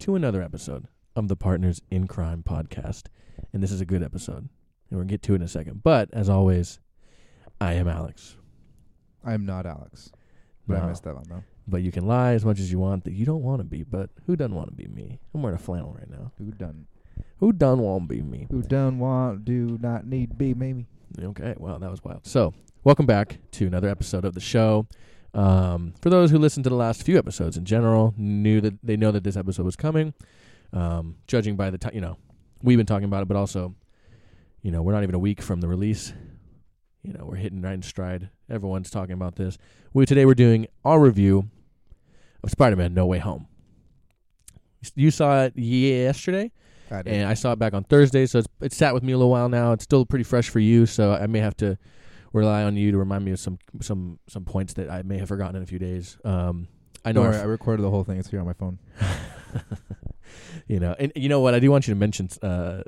to another episode of the Partners in Crime podcast. And this is a good episode. And we'll get to it in a second. But as always, I am Alex. I am not Alex, but No. I missed that one though. But you can lie as much as you want that you don't want to be. But who doesn't want to be me? I'm wearing a flannel right now. Who done? Who done want to be me? Who done? Want? Do not need? Be maybe. Okay, wow, that was wild. So, welcome back to another episode of the show. Um, for those who listened to the last few episodes in general, knew that they know that this episode was coming. Um, judging by the time, you know, we've been talking about it, but also, you know, we're not even a week from the release. You know, we're hitting right in stride. Everyone's talking about this. We today we're doing our review of Spider-Man: No Way Home. You saw it yesterday. I did. And I saw it back on Thursday, so it's, it sat with me a little while now. It's still pretty fresh for you, so I may have to rely on you to remind me of some some some points that I may have forgotten in a few days. Um, I know, Don't our worry, I recorded the whole thing. It's here on my phone. you know, and you know what? I do want you to mention. Uh,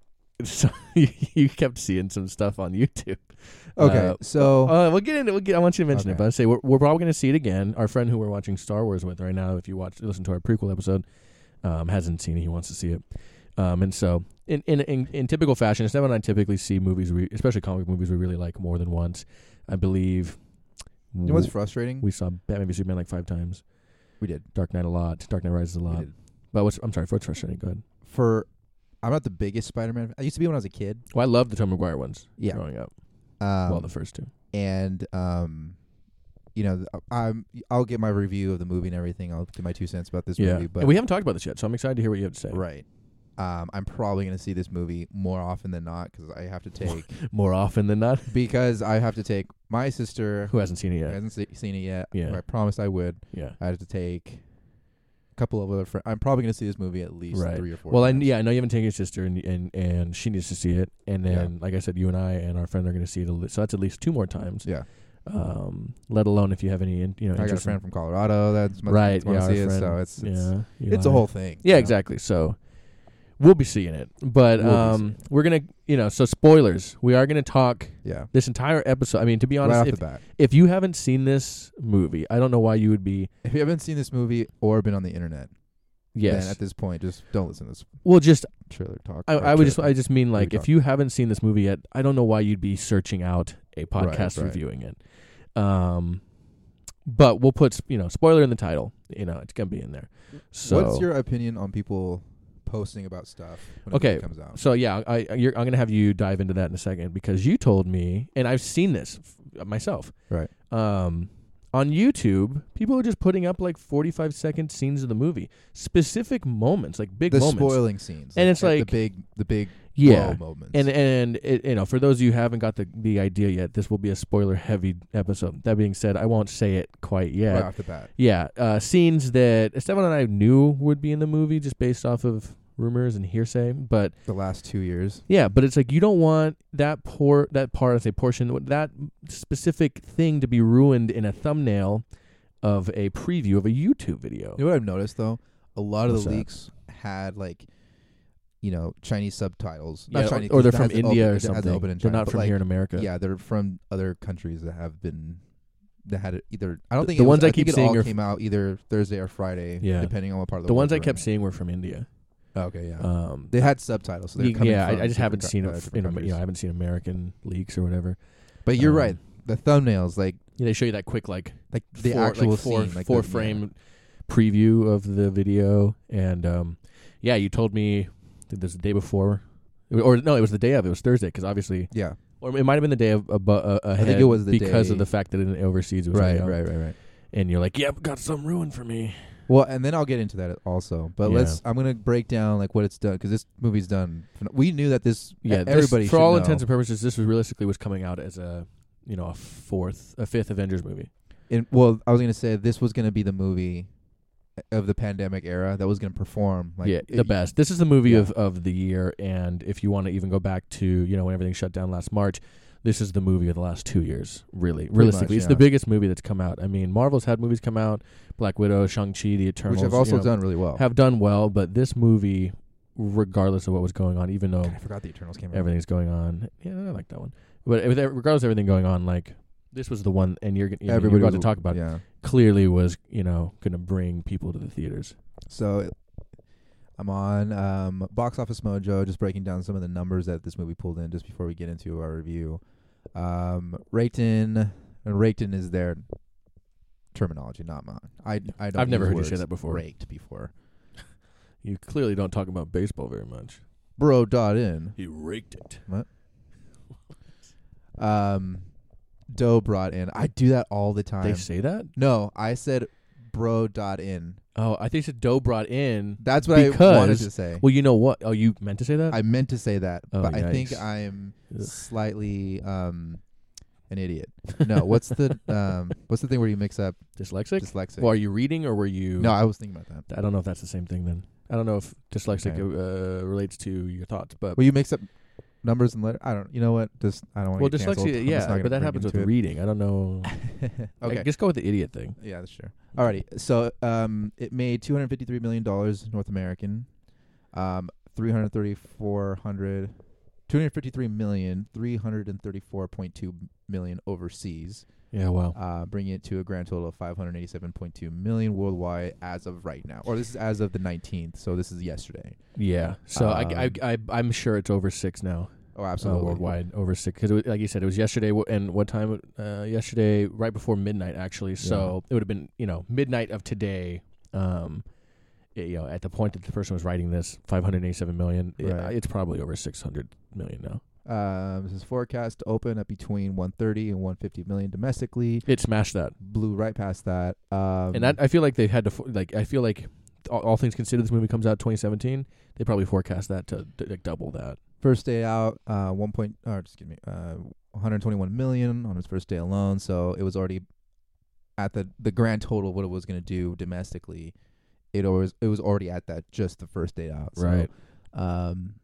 so you, you kept seeing some stuff on YouTube. Okay, Uh, so Uh, we'll get into. We'll get, I want you to mention it, Okay. but I say we're, we're probably going to see it again. Our friend who we're watching Star Wars with right now, if you watch listen to our prequel episode, um, hasn't seen it. He wants to see it, um, and so in in in, in typical fashion, Stefan and I typically see movies, we, especially comic movies, we really like more than once. I believe you know what's frustrating? we saw Batman v Superman like five times, We did. Dark Knight a lot, Dark Knight Rises a We lot. did. But what's I'm sorry, what's frustrating? Go ahead. For I'm not the biggest Spider-Man. I used to be when I was a kid. Well, I love the Tom McGuire ones. Yeah. growing up, Um, well, the first two. and um, you know, th- I'm. I'll get my review of the movie and everything. I'll do my two cents about this Yeah, movie. But and we haven't talked about this yet, so I'm excited to hear what you have to say. right. Um, I'm probably going to see this movie more often than not because I have to take More often than not, because I have to take my sister who hasn't seen it I yet? hasn't se- seen it yet. Yeah. but I promised I would. Yeah. I had to take a couple of other friends. I'm probably going to see this movie at least Right. three or four. Well, I, times. yeah, I know you haven't taken your sister, and and, and she needs to see it. And then, like I said, you and I and our friend are going to see it. a li- So that's at least two more times. yeah. Um, let alone if you have any, in, you know, I got a interest in- friend from Colorado that's my- right? wanna Yeah, our see it, friend, so it's it's, yeah, it's Eli. a whole thing. Yeah, you know? exactly. So we'll be seeing it, but We'll be um, seeing it. we're gonna, you know, so spoilers. We are gonna talk Yeah, this entire episode. I mean, to be honest, right off if, the bat. if you haven't seen this movie, I don't know why you would be. If you haven't seen this movie or been on the internet, then Yes. at this point, just don't listen to this Well, just trailer talk. I, or I would just trailer. I just mean like we if talk. you haven't seen this movie yet, I don't know why you'd be searching out a Right, podcast right. reviewing it. Um, but we'll put you know spoiler in the title. You know it's gonna be in there. So What's your opinion on people posting about stuff when a Okay, movie comes out? so yeah, I I- you're, I'm gonna have you dive into that in a second because you told me, and I've seen this f- uh, myself. Right. Um, on YouTube, people are just putting up like 45 second scenes of the movie, specific moments, like big the moments. spoiling scenes, And it's at like- the big, the big yeah. blow moments. And and it, you know, for those of you who haven't got the the idea yet, this will be a spoiler heavy episode. That being said, I won't say it quite yet. right off the bat, Yeah, uh, scenes that Esteban and I knew would be in the movie just based off of rumors and hearsay. But the last two years. yeah, but it's like you don't want that por that part, I say portion, that specific thing to be ruined in a thumbnail of a preview of a YouTube video. You know what I've noticed though? A lot of What's the that? leaks had like, you know, Chinese subtitles. Yeah, Not or- Chinese, or they're 'cause from that has India open- or that has something. open in they're China, not but, from like, here in America. Yeah, they're from other countries that have been that had it either. I don't The- think the it was- ones I think keep it all seeing are- came out either Thursday or Friday. Yeah. depending on what part of the the ones I world kept we're seeing were from India. in. okay, yeah. Um, they had subtitles, so they're Ye- coming yeah, from I, I just different haven't co- seen uh, it. f- different in, Amer- you know, I countries. haven't seen American leaks or whatever. but you're um, right. The thumbnails, like Yeah, they show you that quick, like like the four, actual like four, scene, like the- four yeah. frame preview of the video, and um, yeah, you told me that this was the day before, or no, it was the day of. It was Thursday because obviously, Yeah, or it might have been the day of abo- uh, ahead. it was the because day- of the fact that it overseas it was right, laid out. right, right, right. And you're like, yep, got some ruined for me. Well, and then I'll get into that also. But Yeah. let's. I'm gonna break down like what it's done because this movie's done. phen- We knew that this. Yeah, e- this- everybody. for should all know. intents and purposes, this was realistically was coming out as a you know a fourth, a fifth Avengers movie. And, well, I was gonna say this was gonna be the movie e, of the pandemic era that was gonna perform. Like, e, yeah, it- the best. This is the movie Yeah. of, of the year, and if you want to even go back to you know when everything shut down last March, this is the movie of the last two years. Really, realistically, much, it's the yeah. biggest movie that's come out. I mean, Marvel's had movies come out, Black Widow, Shang Chi, The Eternals, Which have you also know, done really well. have done well, but this movie, regardless of what was going on, even though God, I forgot the Eternals came out. everything's going on, yeah, I like that one. But with ev- regardless of everything going on, like this was the one, and you're, gonna- you know, you're Everybody about to was- talk about. it, Yeah. Clearly, was you know going to bring people to the theaters. So, it- I'm on um, Box Office Mojo, just breaking down some of the numbers that this movie pulled in just before we get into our review. Um, Rayton, and Rayton is their terminology, not mine. I, I don't I've never use heard you words say that before. Raked before. You clearly don't talk about baseball very much. Bro, dot in. He raked it. Um, Doe brought in. I do that all the time. They say that? no, I said bro dot in. Oh, I think it's dough brought in. That's what I wanted Because- to say. Well, you know what? Oh, you meant to say that? I meant to say that, Oh, but I think yikes. I'm Ugh. slightly um an idiot. No, what's the um what's the thing where you mix up dyslexic? dyslexic? Well, are you reading or were you? no, I was thinking about that. I don't know if that's the same thing. Then I don't know if dyslexic uh, relates to your thoughts, but Well, you mix up numbers and letters. I don't. You know what? Just I don't want. well, get canceled. dyslexia, I'm just not yeah, gonna but that bring happens with into reading. I don't know. it. Like, okay. just go with the idiot thing. Yeah, that's sure. Alrighty. So, um, it made two hundred fifty-three million dollars North American, um, three hundred thirty-four hundred. 253 million 334.2 million overseas Yeah, wow. uh, bringing it to a grand total of 587.2 million worldwide as of right now. Or this is as of the 19th, so this is yesterday. Yeah, so I, Um, I, I, I'm sure it's over six now. Oh, uh, absolutely. worldwide over six because like you said it was yesterday w- and what time uh, yesterday right before midnight actually so it would have been you know midnight of today um it- you know at the point that the person was writing this 587 million it- Right. it's probably over 600 million now Um, this is forecast to open at between 130 and 150 million domestically. it smashed that Blew right past that. Um, and that, i feel like they had to fo- like i feel like all, all things considered this movie comes out 2017 they probably forecast that to d- like double that first day out, uh, one point, or excuse me, uh, 121 million on its first day alone. So it was already at the the grand total of what it was going to do domestically. It always it was already at that just the first day out. So Um,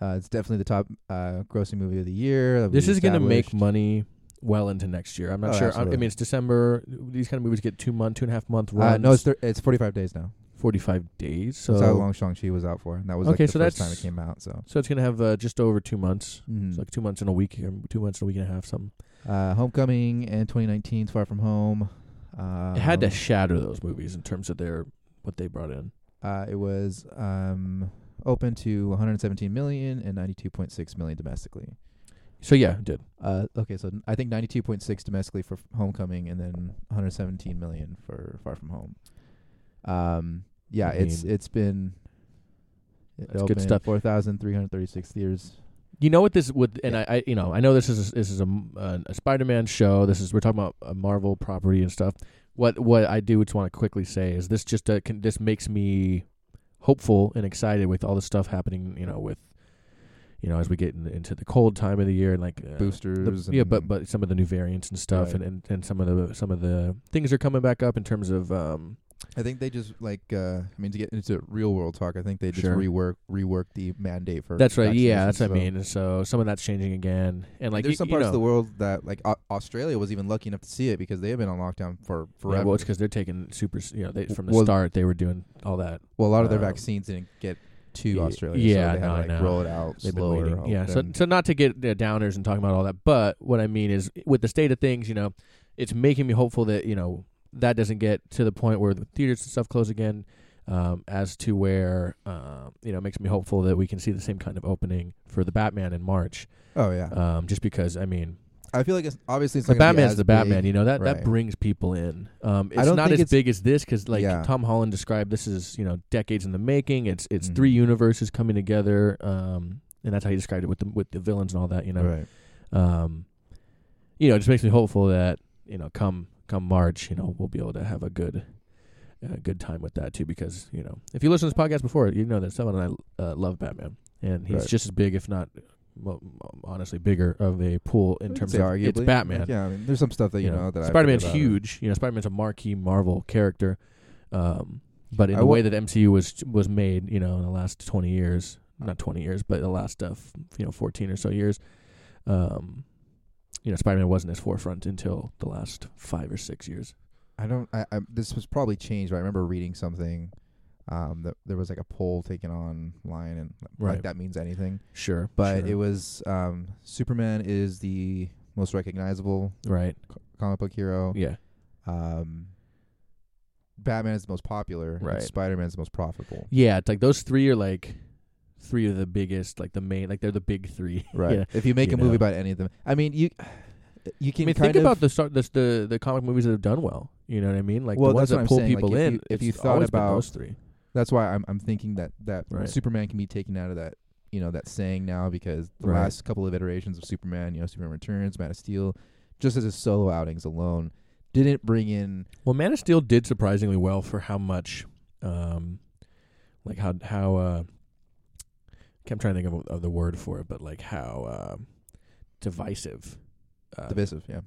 uh, it's definitely the top uh, grossing movie of the year. that this we is going to make established. money well into next year i'm not Oh, sure I, I absolutely. mean it's december these kind of movies get two month two and a half month runs Uh, no, it's thir- it's 45 days now. 45 days. So That's how long Shang Chi was out for, and that was Okay, like the so first time that's- it came out. So, so it's going to have uh, just over 2 months. Mhm. It's like 2 months in a week or 2 months in a week and a half something. uh, Homecoming and 2019's Far From Home. Uh, it had to shatter those movies in terms of their what they brought in. uh, it was um, open to 117 million and 92.6 million domestically. So yeah, it did. Uh, okay, so I think 92.6 domestically for f- Homecoming, and then 117 million for Far From Home. Um, yeah, I it's mean, it's been it that's good opened stuff. 4,336 theaters. You know what this would and I, I you know, I know this is a, this is a, a, a Spider-Man show. This is we're talking about a Marvel property and stuff. What what I do just want to quickly say is this just uh can, this makes me hopeful and excited with all the stuff happening, you know, with you know, as we get in, into the cold time of the year and like uh, the- Boosters, yeah, but and- but some of the new variants and stuff, Right. and, and and some of the some of the things are coming back up in terms of um, I think they just like uh, I mean to get into real world talk. I think they just Sure. rework rework the mandate for that's right, yeah, vaccinations, that's what so- I mean. And so some of that's changing again, and like There's y- some you parts know, of the world that like Au- Australia was even lucky enough to see it because they have been on lockdown for forever. Yeah, well, it's because they're taking super, s- you know, they, from the Well- start they were doing all that. Well, a lot of their Um, vaccines didn't get to y- Australia. yeah, so they had no, to I like know. roll it out They've been slower. waiting. Yeah, so and- so not to get uh, downers and talking about all that, but what I mean is with the state of things, you know, it's making me hopeful that you know that doesn't get to the point where the theaters and stuff close again. Um, as to where uh, you know, it makes me hopeful that we can see the same kind of opening for the Batman in March. oh yeah, Um, just because I mean, I feel like it's obviously it's the not gonna be Batman's as the Batman. big. You know that that right. brings people in. Um, I it's don't not think as it's- big as this because like Yeah. Tom Holland described, this is you know decades in the making. It's it's Mhm. three universes coming together, um, and that's how he described it with the with the villains and all that. You know, Right. um, you know, it just makes me hopeful that you know come come March, you know, we'll be able to have a good. A good time with that too, because you know, if you listen to this podcast before, you know that someone and I uh, love Batman, and he's Right. just as big, if not, well, honestly, bigger of a pool in I'd terms say of arguably. it's Batman Like, yeah, I mean, there's some stuff that you know, that I Spider Man's forget about. huge. You know, Spider Man's a marquee Marvel character, um, but in I the wa- way that MCU was was made, you know, in the last twenty years, not twenty years, but the last uh, f- you know fourteen or so years, um, you know, Spider Man wasn't as forefront until the last five or six years. I don't. I, I this was probably changed. But I remember reading something. Um, that there was like a poll taken online, and Right. like that means anything. Sure, But it was um, Superman is the most recognizable right. comic book hero. Yeah, Um, Batman is the most popular. Right. Spider Man's the most profitable. Yeah, it's like those three are like three of the biggest, like the main, like they're the big three. Right. Yeah. If you make You a movie know. about any of them, I mean, you you I can mean, kind think of, about the start, the, the the comic movies that have done well. You know what I mean? Like Well, the ones that's what that I'm pull saying, like, people if in. you- if you it's thought always been about- those three, That's why I'm I'm thinking that that Right. Superman can be taken out of that you know that saying now because the Right. last couple of iterations of Superman, you know, Superman Returns, Man of Steel, just as his solo outings alone, didn't bring in well, Man of Steel did surprisingly well for how much, um, like how how uh, I'm trying to think of, of the word for it, but like how um divisive. Uh, divisive. Yeah.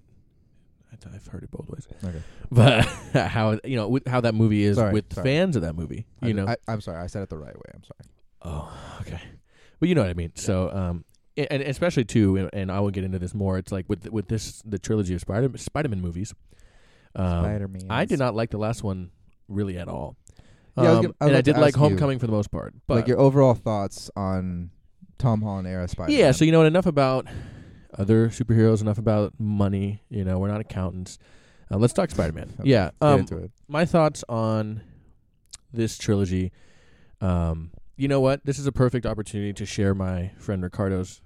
I- I've heard it both ways, Okay. but how you know with- how that movie is Sorry, with sorry. fans of that movie. You I, know, I, I'm sorry. I said it the right way. I'm sorry. Oh, okay. But you know what I mean. So, um, a- and especially too, and, and I will get into this more. It's like with with this the trilogy of Spider Spider-Man movies. Um, Spider-Man. I did not like the last one really at all. Yeah, I was Um, gonna- I was and I about to did like ask you, Homecoming for the most part. But like your overall thoughts on Tom Holland era Spider-Man. yeah, so you know what? Enough about other superheroes. Enough about money. You know, we're not accountants. Uh, let's talk Spider-Man. Okay, yeah. Get Um, into it. my thoughts on this trilogy. Um, you know what? This is a perfect opportunity to share my friend Ricardo's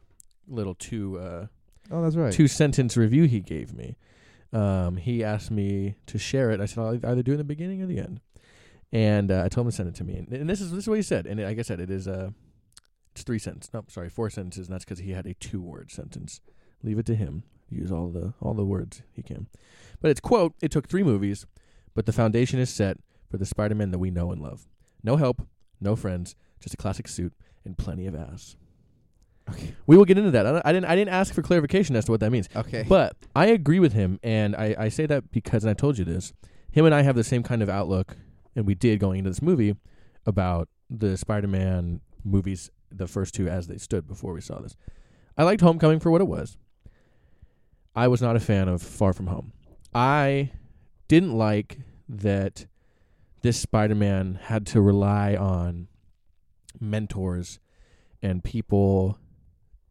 little two uh, Oh, that's right. two sentence review he gave me. Um, he asked me to share it. I said I'll either do it in the beginning or the end, and uh, I told him to send it to me. And, and this is this is what he said. And it, like I said, it is uh, it's three sentences. No, sorry, four sentences. And that's because he had a two word sentence. Leave it to him. Use all the all the words he can. But it's quote. It took three movies, but the foundation is set for the Spider-Man that we know and love. No help, no friends, just a classic suit and plenty of ass. Okay. We will get into that. I, don't- I didn't. I didn't ask for clarification as to what that means. Okay. But I agree with him, and I, I say that because, and I told you this, him and I have the same kind of outlook, and we did going into this movie about the Spider Man movies, the first two as they stood before we saw this. I liked Homecoming for what it was. I was not a fan of Far From Home. I didn't like that this Spider Man had to rely on mentors and people,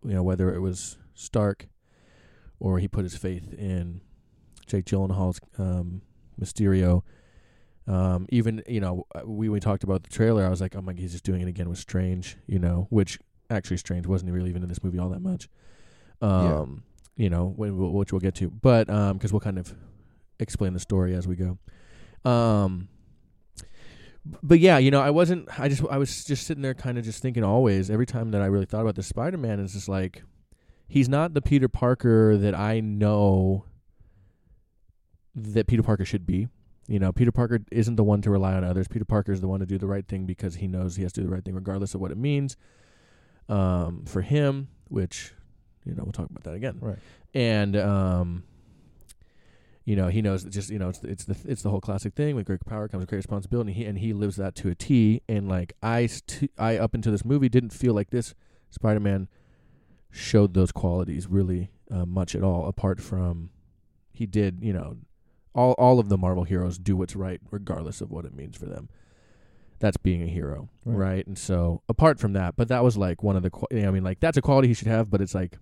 you know, whether it was Stark or he put his faith in Jake Gyllenhaal's um, Mysterio. Um, even you know, uh, we we talked about the trailer. I was like, oh my, he's just doing it again with Strange, you know, which actually Strange wasn't really even in this movie all that much. Yeah. Um, you know, when, we'll- which we'll get to, but um, because we'll kind of explain the story as we go. Um, but yeah, you know, I wasn't. I just I was just sitting there, kind of just thinking. Always, every time that I really thought about this Spider Man, it's just like he's not the Peter Parker that I know that Peter Parker should be. You know, Peter Parker isn't the one to rely on others. Peter Parker is the one to do the right thing because he knows he has to do the right thing, regardless of what it means um, for him. Which, you know, we'll talk about that again. Right. And um, you know, he knows that just you know it's it's the it's the whole classic thing. With great power comes great responsibility, and he, and he lives that to a T. And like I st- I up until this movie didn't feel like this Spider Man showed those qualities really uh, much at all. Apart from he did you know all all of the Marvel heroes do what's right regardless of what it means for them. That's being a hero, Right. right? And so apart from that, but that was like one of the qua- you know, I mean like that's a quality he should have, but it's like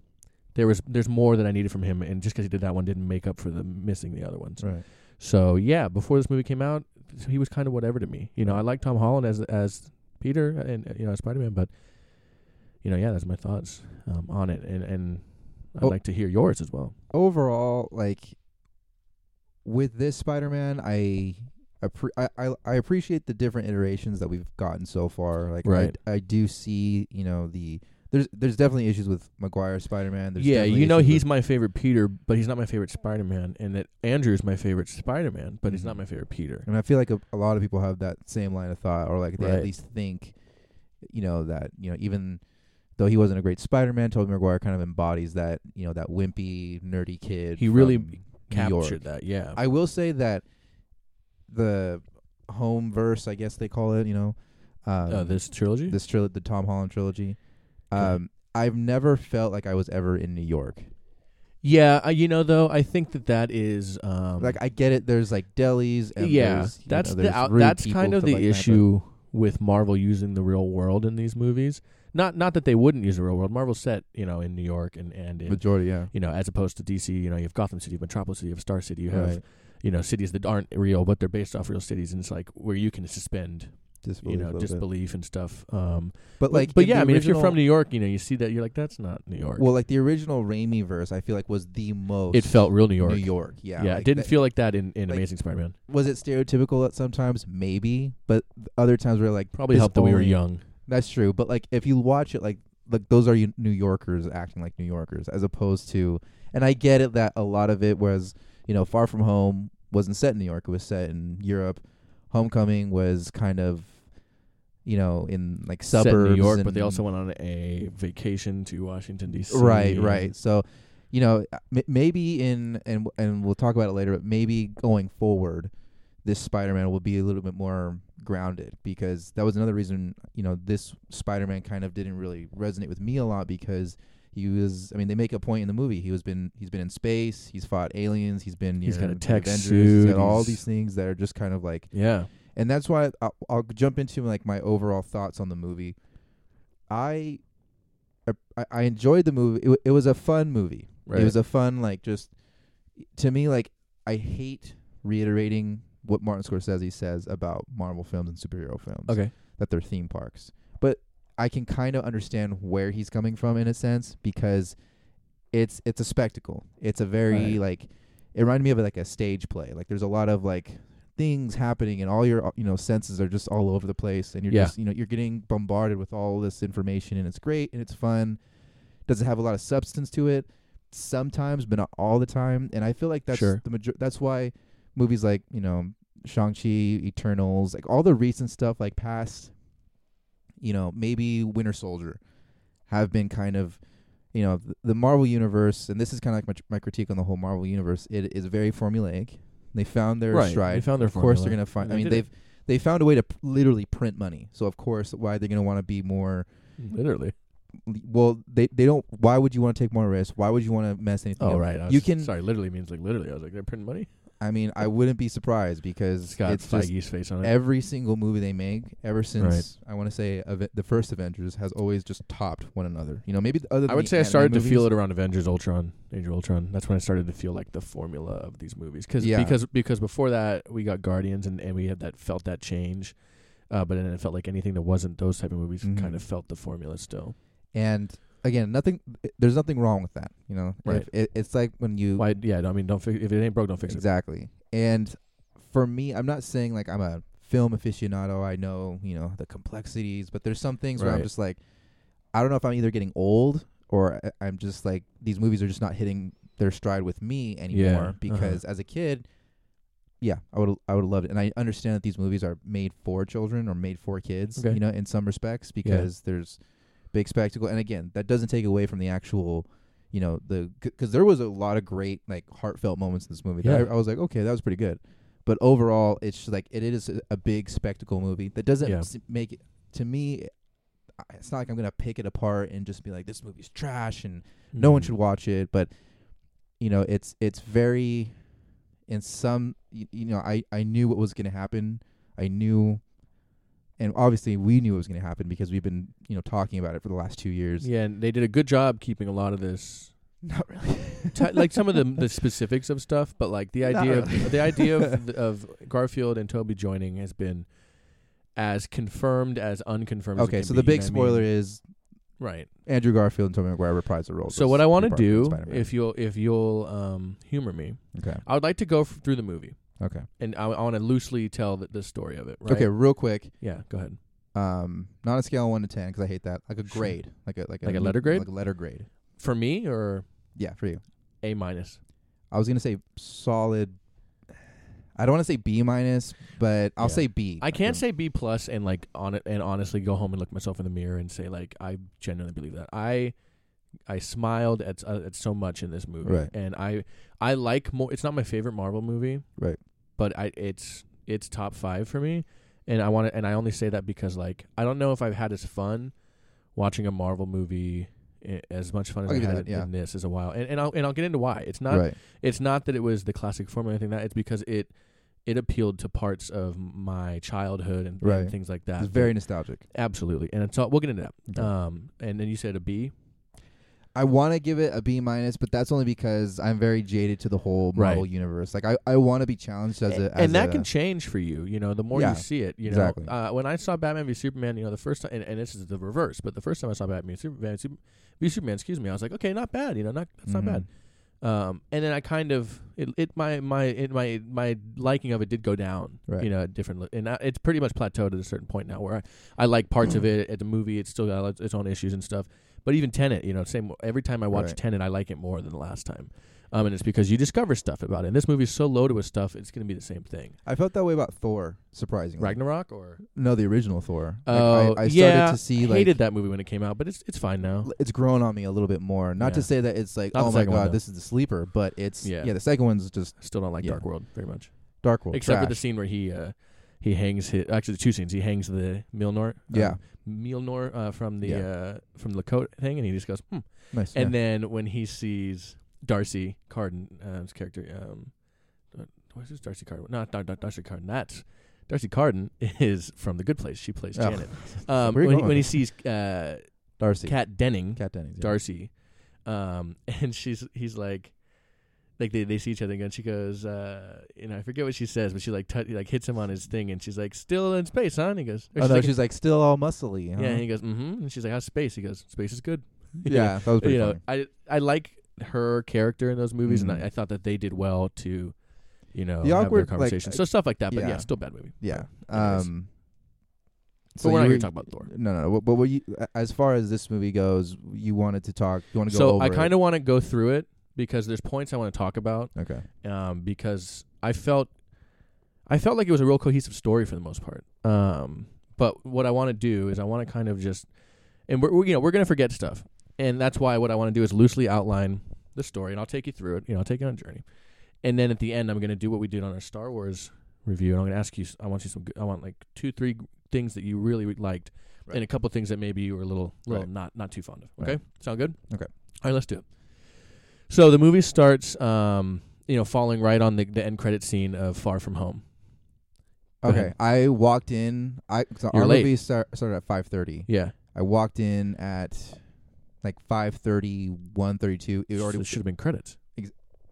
there was there's more that I needed from him, and just because he did that one didn't make up for the missing the other ones. right. So yeah, before this movie came out, he was kind of whatever to me. You know, I like Tom Holland as as Peter and uh, you know Spider Man, but you know, yeah, that's my thoughts um, on it, and and I'd Well- like to hear yours as well. overall, like with this Spider-Man, I, appre- I I I appreciate the different iterations that we've gotten so far. Like Right. I, I do see, you know, the there's there's definitely issues with Maguire Spider-Man. There's yeah, definitely you know, issues he's with- my favorite Peter, but he's not my favorite Spider Man, and that Andrew's my favorite Spider Man, but he's Mhm. not my favorite Peter. and I feel like a, a lot of people have that same line of thought, or like they at Right. least think, you know, that you know even. Though he wasn't a great Spider-Man, Tobey Maguire kind of embodies that, you know, that wimpy, nerdy kid. He really from New York. Captured that, yeah. I will say that the home verse, I guess they call it, you know, um, uh, this trilogy, this trilogy, the Tom Holland trilogy. Okay. Um, I've never felt like I was ever in New York. yeah, uh, you know, though I think that that is um, Like I get it. There's like delis. And yeah, there's, you know, that's there's the out, rude that's people, kind of stuff the like that, but- issue with Marvel using the real world in these movies. Not not that they wouldn't use the real world. Marvel's set you know in New York and and in, Majority, yeah. you know as opposed to DC. You know you have Gotham City, Metropolis City, you have Star City, you have Right. you know cities that aren't real, but they're based off real cities, and it's like where you can suspend you Disbelief a know little bit. disbelief and stuff. Um, but like, but in yeah, the I mean, if you're original- from New York, you know, you see that, you're like, that's not New York. well, like the original Raimi verse, I feel like was the most. it felt real New York. New York, yeah. Yeah, like it didn't that- feel like that in, in like- Amazing Spider-Man. Was it stereotypical at sometimes? Maybe, but th- other times we are like Probably this helped that we were only- young. That's true, but like if you watch it, like like those are you- New Yorkers acting like New Yorkers, as opposed to. And I get it that a lot of it was, you know, Far From Home wasn't set in New York; it was set in Europe. Homecoming was kind of, you know, in like Set suburbs. in New York, but they and- also went on a vacation to Washington D.C. Right, right. So, you know, m- maybe in and w- and we'll talk about it later, but maybe going forward, this Spider-Man will be a little bit more grounded because that was another reason, you know, this Spider-Man kind of didn't really resonate with me a lot because he was I mean, they make a point in the movie. He was been he's been in space, he's fought aliens, he's been He's near got a the tech Avengers, he's suit, got all he's- these things that are just kind of like Yeah, and that's why I'll, I'll jump into like my overall thoughts on the movie. I I, I enjoyed the movie. It, w- it was a fun movie. right. It was a fun like just to me like I hate reiterating what Martin Scorsese says about Marvel films and superhero films okay. that they're theme parks. But I can kind of understand where he's coming from in a sense because it's it's a spectacle. It's a very Right. like it reminded me of like a stage play. Like there's a lot of like things happening and all your uh, you know senses are just all over the place and you're Yeah. just you know you're getting bombarded with all this information and it's great and it's fun. Does it have a lot of substance to it? Sometimes, but not all the time. And I feel like that's Sure. the major- that's why movies like, you know, Shang-Chi, Eternals, like all the recent stuff, like past, you know, maybe Winter Soldier, have been kind of, you know, th- the Marvel universe, and this is kind of like my, tr- my critique on the whole Marvel universe. It is very formulaic. They found their right. stride. They found their of course, they're formula. gonna find. And I they mean, did they've it. they found a way to p- literally print money. So of course, why they're gonna want to be more literally. well they they don't why would you want to take more risks why would you want to mess anything Oh, up right. I was, you can- Sorry, literally means like literally. I was like, they're printing money. i mean i wouldn't be surprised because It's got it's just Feige's face on it. every single movie they make ever since i want to say Ave- the first avengers has always just topped one another you know maybe the other than I would the say I anime started to movies- feel it around Avengers Ultron, Age of Ultron. That's when I started to feel like the formula of these movies. Cause, Yeah. Because because before that we got Guardians and, and we had that felt that change. Uh, but then it felt like anything that wasn't those type of movies Mhm. kind of felt the formula still. and again nothing there's nothing wrong with that you know If Right. it, it's like when you Why? Yeah, I mean, don't fi- if it ain't broke, don't fix exactly and for me i'm not saying like i'm a film aficionado i know you know the complexities but there's some things where i'm Right. just like i don't know if i'm either getting old or I- i'm just like these movies are just not hitting their stride with me anymore uh-huh. because as a kid yeah i would i would love it and i understand that these movies are made for children or made for kids Okay. you know in some respects because there's big spectacle and again that doesn't take away from the actual you know the because there was a lot of great like heartfelt moments in this movie that Yeah. I, I was like okay that was pretty good but overall it's just like it is a, a big spectacle movie that doesn't Yeah. s- make it to me I- it's not like i'm gonna pick it apart and just be like this movie's trash and it. no one should watch it but you know it's it's very in some you, you know i i knew what was going to happen i knew and obviously we knew it was going to happen because we've been you know talking about it for the last two years Yeah, and they did a good job keeping a lot of this, not really t- like some of the the specifics of stuff, but like the Not idea really. of the idea of, the, of Garfield and Toby joining has been as confirmed as unconfirmed. okay as it can so the be, big you know what I mean? spoiler is right? andrew garfield and tobey maguire reprise their roles So as what I want to Peter Parker and do, Spider-Man. if you'll if you'll um, humor me, okay I would like to go f- through the movie, okay and I, I want to loosely tell the, the story of it. Right? okay real quick Yeah. Go ahead. um not a scale of 1 to 10 because i hate that like a Sure. grade like a like a, Like a letter grade? like a letter grade For me or yeah for you a minus. I was gonna say solid. I don't want to say B minus, but I'll Yeah. say B. I can't Okay. say B plus and like on it and honestly go home and look myself in the mirror and say like I genuinely believe that I I smiled at uh, at so much in this movie Right. and I I like more. It's not my favorite Marvel movie, Right. But I it's it's top five for me, and I want to and I only say that because like I don't know if I've had as fun watching a Marvel movie i- as much fun as I'll I give you had that, yeah. in this as a while, and and I'll and I'll get into why. It's not right. it's not that it was the classic form or anything like that it's because it it appealed to parts of my childhood and, and Right. things like that. It's very nostalgic. absolutely, and it's all, we'll get into that. Okay. Um, and then you said a B. I want to give it a B minus, but that's only because I'm very jaded to the whole Right. Marvel universe. Like I, I want to be challenged as a A- as and that a- can change for you. You know, the more Yeah, you see it, you know. exactly. Uh, when I saw Batman v Superman, you know, the first time, and, and this is the reverse, but the first time I saw Batman v Superman, Super, v Superman, excuse me, I was like, okay, not bad. You know, not that's Mhm. not bad. Um, and then I kind of it, it my my it, my my liking of it did go down. Right. You know, at different li- and I, it's pretty much plateaued at a certain point now where I, I like parts Mm. of it at the movie. It's still got its- its own issues and stuff. But even Tenet, you know, same every time I watch Right. Tenet, I like it more than the last time. Um, and it's because you discover stuff about it. And this movie is so loaded with stuff, it's going to be the same thing. I felt that way about Thor. Surprisingly, Ragnarok or no, the original Thor. Like, oh I, I started yeah, to see I like hated that movie when it came out, but it's it's fine now. l- it's grown on me a little bit more. Not to Yeah. say that it's like, Not the oh my second one, god, though. this is the sleeper, but it's yeah. Yeah. The second one's just I still don't like Yeah. Dark World very much, Dark World, except for the trash. scene where he uh, he hangs his actually two scenes. He hangs the Milnor, yeah, um, Milnor uh, from the Yeah. uh, from the coat thing, and he just goes hmm. nice. And yeah. then when he sees Darcy Carden, uh, his character, um, uh, what's his Darcy Carden? Not Dar- Dar- Darcy Carden. That's Darcy Carden is from The Good Place. She plays Oh. Janet. Um, Where you when, he, going when he with sees uh, Darcy, Kat Denning, Kat Dennings, yeah. Darcy, um, and she's he's like, like they, they see each other again. She goes, uh, you know, I forget what she says, but she like tou- like hits him on his thing, and she's like, still in space, huh? And he goes, or Oh no, like, she's like still all muscly. huh? yeah, and he goes, mm-hmm, and she's like, how's space? He goes, space is good. You know, yeah, that was pretty you know, funny. I I like her character in those movies, Mhm. and I, I thought that they did well to, you know, have The their awkward, like, conversation. so stuff like that, but yeah, yeah. still bad movie. Yeah. Anyways. Um. But we're not you here were- to talk about Thor. No, no, no. But, but were you, a- as far as this movie goes, you wanted to talk. You want to go So over. I kind of want to go through it because there's points I want to talk about of okay. um, because I felt I felt like it was a real cohesive story for the most part. Um, but what I want to do is I want to kind of just and we're, we're you know we're gonna forget stuff, and that's why what I want to do is loosely outline the story, and I'll take you through it. You know, I'll take you on a journey, and then at the end, I'm gonna do what we did on our Star Wars review, and I'm gonna ask you. s- I want you some. good- I want like two, three things that you really liked, Right. and a couple things that maybe you were a little, little Right. not, not too fond of. Right. Okay, sound good? Okay. All right, let's do it. So the movie starts, um, you know, following right on the, the end credit scene of Far From Home. Go Okay. ahead. I walked in. I so You're our late. movie start, started at five thirty. Yeah, I walked in at like five thirty, one thirty-two. It already should have been credits.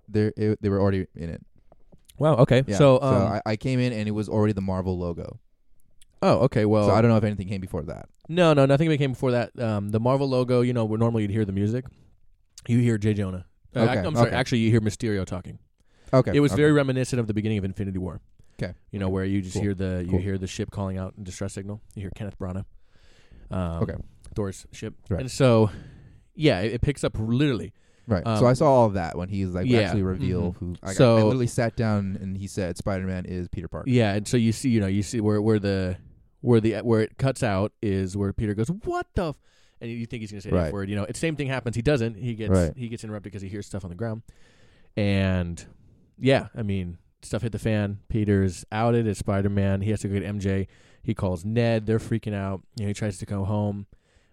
there. It, they were already in it. Wow. Okay. Yeah. So, um, I, I came in and it was already the Marvel logo. oh, okay. Well, So I don't know if anything came before that. no, no, nothing came before that. Um, the Marvel logo, you know, where normally you'd hear the music, you hear Jay Jonah. Uh, Okay, I'm sorry. okay. Actually, you hear Mysterio talking. Okay. It was okay. very reminiscent of the beginning of Infinity War. 'Kay. You know, where you just Cool. hear the you Cool. hear the ship calling out in distress signal. You hear Kenneth Branagh. Um, Okay. Thor's ship. Right. And so, yeah, it, it picks up literally. Right. um, so I saw all of that when he was like yeah. actually reveal Mhm. who. I, got- I So- literally sat down and he said Spider-Man is Peter Parker. Yeah, and so you see, you know, you see where where the where the where it cuts out is where Peter goes, "What the?" F-? And you think he's going to say the Right. F word, you know. It's same thing happens. He doesn't. He gets Right. he gets interrupted because he hears stuff on the ground, and yeah, I mean, stuff hit the fan. Peter's outed as Spider Man. He has to go get MJ. He calls Ned. They're freaking out. You know, he tries to go home.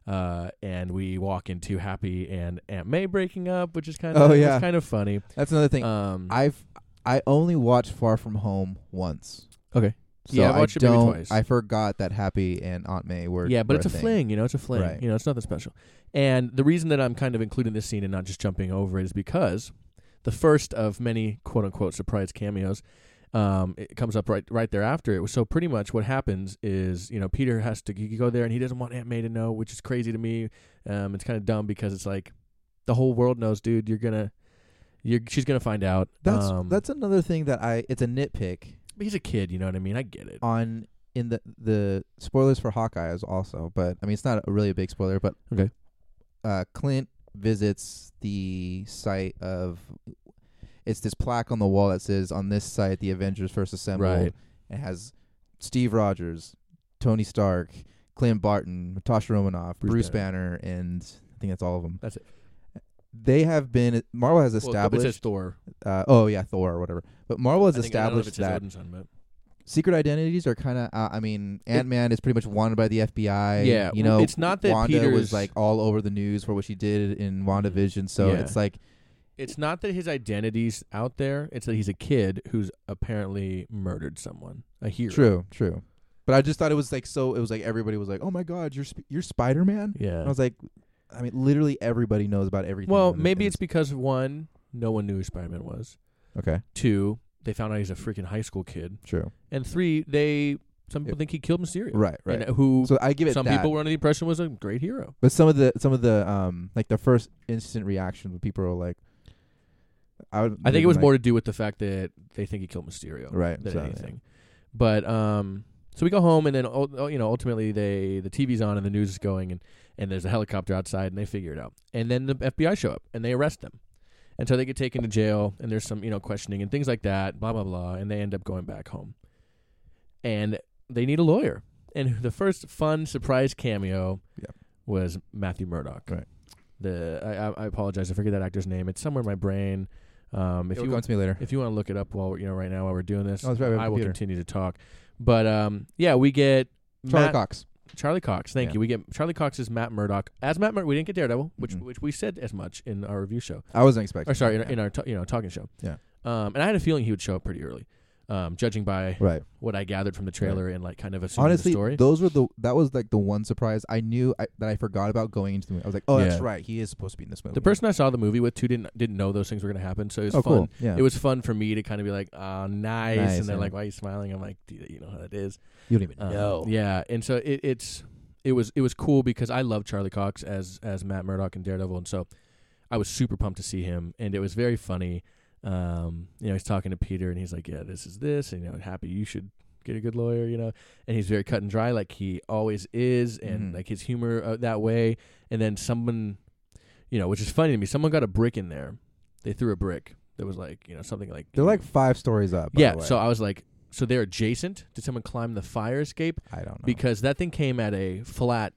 Uh, and we walk into Happy and Aunt May breaking up, which is kind of Oh, yeah. kind of funny. That's another thing. Um, I've I only watched Far From Home once. okay, So Yeah, I watched it maybe don't- twice. I forgot that Happy and Aunt May were yeah, but were it's a thing. fling, you know, it's a fling, Right. you know, it's nothing special. And the reason that I'm kind of including this scene and not just jumping over it is because the first of many quote unquote surprise cameos um, it comes up right right thereafter. It was so pretty much what happens is you know Peter has to you go there and he doesn't want Aunt May to know, which is crazy to me. Um, it's kind of dumb because it's like the whole world knows, dude. You're gonna, you're she's gonna find out. That's Um, that's another thing that I it's a nitpick but he's a kid, you know what I mean? I get it. on in the the spoilers for Hawkeye is also, but I mean it's not a really a big spoiler, but Okay. Uh, Clint visits the site of it's this plaque on the wall that says on this site the Avengers first assembled. Right. It has Steve Rogers, Tony Stark, Clint Barton, Natasha Romanoff, Bruce Bruce, Banner. and I think that's all of them. That's it. They have been Marvel has Well, it says established. Thor. uh, oh yeah, Thor or whatever. But Marvel has I think- I don't know if established it says that Odin's son, but- secret identities are kind of. Uh, I mean, Ant Man is pretty much wanted by the FBI. Yeah, you well, know, it's not that Wanda was Peter's- like all over the news for what she did in WandaVision. So Yeah. it's like, It's not that his identity's out there. It's that he's a kid who's apparently murdered someone, a hero. true, true. But I just thought it was like so. It was like everybody was like, "Oh my God, you're sp- you're Spider Man." Yeah. I was like, I mean, literally everybody knows about everything. Well, in the- maybe in it's because one, no one knew who Spider Man was. the- okay. Two, they found out he's a freaking high school kid. True. And three, they some people think he killed Mysterio. Right. Right. And who so I give it some that. people were under the impression was a great hero. But some of the some of the um like the first instant reaction when people are like, I would. I think maybe it was like- more to do with the fact that they think he killed Mysterio right than so, yeah. anything. But um, so we go home, and then ul- ul- you know, ultimately they the TV's on and the news is going, and and there's a helicopter outside, and they figure it out, and then the FBI show up and they arrest them, and so they get taken to jail, and there's some you know questioning and things like that, blah blah blah, and they end up going back home, and they need a lawyer, and the first fun surprise cameo Yeah. was Matthew Murdock. Right. The I, I- I apologize, I forget that actor's name. It's somewhere in my brain. Um, if It'll you come to me later. if you want to look it up while we're, you know right now while we're doing this, Oh, that's right, we have a I will computer. continue to talk. But um, yeah, we get Charlie Matt- Cox. Charlie Cox. Thank Yeah. you. We get Charlie Cox's Matt Murdock as Matt Murdock. We didn't get Daredevil, which Mhm. which we said as much in our review show. I wasn't expecting. Or sorry, in, that. in our ta- you know talking show. Yeah. Um, and I had a feeling he would show up pretty early, um, judging by right. what I gathered from the trailer and like kind of assuming Honestly, the story. those were the that was like the one surprise I knew I, that I forgot about going into the movie. I was like, oh, that's Yeah. right, he is supposed to be in this movie. the person I saw the movie with too didn't didn't know those things were going to happen, so it was oh, fun. cool. Yeah, It was fun for me to kind of be like, "Ah, nice. Nice, and they're yeah. like, "Why are you smiling?" I'm like, "Dude, you know how that is." you don't even Um, know. Yeah, and so it, it's it was it was cool because I love Charlie Cox as as Matt Murdock in Daredevil, and so I was super pumped to see him, and it was very funny. Um, you know, he's talking to Peter, and he's like, "Yeah, this is this," and you know, happy you should get a good lawyer, you know, and he's very cut and dry like he always is, and Mhm. like his humor uh, that way, and then someone, you know, which is funny to me, someone got a brick in there, they threw a brick that was like you know something like They're like five stories up. by yeah, the way. so I was like. So they're adjacent. Did someone climb the fire escape? I don't know. because that thing came at a flat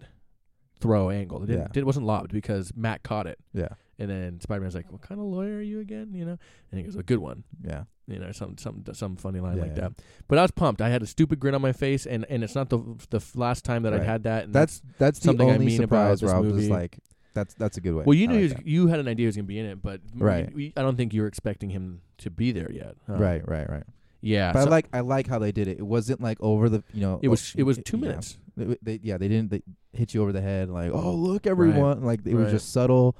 throw angle. It, didn't, Yeah. it wasn't lobbed because Matt caught it, yeah, and then Spider Man's like, "What kind of lawyer are you again?" You know, and he goes, "A good one." yeah, You know, some some some funny line Yeah, like yeah. that. But I was pumped. I had a stupid grin on my face, and and it's not the the f- last time that I've Right. had that. And that's that's the something I only mean about surprise this where I was movie. just like, that's that's a good way. well, you I knew like he was, that. you had an idea he was gonna be in it, but we- Right. we- I don't think you were expecting him to be there yet. huh? right, right, right. Yeah. But um, uh, so I like I like how they did it. It wasn't like over the you know. oh, it was it was two yeah. minutes. They, they- yeah, they didn't they hit you over the head like oh look everyone like it Right. was just subtle.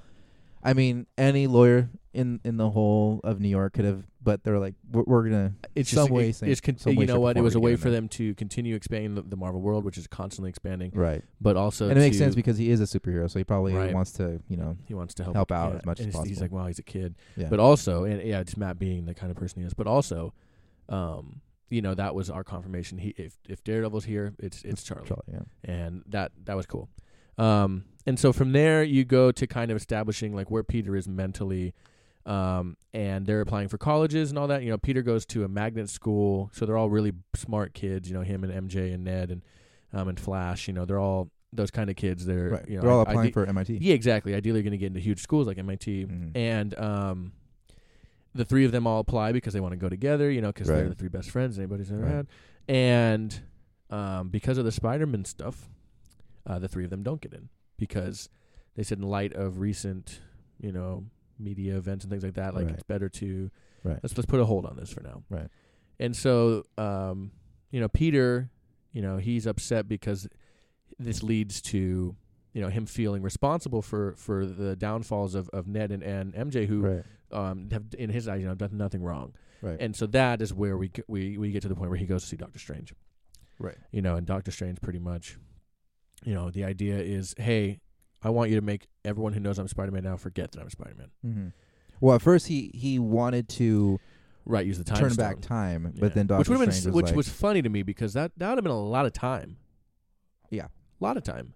I mean, any lawyer in in the whole of New York could have, but they're like we're, we're gonna It's some just way it- saying- it's con- some you way, know shape, or what? It form was a we're way getting for it. them to continue expanding the, the Marvel world, which is constantly expanding, right, but also and it makes to- sense because he is a superhero, so he probably Right. wants to you know he wants to help, help out yeah, as much and as he's- He's like, possible. wow, he's a kid, Yeah. but also, and yeah, it's Matt being the kind of person he is, but also, um, you know, that was our confirmation. He if if Daredevil's here, it's it's Charlie, Charlie, yeah. and that that was cool. Um, and so from there you go to kind of establishing like where Peter is mentally. Um, and they're applying for colleges and all that. You know, Peter goes to a magnet school, so they're all really smart kids. You know, him and MJ and Ned and um and Flash. You know, they're all those kind of kids. They're Right, you know, they're all I- I applying thi- for MIT. yeah, exactly. Ideally, you're going to get into huge schools like MIT, Mhm. and um, the three of them all apply because they want to go together. You know, because they're Right. the three best friends anybody's ever Right. had, and um, because of the Spider-Man stuff, uh, the three of them don't get in because they said in light of recent, you know, media events and things like that, like Right. it's better to Right. let's let's put a hold on this for now. Right. And so, um, you know, Peter, you know, he's upset because this leads to you know him feeling responsible for for the downfalls of, of Ned and, and MJ who Right, um have in his eyes you know done nothing wrong right, and so that is where we g- we we get to the point where he goes to see Doctor Strange right. you know and Doctor Strange pretty much you know the idea is hey I want you to make everyone who knows I'm Spider Man now forget that I'm Spider Man hmm Well, at first he he wanted to right use the time turn stone. back time, Yeah. but then Doctor which would've been Strange s- was which like, was funny to me because that that would have been a lot of time Yeah. a lot of time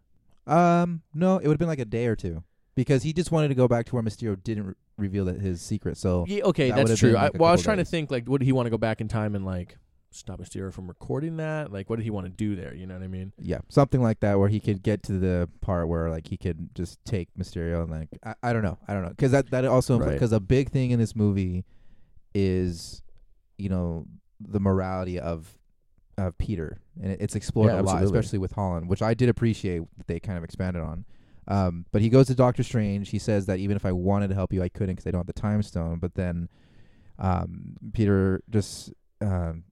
Um, no, it would have been like a day or two because he just wanted to go back to where Mysterio didn't re- reveal that his secret. So Yeah, okay, That that's would've true. been, like, I, a well, I was couple trying to days. think like, what did he want to go back in time and like stop Mysterio from recording that? Like, what did he want to do there? You know what I mean? yeah, something like that where he could get to the part where like he could just take Mysterio and like I, I don't know, I don't know, because that that also Right. because a big thing in this movie is you know the morality of of Peter and it, it's explored Yeah, a lot, absolutely. especially with Holland, which I did appreciate that they kind of expanded on. Um, but he goes to Doctor Strange. He says that even if I wanted to help you, I couldn't because I don't have the time stone. But then um, Peter just um,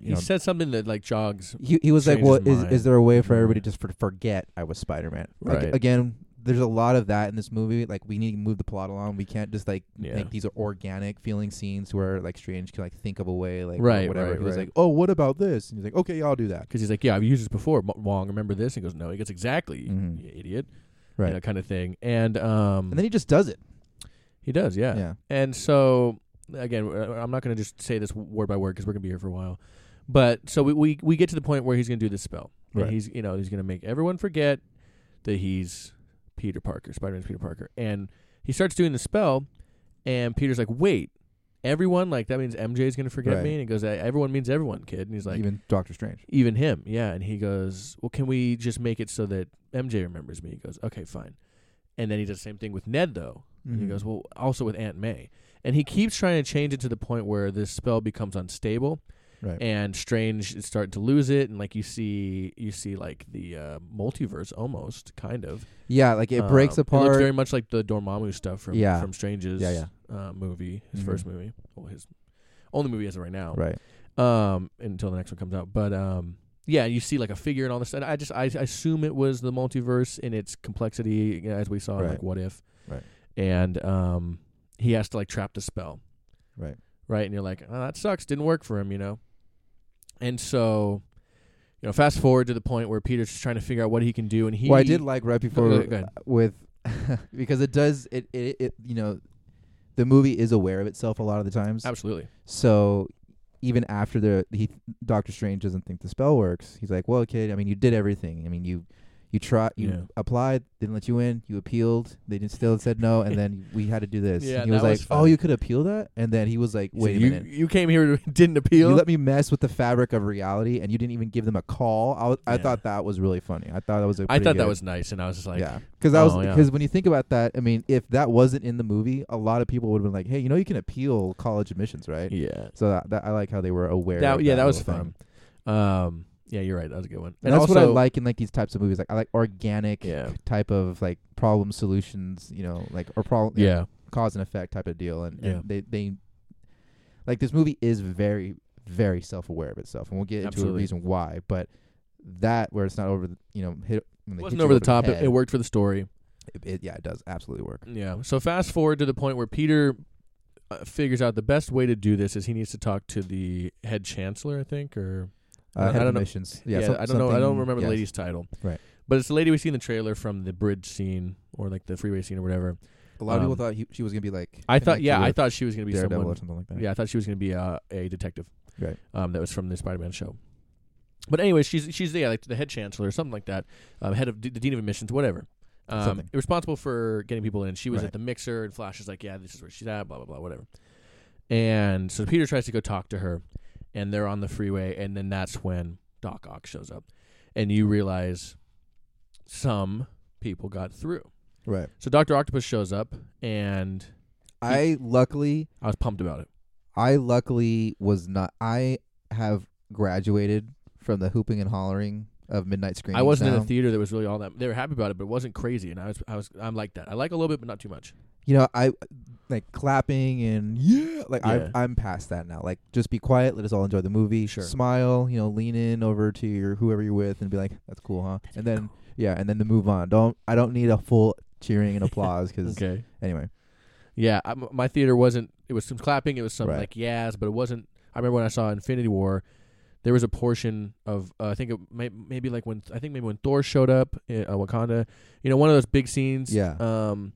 you he know, said something that like jogs. he he was like, Strange's "Well, is, mind. is there a way for Yeah. everybody just for, forget I was Spider Man?" Right. Like, again, there's a lot of that in this movie. Like we need to move the plot along. We can't just like Yeah. make these are organic feeling scenes where like Strange can like think of a way like or Right, whatever. right, he was right. like, oh, what about this? And he's like, okay, yeah, I'll do that. Because he's like, yeah, I've used this before. Mo- Wong, remember this? And he goes, no, he gets exactly, you- Mhm. you idiot. Right. You know, kind of thing. And um, And then he just does it. he does, yeah. yeah. And so, again, uh, I'm not going to just say this word by word because we're going to be here for a while. But so we, we, we get to the point where he's going to do this spell. And Right. He's you know he's going to make everyone forget that he's Peter Parker, Spider-Man's Peter Parker, and he starts doing the spell, and Peter's like, wait, everyone like that means MJ's going to forget Right. me, and he goes, "Eh, everyone means everyone, kid, and he's like, Even Doctor Strange. even him, yeah. And he goes, Well, can we just make it so that MJ remembers me? He goes, Okay, fine. And then he does the same thing with Ned, though. And he Mhm. goes, Well, also with Aunt May. And he keeps trying to change it to the point where this spell becomes unstable Right. and Strange is starting to lose it. And like you see, you see like the uh, multiverse almost, kind of. yeah, like it Um, breaks It looks apart. very much like the Dormammu stuff from, Yeah. from Strange's Yeah, Uh, movie, his Mhm. first movie. Well, his only movie as of right now right. um until the next one comes out but um yeah you see like a figure and all this and i just i, I assume it was the multiverse in its complexity you know, as we saw in, Right. like what if Right. and um he has to like trap the spell Right. right and you're like oh that sucks didn't work for him you know and so you know fast forward to the point where peter's just trying to figure out what he can do and he well, I did like right before go ahead. with because it does it, it it you know the movie is aware of itself a lot of the times. absolutely So even after the he Doctor Strange doesn't think the spell works, he's like, "Well, kid, I mean, you did everything. I mean, you you tried, you Yeah. applied, didn't let you in, you appealed, they just still said no, and then we had to do this." Yeah, and he was that like, was "Oh, fun. you could appeal that?" And then he was like, He said, "Wait a you minute." you came here didn't appeal You let me mess with the fabric of reality, and you didn't even give them a call. I, was, I Yeah. thought that was really funny. I thought that was a i pretty thought good- that was nice and i was just like yeah, because that was Oh, yeah. because when you think about that, I mean, if that wasn't in the movie, a lot of people would have been like, "Hey, you know, you can appeal college admissions, right?" yeah So that, that I like how they were aware. that, of yeah that was little thing. fun um yeah you're right that was a good one And, that's what I also- like in like these types of movies. Like I like organic Yeah. type of like problem solutions, you know, like or problem Yeah. cause and effect type of deal. And, Yeah. and they they like this movie is very very self aware of itself, and we'll get into Absolutely. a reason why. But that where it's not over, the, you know, hit when they hit Wasn't you over the top. It, head, it worked for the story. It, it- yeah, it does absolutely work. Yeah. So fast forward to the point where Peter uh, figures out the best way to do this is he needs to talk to the head chancellor, I think, or I Uh, head don't of know- missions. yeah, Yeah, some- I don't know. I don't something- remember yes. the lady's title. Right. But it's the lady we see in the trailer from the bridge scene or like the freeway scene or whatever. A lot of people Um, thought he, she was gonna be like. I thought, connected yeah, I with thought she was going to be Daredevil someone or something like that. Yeah, I thought she was going to be uh, a detective. Right. Um, that was from the Spider-Man show. But anyway, she's she's yeah, like the head chancellor or something like that, um, head of d- the dean of admissions, whatever. Um, Something. responsible for getting people in. She was Right. at the mixer, and Flash is like, "Yeah, this is where she's at." Blah blah blah, whatever. And so Peter tries to go talk to her, and they're on the freeway, and then that's when Doc Ock shows up, and you realize some people got through. Right. So Doctor Octopus shows up, and I luckily I was pumped about it. I luckily was not. I have graduated from the hooping and hollering of midnight screenings. I wasn't in now. a theater that was really all that. They were happy about it, but it wasn't crazy. And I was, I was, I'm like that. I like a little bit, but not too much. You know, I like clapping and yeah. Like Yeah. I, I'm past that now. Like just be quiet. Let us all enjoy the movie. Sure. Smile. You know, lean in over to your whoever you're with and be like, "That's cool, huh?" and then yeah, and then to move on. Don't. I don't need a full cheering and applause because okay, anyway. yeah, I, my theater wasn't. It was some clapping. It was some Right. like yes, but it wasn't. I remember when I saw Infinity War, there was a portion of uh, I think it may, maybe like when I think maybe when Thor showed up in uh, Wakanda, you know, one of those big scenes. Yeah. Um,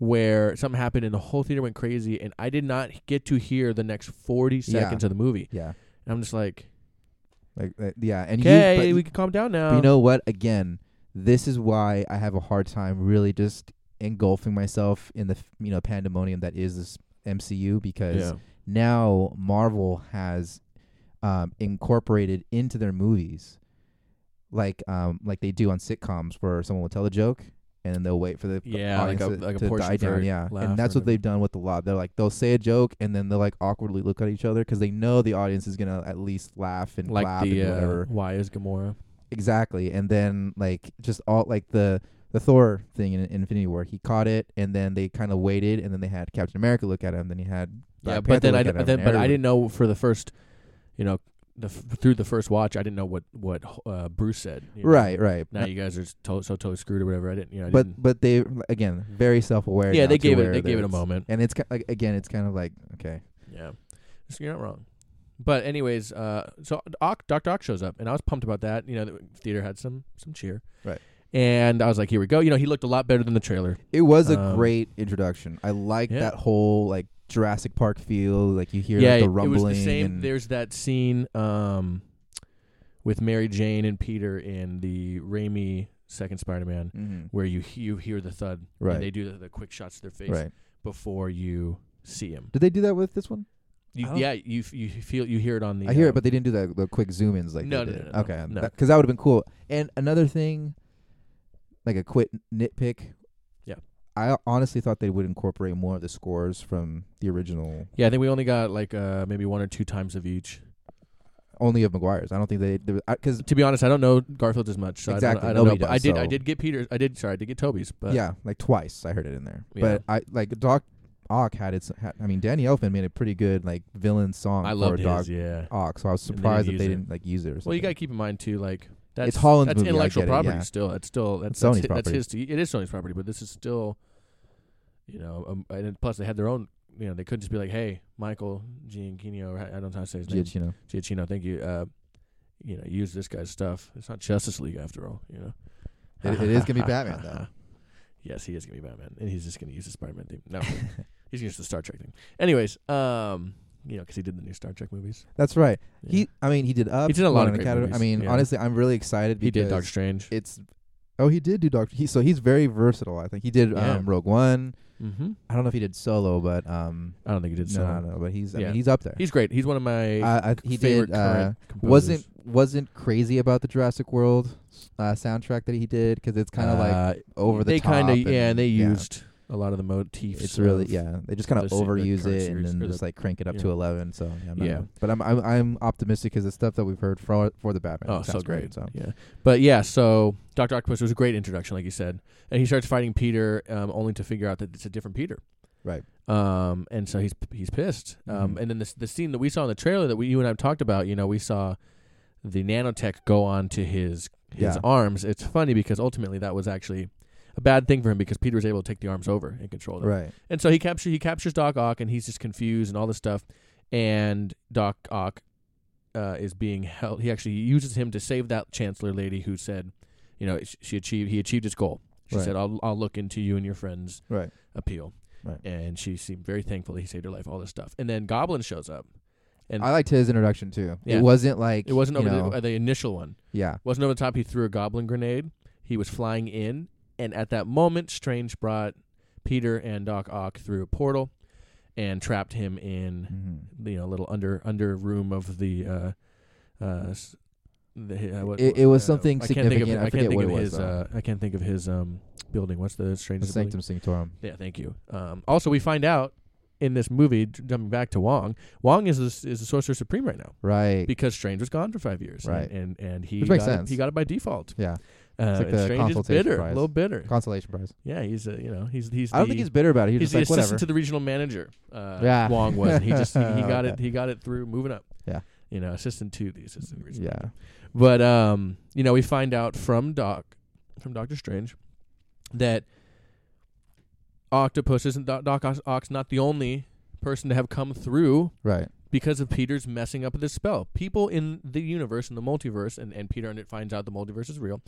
where something happened and the whole theater went crazy, and I did not get to hear the next forty Yeah. seconds of the movie. Yeah. And I'm just like, Like uh, yeah. And you- but okay, you, we can calm down now. But you know what? Again, this is why I have a hard time really just engulfing myself in the f- you know pandemonium that is this MCU because yeah. now Marvel has um, incorporated into their movies like um, like they do on sitcoms where someone will tell a joke and then they'll wait for the Yeah, like a- audience to- like a to portion die for down. Yeah, laugh and that's or what they've done with a lot. They're like they'll say a joke and then they'll like awkwardly look at each other because they know the audience is gonna at least laugh and like clap the and uh, whatever. why is Gamora? Exactly, and then like just all like the the Thor thing in Infinity War, he caught it, and then they kind of waited, and then they had Captain America look at him, then he had Black yeah, but Panther then I look at him, then and but I everybody- didn't know for the first, you know, the f- through the first watch, I didn't know what what uh, Bruce said. you know. Right, right. now, you guys are s- to- so totally screwed or whatever. I didn't, you know. I but didn't- but they again very self aware. yeah, they gave it they gave it a moment. And it's ki- like again, it's kind of like okay, Yeah, so you're not wrong. But anyways, uh, so Ock, Doctor Ock shows up, and I was pumped about that. You know, the theater had some some cheer, Right. And I was like, here we go. You know, he looked a lot better than the trailer. it was a Um, great introduction. I like yeah. that whole like Jurassic Park feel. Like you hear yeah, like, it- the rumbling. it was the same. and- There's that scene um, with Mary Jane and Peter in the Raimi second Spider-Man, Mhm. where you he- you hear the thud, Right. And they do the, the quick shots to their face right. before you see him. Did they do that with this one? You, don't- yeah, you f- you feel you hear it on the. Oh. I hear um, it, but they didn't do that the quick zoom ins like No, they no, did. no, no, okay, no. because that would have been cool. And another thing, like a quick nitpick. Yeah. I honestly thought they would incorporate more of the scores from the original, yeah, I think we only got like uh, maybe one or two times of each. only of McGuire's. I don't think they because To be honest, I don't know Garfield as much. So Exactly, I don't, I don't know. nobody But I does, did. I so- did get Peter's. I did. Sorry, I did get Toby's. But yeah, like twice I heard it in there. Yeah. But I like Doc Ock had its. Had, I mean, Danny Elfman made a pretty good like villain song I for loved Doc his. Yeah. Ock, so I was And they didn't surprised that use they it. didn't like use it. Or something. Well, you got to keep in mind too, like that's Holland's that's movie, I intellectual get it, property yeah. still. That's still that's It's that's Sony's hi- property. That's his. It is Sony's property, but this is still, you know, um, and then plus they had their own. You know, they couldn't just be like, "Hey, Michael Giacchino," or I don't know how to say his name. Giacchino. Giacchino, thank you. Uh, you know, use this guy's stuff. It's not Justice League after all. You know, It- it is gonna be Batman, though. Yes, he is gonna be Batman, and he's just gonna use the Spider-Man theme. No, he's gonna use the Star Trek thing. Anyways, um, you know, because he did the new Star Trek movies. That's right. Yeah. He, I mean, he did up. He did a lot won of an great Academy- I movies, mean, yeah. honestly, I'm really excited. Because he did Doctor Strange. It's oh, he did do Doctor. He, so he's very versatile. I think he did Yeah. um, Rogue One. mm-hmm. I don't know if he did Solo, but um, I don't think he did. no, Solo. no, no, but he's I Yeah. mean, he's up there. He's great. He's one of my I, I, he favorite did. Uh, current composers. wasn't wasn't crazy about the Jurassic World uh, soundtrack that he did because it's kind of like Uh, over the they top. kind of yeah, and they yeah. used a lot of the motifs. It's really of- yeah. They just kind the of se- the overuse current it and series then or just the- like crank it up yeah. to eleven. So yeah, I'm not- Yeah. But I'm I'm, I'm optimistic because it's stuff that we've heard for for the Batman. Oh, It so sounds great. So Yeah, but yeah, so Doctor Octopus was a great introduction, like you said, and he starts fighting Peter, um, only to figure out that it's a different Peter. Right. Um, and so he's he's pissed. Um, Mhm. and then the the scene that we saw in the trailer that we you and I talked about, you know, we saw the nanotech go on to his his Yeah. arms. It's funny because ultimately that was actually a bad thing for him because Peter was able to take the arms over and control them. right. And so he captures he captures Doc Ock, and he's just confused and all this stuff. And Doc Ock uh, is being held. He actually uses him to save that Chancellor lady who said, you know, sh- she achieved he achieved his goal. She Right. said, "I'll I'll look into you and your friends' Right. appeal." Right. And she seemed very thankful that he saved her life. All this stuff. And then Goblin shows up. And- I liked his introduction too. Yeah. It wasn't like It wasn't you over know, the, uh, the initial one. yeah. Wasn't over the top. He threw a goblin grenade. He was flying in, and at that moment, Strange brought Peter and Doc Ock through a portal and trapped him in Mm-hmm. you know little under under room of the uh uh s- the, uh, what, It- it was uh, something I can't think of, significant. I I forget can't think what of it was, his though. uh I can't think of his um building what's the The strangest building? Sanctum Sanctorum. yeah thank you um also we find out in this movie j- jumping back to Wong Wong is the, is the sorcerer supreme right now Right. because Strange was gone for 5 years and- Right. and and, he Which makes got it- sense. he got it by default yeah. uh, like and the Strange is consultation bitter prize. a little bitter Consolation prize. yeah he's a, you know he's he's I don't the- think he's bitter about it. He's, He's just the like assistant whatever. to the regional manager. Uh, Yeah. Wong was. And he just he, he got Okay. it. He got it through moving up. Yeah. You know, assistant to the assistant regional. yeah. But um, you know, we find out from Doc, from Doctor Strange, that Octopus isn't Doc, Doc Ock's not the only person to have come through Right. because of Peter's messing up with this spell. People in the universe, in the multiverse, and, and Peter and it finds out the multiverse is real.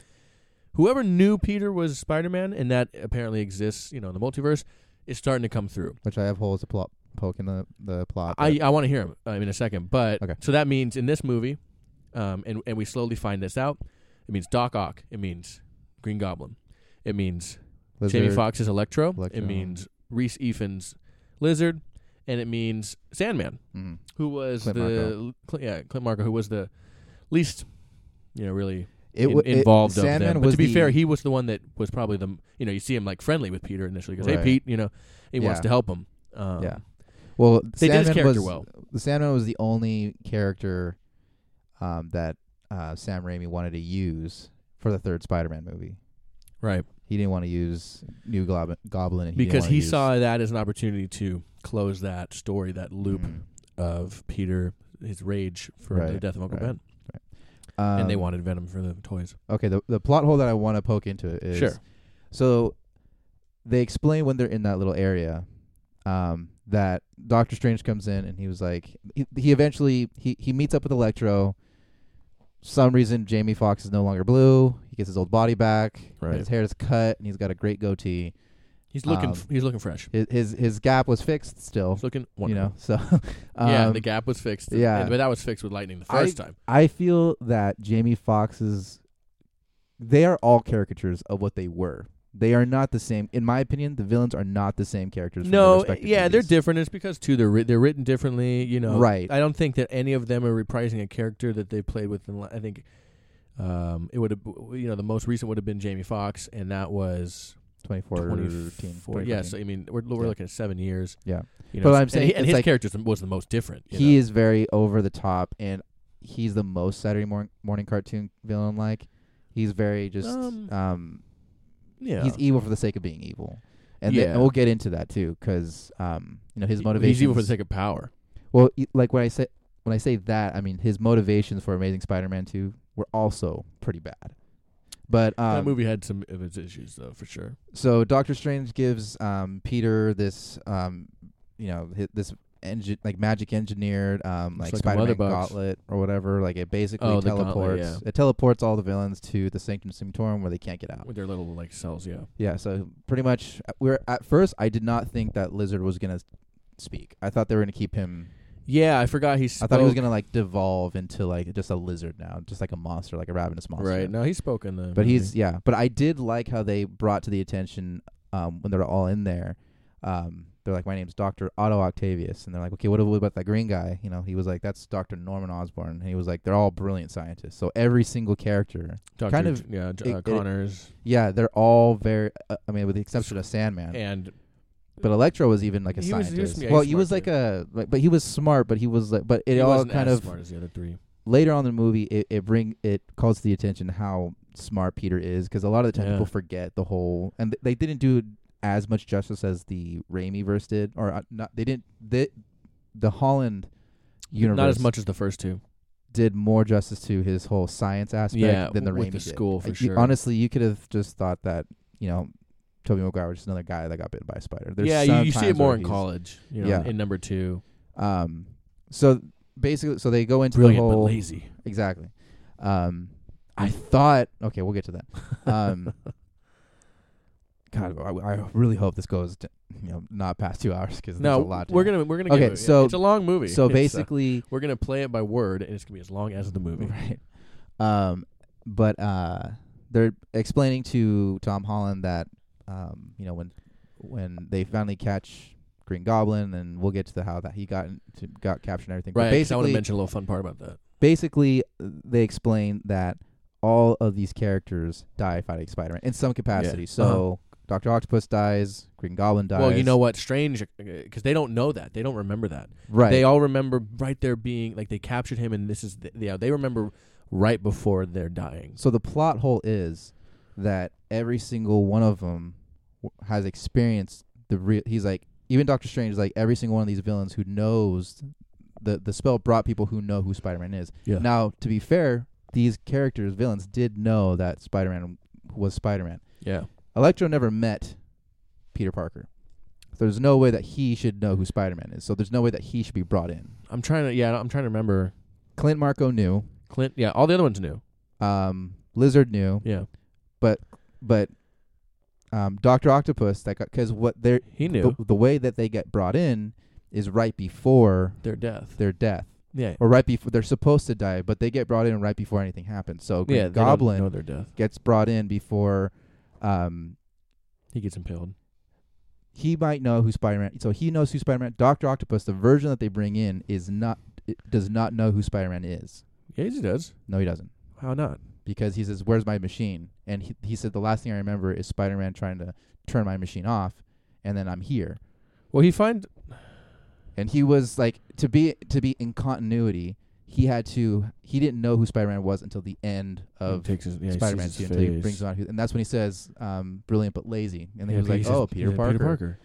Whoever knew Peter was Spider Man and that apparently exists, you know, in the multiverse, is starting to come through. Which I have holes to plop, poke in the the plot. I, I want to hear him uh, in a second, but Okay. so that means in this movie, um, and and we slowly find this out. It means Doc Ock. It means Green Goblin. It means but uh, Jamie Lizard- Foxx's Electro. Electro. It means Reese Ephens Lizard, and it means Sandman, Mhm. who was Clint the Marco. Cl- yeah Clint Marco, who was the least you know really It in- wa- it- involved of Sandman them. But was to be the- fair, he was the one that was probably the m- you know you see him like friendly with Peter initially because hey Right. Pete you know he wants Yeah. to help him. Um, Yeah. Well, They Sandman did his character was, well. The Sandman was the only character um, that uh, Sam Raimi wanted to use for the third Spider-Man movie. Right. He didn't want to use New Goblin, Goblin and he didn't because wanna he use- saw that as an opportunity to close that story, that loop Mhm. of Peter his rage for the Right, death of Uncle right. Ben, Um, and they wanted Venom for the toys. Okay, the the plot hole that I want to poke into is Sure. So they explain when they're in that little area um, that Doctor Strange comes in and he was like he, he eventually he he meets up with Electro. Some reason Jamie Foxx is no longer blue. He gets his old body back. Right. His hair is cut and he's got a great goatee. He's looking. Um, f- he's looking fresh. His his, his gap was fixed still. He's looking wonderful. You know, so um, yeah, the gap was fixed. yeah. and- but that was fixed with lightning the I- first time. I feel that Jamie Foxx's they are all caricatures of what they were. They are not the same. In my opinion, the villains are not the same characters. from their No, respective yeah, they're movies. different. It's because too they're writ- they're written differently. You know, Right. I don't think that any of them are reprising a character that they played with. In, la- I think um, it would have you know the most recent would have been Jamie Foxx, and that was 24, 24. Yeah, so I mean we're we're Yeah. looking at seven years. Yeah. you But what I'm and saying, he- and, it's his like- character was the most different. you he know? is very over the top, and he's the most Saturday morning morning cartoon villain. Like, he's very just Um, um, yeah. he's evil for the sake of being evil, and, they- Yeah. we'll get into that too, because um, you know his motivation. He's evil for the sake of power. Well, e- like when I say when I say that, I mean his motivations for Amazing Spider-Man 2 were also pretty bad. But that um, movie had some of its issues though, for sure. so Doctor Strange gives um, Peter this um, you know hi- this engine like magic engineered um, It's like, like a mother Spider-Man box. gauntlet or whatever. Like it basically Oh, the teleports gauntlet, it teleports all the villains to the Sanctum Sanctorum where they can't get out. With their little like cells, yeah. Yeah, so pretty much uh, we're at first I did not think that Lizard was gonna speak. I thought they were gonna keep him Yeah, I forgot he I spoke. thought he was gonna like devolve into like just a lizard now, just like a monster, like a ravenous monster. Right. No, he spoke in the But movie. he's yeah. But I did like how they brought to the attention um, when they're all in there. Um, they're like, my name's Doctor Otto Octavius, and they're like, okay, what about that green guy? You know, he was like, that's Doctor Norman Osborn, and he was like, they're all brilliant scientists. So every single character, Dr. kind of- yeah, it- J- uh, it- Connors yeah, they're all very. Uh, I mean, with the exception of Sandman, and but Electro was even like a He was- scientist. he was- yeah, he's well, he smart, was like too. a, like, but he was smart, but he was like, but it he all wasn't kind as of smart as the other three. later on in the movie, it, it bring it calls to the attention how smart Peter is because a lot of the time Yeah. people forget the whole, and th- they didn't do as much justice as the Raimi verse did, or uh, not. They didn't. They, the Holland universe Not as much as the first two. did more justice to his whole science aspect Yeah, than the with Raimi the did. school, for Like, sure. You, honestly, you could have just thought that you know. Toby McGuire was just another guy that got bitten by a spider. There's yeah, you, some you see it times more where in he's- college. You know, Yeah. in number two, Um, so basically, so they go into brilliant the but whole lazy. Exactly. Um, I thought. Okay, we'll get to that. Um, God, I, I really hope this goes, to, you know, not past two hours because No, there's a lot. To we're that. gonna we're gonna Okay, give it- so- it's a long movie. So It's, uh, basically, we're gonna play it by word, and it's gonna be as long as the movie. right. Um, but uh, they're explaining to Tom Holland that, um, you know, when when they finally catch Green Goblin, and we'll get to the how that he got into, got captured and everything. but Right. 'cause I want to basically- mention a little fun part about that. basically they explain that all of these characters die fighting Spider-Man in some capacity. Yeah. Uh-huh. So Doctor Octopus dies, Green Goblin dies. Well, you know what? Strange, because they don't know that. They don't remember that. right? They all remember right there being like they captured him, and this is the, yeah. They remember right before they're dying. so the plot hole is that every single one of them has experienced the real. He's like even Doctor Strange is like every single one of these villains who knows the the spell brought people who know who Spider-Man is. Yeah. Now, to be fair, these characters villains did know that Spider-Man was Spider-Man. yeah. Electro never met Peter Parker. There's no way that he should know who Spider Man is. So there's no way that he should be brought in. I'm trying to yeah. I'm trying to remember Clint Marco knew. Clint. Yeah. All the other ones knew. Um, Lizard knew, Yeah. but um, Doctor Octopus that got because what they're He knew the, the way that they get brought in is right before their death. their death Yeah. or right before they're supposed to die, but they get brought in right before anything happens. So Green yeah. they don't know Goblin their death. gets brought in before um, He gets impaled. he might know who Spider Man. So he knows who Spider Man. Doctor Octopus, the version that they bring in, is not it does not know who Spider Man is. Yeah, he does. No, he doesn't, How not? because he says, "Where's my machine?" And he he said, "The last thing I remember is Spider Man trying to turn my machine off, and then I'm here." Well, he find And he was like, to be to be in continuity, he had to he didn't know who Spider Man was until the end he of. takes his yeah, he Spider-Man sees 2 his until he face. brings him out, and that's when he says, um, "Brilliant but lazy," and then Yeah, he was but like, says- "Oh, Peter yeah, Parker," Peter Parker.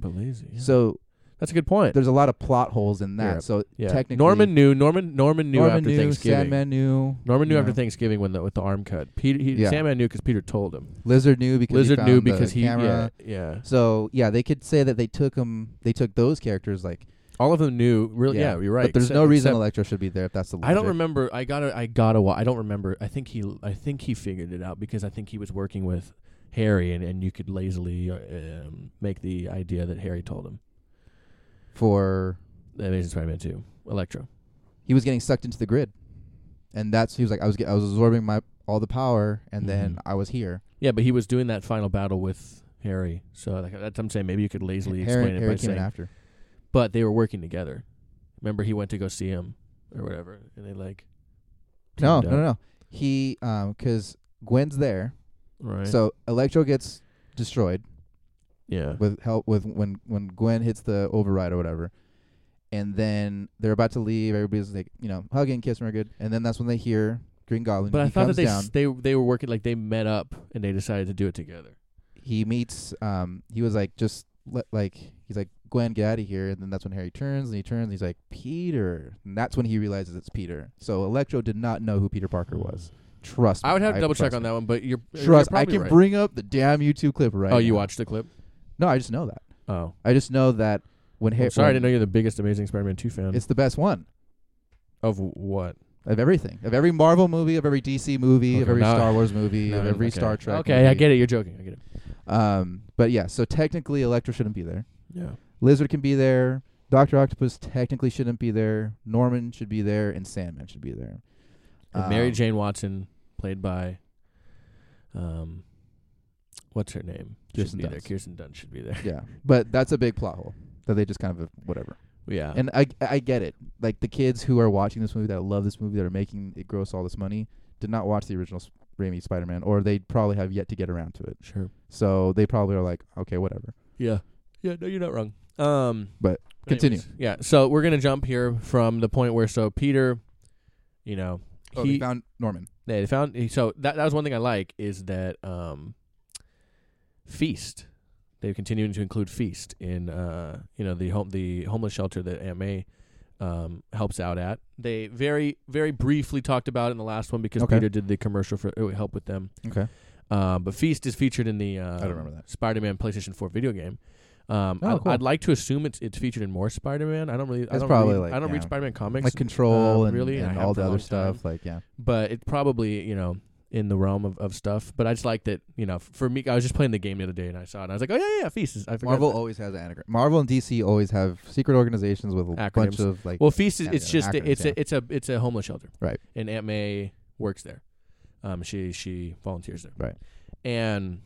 Brilliant but lazy. Yeah. so That's a good point. There's a lot of plot holes in that. Yeah. So yeah. technically, Norman knew. Norman Norman knew Norman after knew, Thanksgiving. Sandman knew, Norman knew you after know. Thanksgiving when the, with the arm cut. Peter, he, Yeah. Sandman knew because Peter told him. Lizard knew because Lizard he knew found the because he. camera. Yeah, yeah. So yeah, they could say that they took 'em- They took those characters like. All of them knew. Really, yeah, Yeah. you're right. But there's except- no reason except- Electro should be there if that's the. Logic. I don't remember. I gotta. I gotta. wa- I don't remember. I think he. I think he figured it out because I think he was working with Harry, and, and you could lazily uh, um, make the idea that Harry told him. for The Amazing Spider-Man Two, Electro. he was getting sucked into the grid, and that's he was like I was get, I was absorbing my all the power, and then Mhm. I was here. Yeah, but he was doing that final battle with Harry, so like, that's what I'm saying. Maybe you could lazily Harry, explain it Harry by came in saying, after. but they were working together. Remember, he went to go see him or whatever, and they like. No, teamed no, no, up, no. He um because Gwen's there, Right. so Electro gets destroyed yeah. with help with when when Gwen hits the override or whatever. And then they're about to leave. Everybody's like, you know, hugging, kissing, are good. And then that's when they hear Green Goblin. But I he thought that comes they down. s- they they were working like they met up and they decided to do it together. he meets um he was like just let, like he's like Gwen get out of here and then that's when Harry turns and he turns and he's like Peter and that's when he realizes it's Peter so Electro did not know who Peter Parker was trust me I would have to double check trust on me. that one, but you're you're trust I probably can right. bring up the damn YouTube clip right Oh, you now. watched the clip? no I just know that Oh, I just know that when Harry I'm sorry, I didn't know you're the biggest Amazing Spider-Man two fan. it's the best one of what? of everything of every Marvel movie of every DC movie of Okay, every now- Star Wars movie No, of every okay. Star Trek Okay, I movie. get it. You're joking. I get it. um but yeah so technically Electro shouldn't be there Yeah. Lizard can be there. Doctor Octopus technically shouldn't be there. Norman should be there, and Sandman should be there. And Mary Um, Jane Watson, played by, um, what's her name? should Kirsten be there. Dunst. Kirsten Dunst should be there. Yeah, but that's a big plot hole that they just kind of uh, whatever. Yeah. And I I get it. Like the kids who are watching this movie that love this movie that are making it gross all this money did not watch the original Sp- Raimi Spider-Man, or they probably have yet to get around to it. sure. So they probably are like, okay, whatever. Yeah. Yeah. No, you're not wrong. Um, But continue. anyways, yeah. So we're gonna jump here from the point where so Peter, you know, Oh, he they found Norman. They found he- so that that was one thing I like is that um, feast. They're continuing to include feast in uh, you know the home the homeless shelter that Aunt May um, helps out at. They very very briefly talked about it in the last one because Okay. Peter did the commercial for it would help with them. Okay. Um, but feast is featured in the uh, remember that. Spider-Man PlayStation 4 video game. Um, Oh, I, cool. I'd like to assume it's it's featured in more Spider-Man. I don't really I It's don't probably read, like, I don't read yeah. Spider-Man comics Like Control um, and, really, and and I all have for the a other long time. stuff. Like yeah, but it probably you know in the realm of, of stuff. But I just like that you know f- for me I was just playing the game the other day and I saw it and I was like oh yeah yeah, yeah feast is I forgot Marvel that. always has anagram. Marvel and DC always have secret organizations with a bunch Acronyms. of like well feast is yeah, it's yeah, just acronyms, it's yeah. a it's a it's a homeless shelter Right. and Aunt May works there, um she she volunteers there Right. and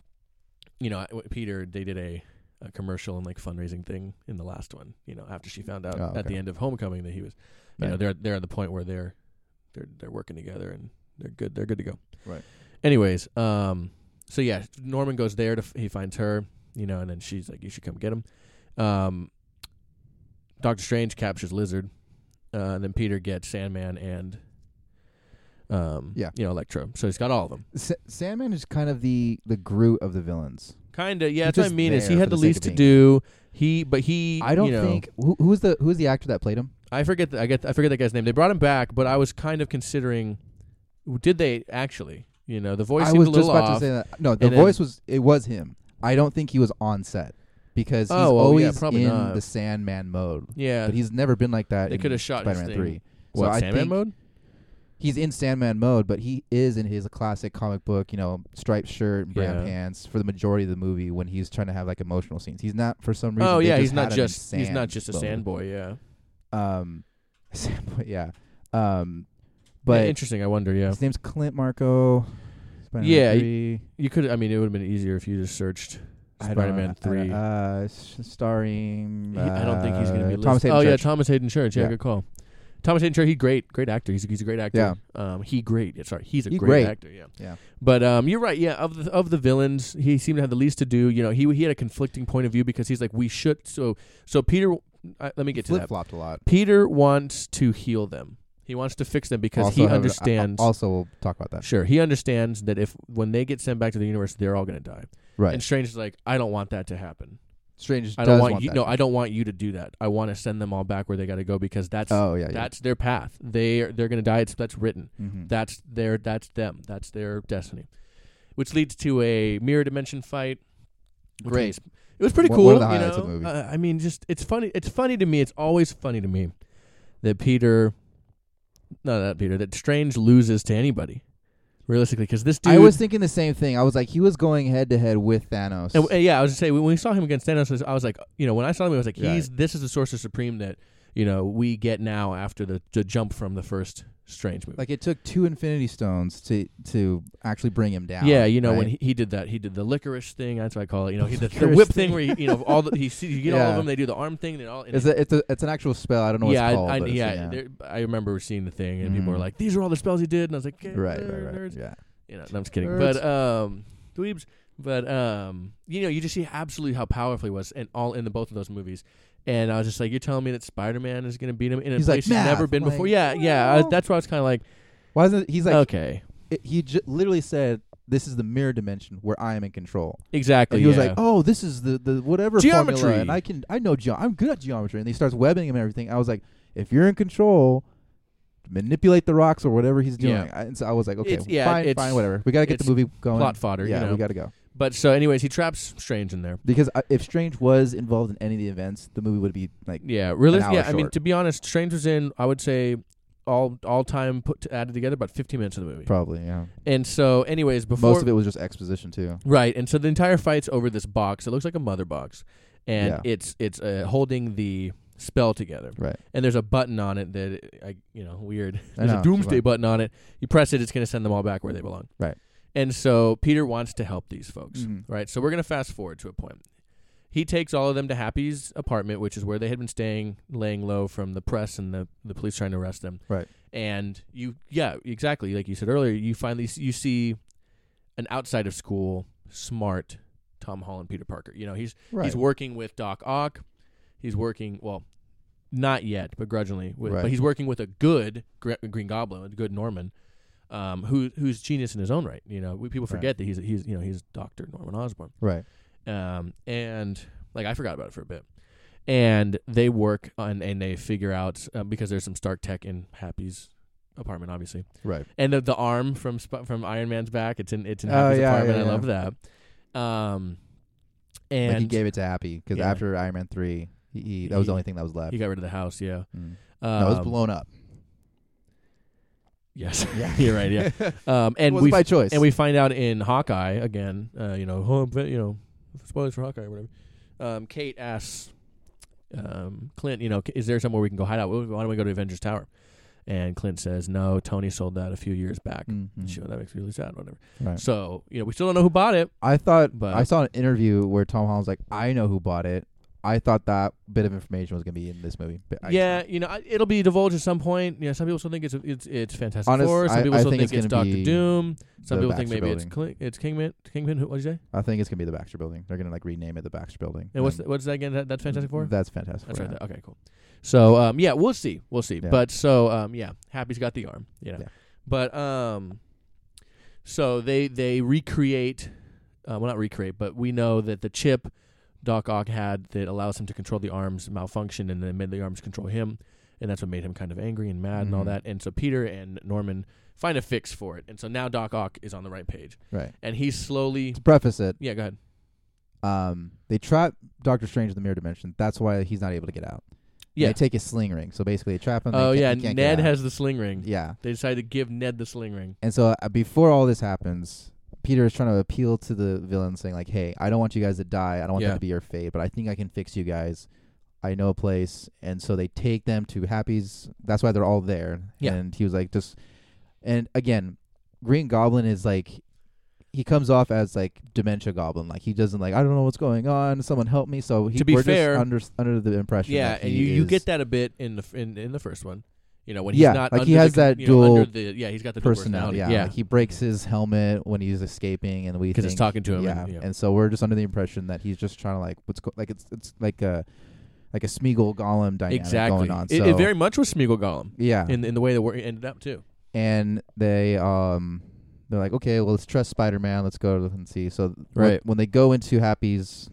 you know I- w- Peter they did a. A commercial and like fundraising thing in the last one, you know, after she found out Oh, at okay. the end of Homecoming that he was, you know, Right. they're they're at the point where they're they're they're working together and they're good they're good to go. Right. Anyways, um, so yeah, Norman goes there to f- he finds her, you know, and then she's like, "You should come get him." Um, Doctor Strange captures Lizard, uh, and then Peter gets Sandman and, um, Yeah. you know, Electro. So he's got all of them. Sa- Sandman is kind of the the Groot of the villains. Kinda, yeah. He's that's what I just mean is he there had for the the sake least of to being do. He, but he, I don't you know, think who who's the who's the actor that played him. I forget. The, I get. I forget that guy's name. They brought him back, but I was kind of considering, did they actually? You know, the voice I seemed was a just little about off. to say that. No, the and then- voice was it was him. I don't think he was on set because he's Oh, well, yeah, always probably in not. the Sandman mode. yeah, But he's never been like that. They in coulda shot his Spider-Man thing. Three. what so I Sandman think mode? he's in Sandman mode, but he is in his classic comic book, you know, striped shirt, and brown Yeah. pants for the majority of the movie when he's trying to have like emotional scenes. He's not for some reason. Oh they yeah, just he's not had him in just he's not sand just a mode. sandboy. Yeah, Um, sandboy, yeah. Um, but Yeah, interesting. I wonder. Yeah, his name's Clint Marco. Spider-Man Yeah, y- 3. you could. I mean, it would have been easier if you just searched I don't- Spider-Man I don't- Three. Uh, s- starring. He- I don't think he's going to be. uh, Thomas listed. Hayden oh Church. yeah, Thomas Hayden Church. Yeah, Yeah. good call. Thomas Hayden Church. He great, great actor. He's a, he's a great actor. Yeah. Um, he great. yeah, Sorry, he's a He great, great. actor. Yeah. Yeah. But um, you're right. Yeah. Of the of the villains, he seemed to have the least to do. You know, he he had a conflicting point of view because he's like, we should. So so Peter, I, let me get to Flip that. flopped a lot. Peter wants to heal them. He wants to fix them because Also he have- uh, understands. Also, we'll talk about that. Sure, he understands that if when they get sent back to the universe, they're all going to die. Right. And Strange is like, I don't want that to happen. Strange I don't does want, want you. that. No, I don't want you to do that. I want to send them all back where they got to go because that's oh yeah, yeah. that's their path. They are, they're going to die. It's that's written. Mhm. That's their that's them. That's their destiny, which leads to a mirror dimension fight. which Great. was- it was pretty One- cool. one of the you highlights of know? the movie. Uh, I mean, just it's funny. It's funny to me. It's always funny to me that Peter, no, not Peter, that Strange loses to anybody, realistically, because this dude. I was thinking the same thing. I was like, he was going head to head with Thanos. and- and yeah, I was gonna say when we saw him against Thanos, I was like, you know, when I saw him, I was like, Right. he's this is the Sorcerer Supreme that you know we get now after the, the jump from the first Strange movie. like it took two Infinity Stones to to actually bring him down. Yeah, you know right? when he, he did that, he did the licorice thing. That's what I call it. You know, he did the Licorice whip thing. thing where he, you know all the, he see, you get all of Yeah. them. They do the arm thing. They all and It's a, it's a it's an actual spell. I don't know what yeah, it's called. I, I, but it's- yeah, there- I remember seeing the thing, and people were Mhm. like, "These are all the spells he did," and I was like, "Okay, Right, they're right, right. nerds." Yeah. You know, no, I'm just kidding. Nerds. But um, dweebs. But um, you know, you just see absolutely how powerful he was, and all in the both of those movies. And I was just like, "You're telling me that Spider-Man is going to beat him in a He's like, place he's never "Math," been like, before?" Yeah, yeah. I, well. that's why I was kind of like, Why isn't it, he's like "Okay, it- he j- literally said this is the mirror dimension where I am in control. exactly." And he was yeah. like, "Oh, this is the the whatever Geometry. formula, and I can I know ge- I'm good at geometry." And he starts webbing him and everything. I was like, "If you're in control, manipulate the rocks or whatever he's doing." Yeah. I- and so I was like, "Okay, It's- yeah, fine, it's- fine, whatever. We gotta get it's the movie going. plot fodder, yeah, you know. we gotta go." But so, anyways, he traps Strange in there. Because uh, if Strange was involved in any of the events, the movie would be like Yeah, really. An hour Yeah, I mean, short. to be honest, Strange was in. I would say all all time put to, added together about 15 minutes of the movie. probably yeah. And so, anyways, before Most of it was just exposition too. right, and so the entire fight's over this box. It looks like a mother box, and Yeah. it's it's uh, holding the spell together. Right. And there's a button on it that I you know weird. I There's know, a it's doomsday weird. button on it. You press it, it's going to send them all back where they belong. Right. And so Peter wants to help these folks. Mhm. Right. So we're going to fast forward to a point. He takes all of them to Happy's apartment, which is where they had been staying, laying low from the press and the, the police trying to arrest them. Right. And you, yeah, exactly. Like you said earlier, you finally s- you see an outside of school smart Tom Holland, Peter Parker. You know, he's Right. he's working with Doc Ock. He's working well, not yet, begrudgingly. With, But Right. he's working with a good Gre- Green Goblin, a good Norman, um, who who's genius in his own right. You know, we, people Right. forget that he's he's you know he's Doctor Norman Osborn. right. Um, and like I forgot about it for a bit. And they work on and they figure out uh, because there's some Stark tech in Happy's apartment, obviously. Right. And the, the arm from Sp- from Iron Man's back, it's in it's in Oh, Happy's yeah, apartment. yeah, I yeah. love that. Um, and Like he gave it to Happy because Yeah. after Iron Man three, he, he that was He- the only thing that was left. He got rid of the house, yeah. Mm. Um, That was blown up. Yes, you're right. Yeah, um, it and was we by choice. and we find out in Hawkeye again. Uh, you know, oh, but, you know, spoilers for Hawkeye or whatever. Um, Kate asks um, Clint, you know, "C- is there somewhere we can go hide out? Why don't we go to Avengers Tower? And Clint says, no, Tony sold that a few years back. Mhm. Sure, that makes me really sad. Whatever. Right. So you know, we still don't know who bought it. I thought But- I saw an interview where Tom Holland's like, "I know who bought it." I thought that bit of information was gonna be in this movie. But I- yeah, you know, I, it'll be divulged at some point. You know, some people still think it's it's it's Fantastic Honest- Four. Some I- people I still think think, it's it's gonna Doctor be Doom. Some the people think Baxter maybe it's Building. Clin- it's Kingpin. Kingpin. Who, what'd you say? I think it's gonna be the Baxter Building. They're gonna like rename it the Baxter Building. And what's that, what's that again? That, that's Fantastic Four. That's Fantastic That's Four. right. there. Okay, cool. So um, yeah, we'll see. We'll see. Yeah. But so um, yeah, Happy's got the arm. You know. Yeah. But um, so they they recreate, uh, well not recreate, but we know that the chip Doc Ock had that allows him to control the arms malfunctioned, and then made the arms control him, and that's what made him kind of angry and mad and all Mhm. that. And so Peter and Norman find a fix for it, and so now Doc Ock is on the right page, Right. and he's slowly To preface it, yeah go ahead um, they trap Doctor Strange in the mirror dimension. That's why he's not able to get out. And yeah They take his sling ring. So basically, they trap him. they oh can't- yeah he can't get Ned out. has the sling ring. Yeah. They decided to give Ned the sling ring. And so uh, before all this happens, Peter is trying to appeal to the villain, saying like, "Hey, I don't want you guys to die. I don't want Yeah. that to be your fate, but I think I can fix you guys. I know a place." And so they take them to Happy's. That's why they're all there. Yeah. And he was like, "Just," and again, Green Goblin is like. He comes off as like dementia goblin, like he doesn't like I don't know what's going on. Someone help me! So he, To be we're fair- just under under the impression. Yeah, that and he you, you is get that a bit in the f- in, in the first one. You know when he's Yeah, not like, he under has the, con- that you know, under dual the yeah he's got the dual personality. Yeah, personality Like, he breaks his helmet when he's escaping, and we because think, it's talking to him yeah. and, yeah. and so we're just under the impression that he's just trying to like what's go- like it's it's like a like a Smeagol Golem dynamic exactly going on. it, so it very much was Smeagol Gollum yeah, in in the way that we ended up too and they um they're like okay, well let's trust Spider Man. Let's go and see. So when- Right. when they go into Happy's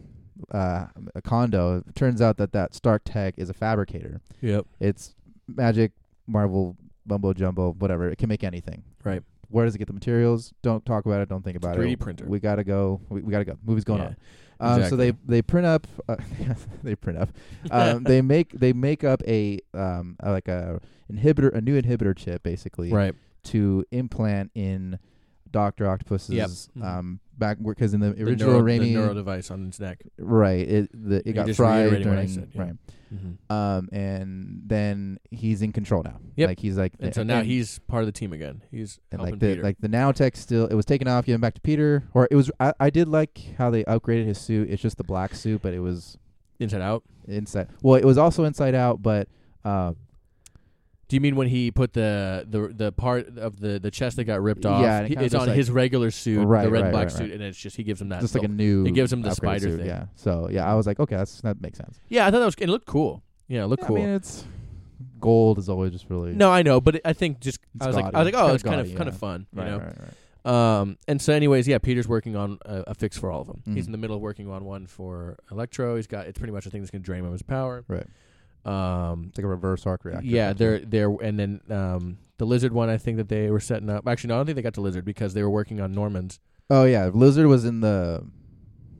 uh, a condo. It turns out that that Stark tech is a fabricator. Yep. It's magic, Marvel, bumbo jumbo, whatever. It can make anything. Right. Where does it get the materials? Don't talk about it. Don't think about 3D it. printer. We gotta go. We, we gotta go. Movie's going Yeah, on. Um, So exactly. they they print up. Uh, they print up. Um, they make they make up a um uh, like a inhibitor a new inhibitor chip basically Right. to implant in Doctor Octopus's Mhm. um back because in the The original neuro, the Raimi neuro device on its neck. right it the, it You got just fried reiterating what I during said, yeah. right Mm-hmm. um and then he's in control now Yep. like he's like And so now Uh, and- he's part of the team again. He's and helping like the Peter. like the now tech still it was taken off given back to Peter or it was I, I did like how they upgraded his suit it's just the black suit but it was Inside Out. inside well it was also inside out but uh Do you mean when he put the the the part of the the chest that got ripped off? Yeah, and it he- kinda it's just on like- his regular suit, Right, the red right, and black right, suit, right. and it's just he gives him that. just like a little- new it gives him the upgraded spider suit, thing. yeah so yeah I was like okay that's that makes sense yeah, I thought that was and it looked cool. Yeah, it looked Yeah, cool. I mean it's gold is always just really no, I know, but it, I think just It's I was like gaudy. I was like oh, it's It's kind kinda of gaudy, kind of yeah. fun, right, you know. right, right. Um, and so, anyways, yeah, Peter's working on a, a fix for all of them. He's Mhm. in the middle of working on one for Electro. He's got it's pretty much a thing that's gonna drain him of his power. Right. Um, It's like a reverse arc reactor. yeah, essentially. they're they're and then um the lizard one I think that they were setting up. Actually, no, I don't think they got to lizard because they were working on Norman's. Oh yeah, Lizard was in the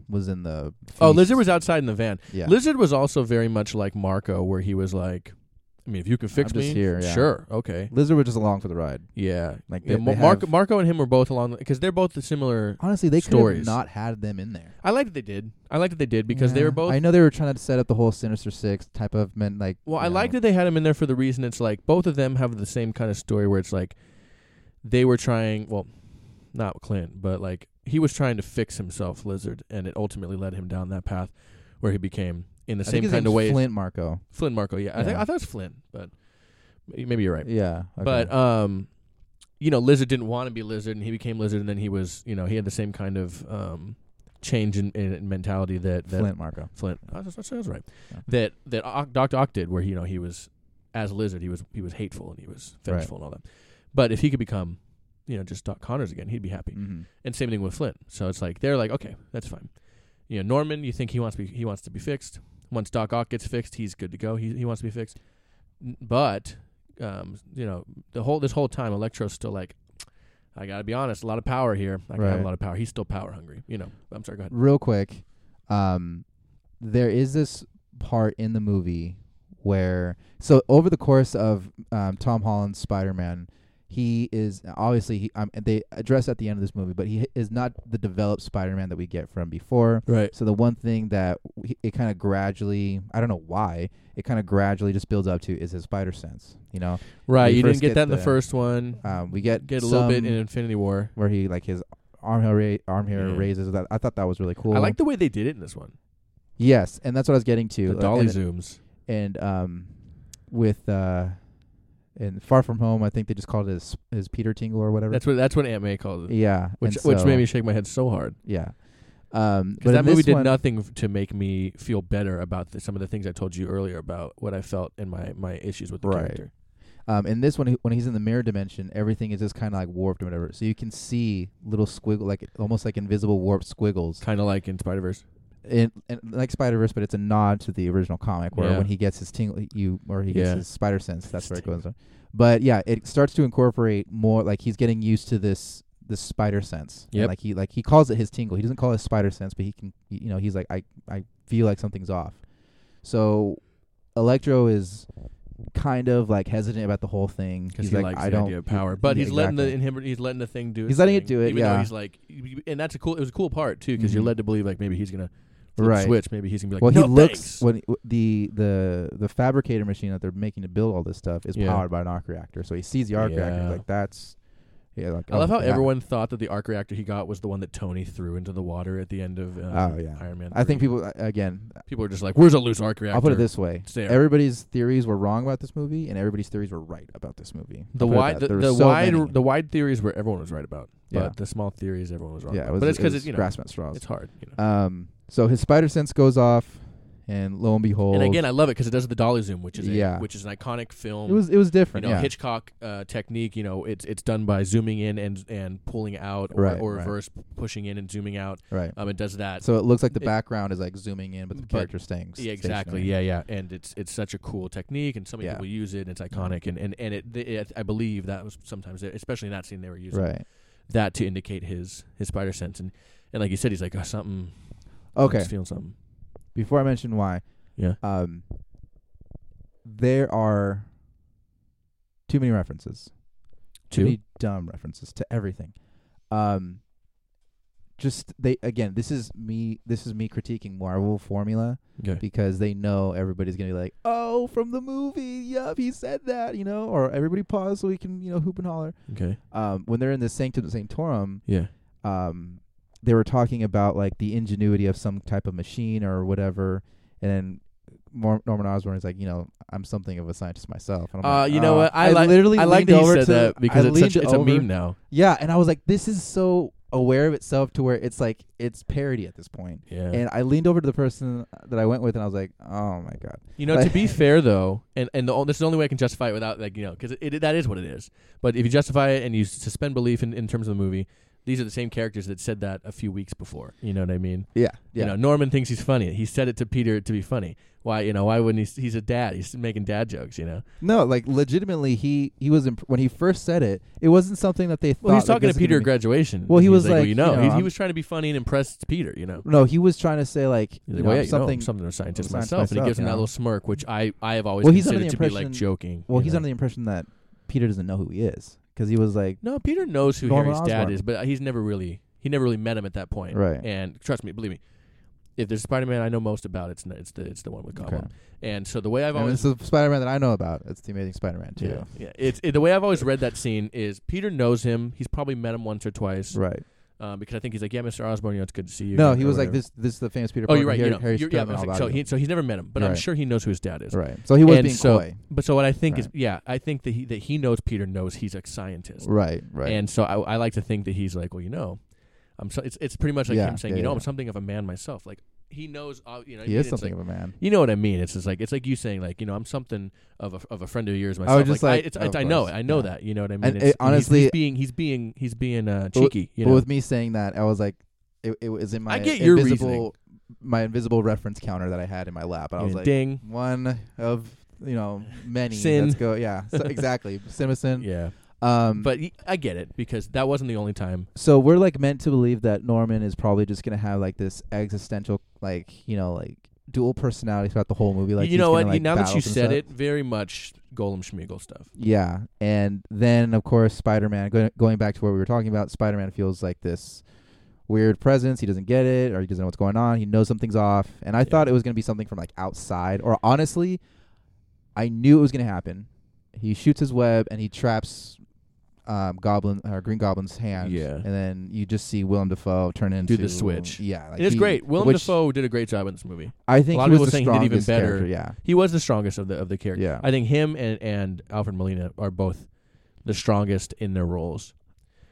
was in the. Oh, feast. lizard was outside in the van. yeah. Lizard was also very much like Marco, where he was like, I mean, if you can fix I'm me, just here, yeah. sure, okay, Lizard was just along for the ride. yeah. Like they, yeah they Mar- Marco, have- Marco and him were both along because they're both the similar. honestly, they could stories. have not had them in there I like that they did. I like that they did because they Yeah. were both. I know they were trying to set up the whole Sinister Six type of men like. well, you I like know, that they had him in there for the reason it's like both of them have the same kind of story where it's like they were trying. Well, not Clint, but like he was trying to fix himself, Lizard, and it ultimately led him down that path where he became in the I think same his kind of name's way. Flint Marco. Flynn Marco, yeah. I, think, Yeah. I thought it's Flynn, but maybe you're right. Yeah, okay. But um, you know, Lizard didn't want to be Lizard, and he became Lizard, and then he was, you know, he had the same kind of um change in, in mentality that that Flint Marco. Flint oh, I was, I was right. Yeah. That that Ock, Doctor Ock did, where you know he was as a Lizard, he was he was hateful and he was Right. vengeful and all that. But if he could become, you know, just Doc Connors again, he'd be happy. Mm-hmm. And same thing with Flint. So it's like they're like, okay, that's fine. You know, Norman, you think he wants to be he wants to be fixed. Once Doc Ock gets fixed, he's good to go. He he wants to be fixed. N- But um, you know, the whole this whole time, Electro's still like, I gotta be honest, a lot of power here. I can have a Right. lot of power. He's still power hungry. You know, I'm sorry. Go ahead. Real quick, um, there is this part in the movie where so over the course of um, Tom Holland's Spider-Man, he is obviously he, um, they address at the end of this movie, but he is not the developed Spider-Man that we get from before. Right. So the one thing that w- it kind of gradually, I don't know why, it kind of gradually just builds up to is his spider sense. You know, Right. We You didn't first get, get that in the the- first one. um, we get Get a little bit some in Infinity War. where he like his arm hair ra- arm hair Yeah. raises. That I thought that was really cool. Mm-hmm. I like the way they did it in this one. yes, and that's what I was getting to. The Like, dolly and, zooms. and um, with uh, and Far From Home, I think they just called it his, his Peter Tingle or whatever. That's what that's what Aunt May calls it, yeah, which and which so- made me shake my head so hard. yeah. Um, but Because that in movie this did one- nothing f- to make me feel better about the, some of the things I told you earlier about what I felt and my, my issues with the Right. character. Um, in this one, he- when he's in the mirror dimension, everything is just kind of like warped or whatever. So you can see little squiggle, like almost like invisible warped squiggles, Kind of like in Spider Verse. in, in, like Spider Verse, but it's a nod to the original comic where Yeah. when he gets his tingle, you or he gets Yeah. his spider sense, that's His where it goes. on. But yeah, it starts to incorporate more. Like he's getting used to this this spider sense. And, Yep. Like he like he calls it his tingle. He doesn't call it spider sense, but he can you know he's like I I feel like something's off. So Electro is kind of like hesitant about the whole thing Because He's he like likes I the don't idea of power. But yeah, he's letting the inhibitor, he's letting the thing do its He's letting it thing, do it, Even though yeah. he's like, and that's a cool, it was a cool part too, because you're Mhm. led to believe like maybe he's going to Right. switch. Maybe he's going to be well, like, he no, looks thanks. when the the the fabricator machine that they're making to build all this stuff is Yeah. powered by an arc reactor. So he sees the arc reactor, Yeah. he's like that's yeah. Like, I love oh, how that- everyone thought that the arc reactor he got was the one that Tony threw into the water at the end of uh, Oh, yeah. Iron Man. I think 3. people uh, again. people are just like, where's a loose arc reactor? I'll put it this way: It's there. everybody's theories were wrong about this movie, and everybody's theories were right about this movie. The I'll put it wide, that- the, there were the so wide, many. the wide theories where everyone was right about, but Yeah. the small theories everyone was wrong. yeah, about. it was, Uh, but it's it because was you know grasping at straws. it's hard. You know. Um, so his spider sense goes off, and lo and behold, And again, I love it because it does the dolly zoom, which is a, Yeah. which is an iconic film. it was it was you different. know yeah, Hitchcock uh, technique. You know, it's it's done by zooming in and and pulling out, or, Right, or right. reverse p- pushing in and zooming out. right. Um, it does that. So it looks like the it- background is like zooming in, but the But- character staying. s- yeah, exactly. stationary. Yeah, yeah. And it's it's such a cool technique, and so many Yeah. people use it. and It's iconic, and and and it, th- it I believe that was sometimes, it- especially in that scene, they were using Right. that to indicate his his spider sense. And and like you said, he's like oh, something. Okay. he's feeling something. before I mention why, Yeah. um, there are too many references, too Two. many dumb references to everything. Um, just they again, this is me. This is me critiquing Marvel formula Okay. because they know everybody's gonna be like, "Oh, from the movie, yup, he said that," you know, or everybody pause so we can, you know, hoop and holler. Okay. Um, when they're in the Sanctum Sanctorum, Yeah. um, they were talking about like the ingenuity of some type of machine or whatever, and then Mor- Norman Osborn is like, you know, I'm something of a scientist myself. And I'm Uh, like, you know "Ah." what? I, like literally I like leaned that he over said to- that because I it's such leaned it's a over- meme now. Yeah, and I was like, this is so aware of itself to where it's like it's parody at this point. Yeah. And I leaned over to the person that I went with, and I was like, oh my god, You know, Like- to be fair though, and and the, on- this is the only way I can justify it without like you know because it, it, that is what it is. But if you justify it and you s- suspend belief in, in terms of the movie, these are the same characters that said that a few weeks before. You know what I mean? yeah, You know, Norman thinks he's funny. He said it to Peter to be funny. Why? You know, why wouldn't he? s- He's a dad. He's making dad jokes. You know. no, like legitimately, he he was imp- when he first said it, it wasn't something that they thought. Well, he's like, talking this to is gonna Peter be- at graduation. Well, he He's was well, like, you know, you he, know, he I'm- was trying to be funny and impress Peter. You know. No, he was trying to say like, He's you like, know, well, yeah, I'm you know, something. I'm something of a scientist scientist myself, and he gives him myself, that yeah. little smirk, which I I have always Well, he's under considered the to be like impression- joking. Well, you he's know? under the impression that Peter doesn't know who he is because he was like, No, Peter knows who Norman Harry's dad Osborn. is, but he's never really he never really met him at that point. Right. And trust me, believe me, if there's Spider-Man I know most about, it's n- it's the it's the one with Goblin. And so the way I've and always this is Spider-Man that I know about. It's the Amazing Spider-Man too. yeah, yeah it's it, the way I've always read that scene is Peter knows him. He's probably met him once or twice Right. um, because I think he's like, yeah, Mr. Osborn, you know, it's good to see you. No, again," he or was like whatever. this. This is the famous Peter. Oh, Parker. you're right. Harry, you know, Harry's you're- yeah, telling I was all like, so about he you. so he's never met him, but I'm Right. sure he knows who his dad is. right. So he was and being so- coy. But so what I think is, Right. yeah, I think that he that he knows Peter knows he's a scientist. Right. Right. And so I, I like to think that he's like, well, you know, I'm so it's it's pretty much like Yeah, him saying, yeah, you know, yeah. I'm something of a man myself. Like he knows, uh, you know, what I he mean? is It's something like- of a man. you know what I mean? It's just like it's like you saying like, you know, I'm something of a of a friend of yours myself. like, just like, oh, I, it's, of it's, I know, course, it. I know yeah. that. You know what I mean? And It's- it- honestly- he's, he's being he's being he's being uh, But with- cheeky. You But know, with me saying that, I was like, it, it was in my I get your invisible, reasoning. my invisible reference counter that I had in my lap. And I You was know, like, ding, one of you know many. Sin. Let's go. Yeah. So, exactly. Simison. yeah. Um. But y- I get it because that wasn't the only time. so we're like meant to believe that Norman is probably just gonna have like this existential, like you know, like dual personality throughout the whole movie. Like you he's know gonna, what? like, now that battle you some said stuff. it, very much Golem Schmiegel stuff. yeah. And then of course Spider-Man. Going going back to what we were talking about, Spider-Man feels like this weird presence. He doesn't get it, or he doesn't know what's going on. He knows something's off. And I Yeah. thought it was gonna be something from like outside, or honestly, I knew it was gonna happen. He shoots his web and he traps. Um, Goblin or Green Goblin's hand, Yeah. and then you just see Willem Dafoe turn into the switch. Yeah, like it is he- great. Willem which Dafoe did a great job in this movie. I think A lot he of people was the saying he did even strongest better. character, Yeah, He was the strongest of the of the characters. yeah. I think him and, and Alfred Molina are both the strongest in their roles.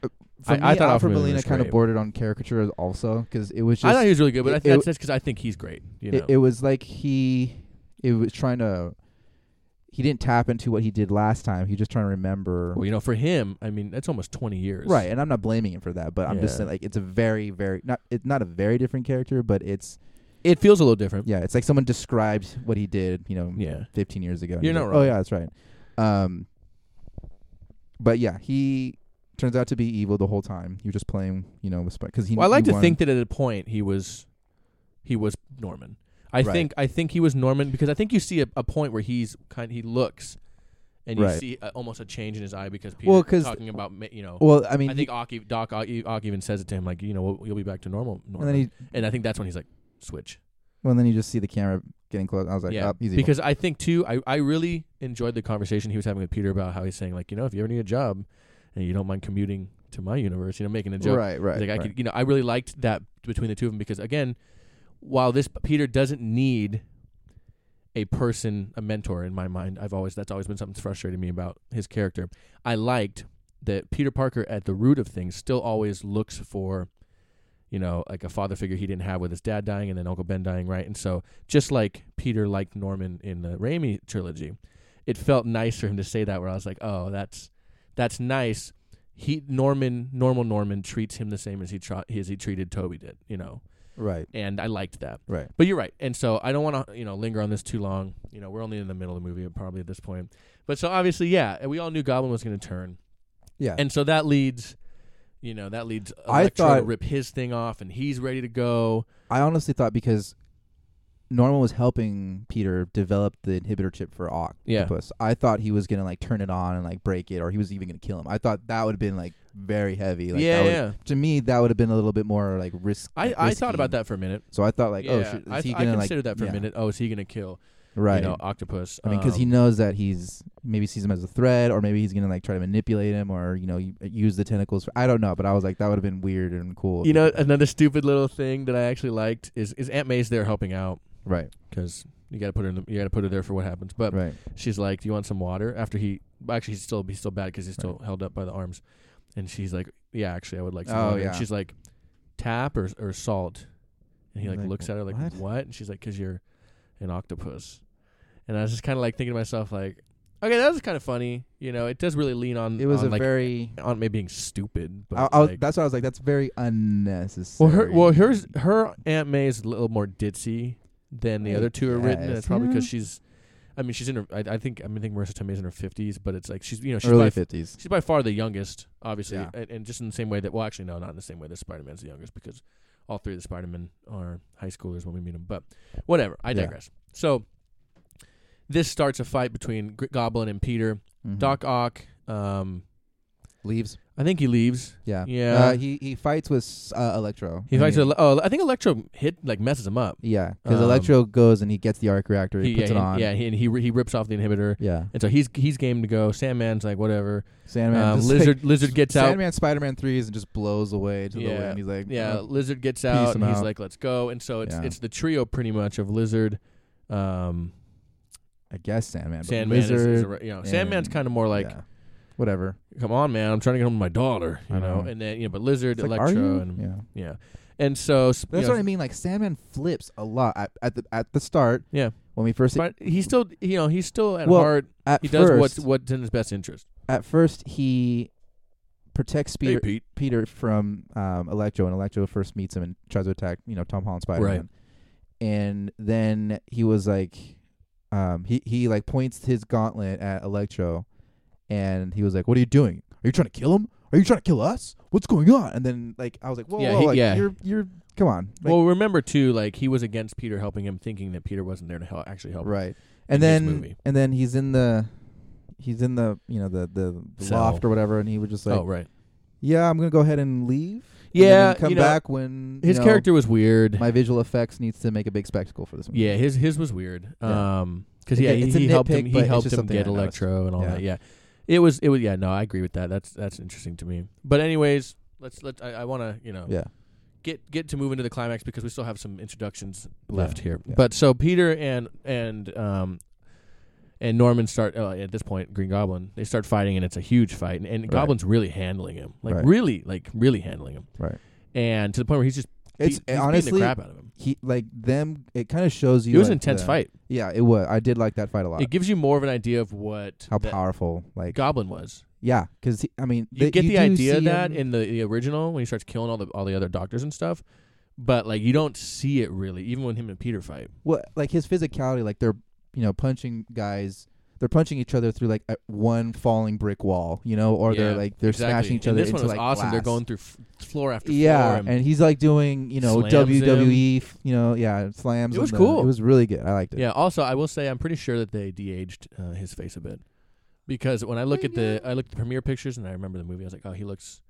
For I- I me, thought Alfred Alfred Molina Molina was kind great. of bordered on caricature also because it was just I thought he was really good, but I it- that's it- just because I think he's great. You know, it, it was like he it was trying to he didn't tap into what he did last time. He was just trying to remember well, you know, for him, I mean, that's almost twenty years. right. And I'm not blaming him for that, but I'm just Yeah. saying like it's a very very not it's not a very different character, but it's It feels a little different. yeah it's like someone described what he did you know Yeah. 15 years ago. and You're he's not like, wrong. Oh yeah, that's right. Um, but yeah, he turns out to be evil the whole time. You're just playing, you know, with because he. Well, I like he to wanted- think that at a point he was, he was Norman. I Right. think I think he was Norman because I think you see a, a point where he's kind he looks, and you Right. see uh almost a change in his eye because Peter Well, 'cause- talking about ma- you know. Well, I mean, I think Ock, ev- Doc Ock, ev- Ock even says it to him like you know you'll be back to normal. and Norman. then he, And I think that's when he's like, switch. well, and then you just see the camera getting close. I was like, yeah. oh, he's evil. because I think too, I, I really enjoyed the conversation he was having with Peter about how he's saying like, you know, if you ever need a job and you don't mind commuting to my universe, you know, making a joke. right, right, He's like right. I could, you know, I really liked that between the two of them because again, while this Peter doesn't need a person, a mentor in my mind, I've always that's always been something that's frustrated me about his character. I liked that Peter Parker at the root of things still always looks for you know, like a father figure he didn't have with his dad dying and then Uncle Ben dying, right? And so just like Peter liked Norman in the Raimi trilogy, it felt nice for him to say that where I was like, Oh, that's that's nice. He Norman normal Norman treats him the same as he tra- as he treated Toby did, you know. Right. And I liked that. Right. But you're right. And so I don't want to, you know, linger on this too long. You know, we're only in the middle of the movie probably at this point. But so obviously, yeah, we all knew Goblin was going to turn. Yeah. And so that leads, you know, that leads I Electro to thought- rip his thing off and he's ready to go. I honestly thought because Norman was helping Peter develop the inhibitor chip for Oc- Yeah. Octopus, I thought he was gonna like turn it on and like break it, or he was even gonna kill him. I thought that would have been like very heavy. Like, yeah, that would- yeah. To me, that would have been a little bit more like risk. I, I thought about risky. that for a minute. So I thought like, oh, Yeah, shit, is I, he I gonna like considered that for yeah, a minute. Oh, is he going to kill, Right. you know, Octopus? I mean, because he Um, knows that he's maybe sees him as a threat, or maybe he's gonna like try to manipulate him, or you know, u- use the tentacles. For, I don't know, but I was like, that would have been weird and cool. if You he know, uh, did that. another stupid little thing that I actually liked is is Aunt May's there helping out right, because you got to put her in the, you got to put her there for what happens. But right, she's like, "Do you want some water?" After he well, actually he's still he's still bad because he's still held up by the arms, and she's like, "Yeah, actually, I would like some Oh, water." And yeah. she's like, "Tap or or salt," and he like, Like, looks at her like, "What?" "What?" And she's like, "Cause you're an octopus," and I was just kind of like thinking to myself like, "Okay, that was kind of funny." You know, it does really lean on It was um, on, a like, very. on me being stupid, but I, I was, like- that's what I was like. That's very unnecessary. well, her well hers her Aunt May is a little more ditzy than the I other two are written, and guess, it's probably because Uh, yeah. she's. I mean, she's in her. I, I think I mean, I think Marissa Tomei is in her fifties, but it's like she's you know she's by early f- fifties. she's by far the youngest, obviously, Yeah. and, and just in the same way that well, actually no, not in the same way that Spider Man's the youngest because all three of the Spider Men are high schoolers when we meet them. But whatever, I Yeah. digress. So this starts a fight between G- Goblin and Peter. Mhm. Doc Ock, um, leaves. I think he leaves. Yeah. Yeah. Uh, he he fights with uh, Electro. He And fights. Ele- oh, I think Electro hit like messes him up. Yeah, because Um, Electro goes and he gets the arc reactor. He, He- puts yeah, it on. He, yeah, he, and he he rips off the inhibitor, Yeah. and so he's he's game to go. Sandman's like whatever. Sandman. Um, just, lizard like, lizard gets out. Sandman Spider-Man threes and just blows away to Yeah. the wind. He's like, Yeah, oh, lizard gets out, him and he's out. like, "Let's go." And so it's Yeah. it's the trio pretty much of lizard, um, I guess Sandman. But Sandman. is- Lizard, Is, a re- you know, Sandman's and- kind of more like, yeah. whatever. "Come on, man, I'm trying to get home to my daughter," you I know. know. And then you know, but lizard, It's like, are electro, you? and yeah. yeah, and so sp- That's you what I mean. Like Sandman flips a lot at, at the at the start. Yeah. When we first But he's still, you know, he's still at Well, heart. at He does first, what's what's in his best interest. at first he protects Hey, Peter Pete. Peter from um, Electro, and Electro first meets him and tries to attack, you know, Tom Holland Spider Man. Right. And then he was like, um, he he like points his gauntlet at Electro, and he was like, "What are you doing? Are you trying to kill him? Are you trying to kill us? What's going on?" And then like I was like, "Whoa, Yeah, whoa, he- like, yeah. you're you're come on, like, well, remember too, like he was against Peter helping him, thinking that Peter wasn't there to help, actually help. right?" in And this then movie. and then he's in the he's in the you know the the, the Cell. loft or whatever, and he was just like, oh, right. "Yeah, I'm gonna go ahead and leave." and then Yeah, come you know, back when you His know, character was weird. my visual effects needs to make a big spectacle for this movie. yeah, his his was weird. Yeah. Um 'cause because yeah, Again, he, it's a he helped nitpick, him. but He it's helped just him something get I noticed. electro and all Yeah. that. Yeah, it was it was yeah. No, I agree with that. That's that's interesting to me. But anyways, let's let I, I want to you know Yeah. get get to move into the climax because we still have some introductions Yeah. left here. Yeah. But so Peter and and um and Norman start uh, at this point Green Goblin they start fighting and it's a huge fight and, and Right. Goblin's really handling him like Right. really like really handling him Right. and to the point where he's just beat- It's he's beating honestly the crap out of him. he like them it kind of shows you It was an like, intense the- fight. Yeah, it was. I did like that fight a lot. It gives you more of an idea of what How the powerful like Goblin was. yeah, cuz I mean You they- get the do idea see that him- in the, the original when he starts killing all the all the other doctors and stuff, but like you don't see it really even when him and Peter fight. well, like his physicality like they're you know punching guys they're punching each other through like a, one falling brick wall, you know, or Yeah, they're like they're exactly. smashing each And other This into one was like awesome. They're glass. going through f- floor after floor. yeah, and- and he's like doing, you know, slams WWE, f- you know, yeah, slams. It was on the- cool. It was really good. I liked it. yeah. Also, I will say I'm pretty sure that they de-aged uh, his face a bit because when I look at the I look at the premiere pictures and I remember the movie, I was like, oh, he looks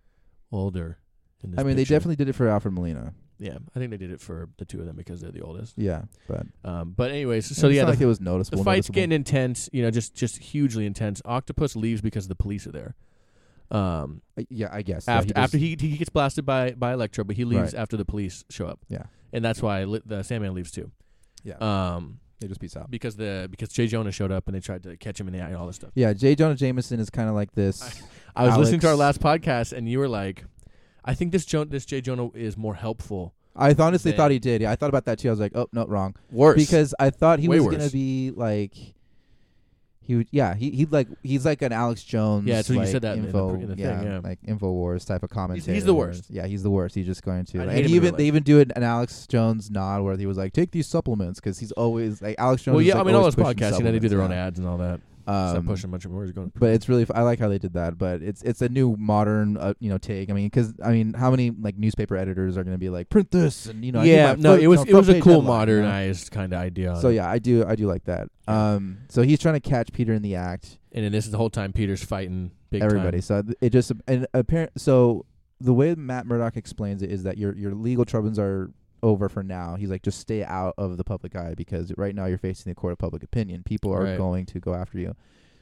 older. In this I picture. mean, they definitely did it for Alfred Molina. yeah. I think they did it for the two of them because they're the oldest. Yeah, but Um, but anyways, so it's yeah, not the like it was noticeable. The fight's noticeable. getting intense, you know, just just hugely intense. Octopus leaves because the police are there. Um, Uh, Yeah, I guess. yeah, after he after just- he he gets blasted by by Electro, but he leaves after the police show up. Yeah. and that's why li- the Sandman leaves too. Yeah. um, they just peace out. because the because Jay Jonah showed up and they tried to catch him in the eye and all this stuff. Yeah, J. Jonah Jameson is kind of like this. I was listening to our Alex- last podcast and you were like, I think this jo- this J Jonah is more helpful. I th- honestly Then- thought he did. Yeah, I thought about that too. I was like, oh no, wrong. Worse Because I thought he Way was gonna worse. be like, he would, yeah, he he like he's like an Alex Jones. Yeah, that's what you like, said that in the- info, in the thing, yeah, yeah. like Infowars type of commentary. the worst. Yeah, he's the worst. He's just going to. I'd Like, hate him and in even real they life. even do an, an Alex Jones nod where he was like, take these supplements because he's always like Alex Jones. well, is, yeah, like, I mean all always his pushing podcasts, you know, they do their own ads supplements, and all that. yeah. Stop Um, pushing much more. Where's going? but it's really f- I like how they did that. But it's it's a new modern uh, you know take. I mean, because I mean, how many like newspaper editors are going to be like print this and you know? I need yeah, my no, first- it was you know, it was a front-page cool headline, you know? modernized kind of idea. on So it. yeah, I do I do like that. Um, so he's trying to catch Peter in the act. and then this is the whole time Peter's fighting big everybody. So th- it just and apparent. So the way Matt Murdock explains it is that your your legal troubles are over for now. He's like, just stay out of the public eye because right now you're facing the court of public opinion. People are Right. going to go after you.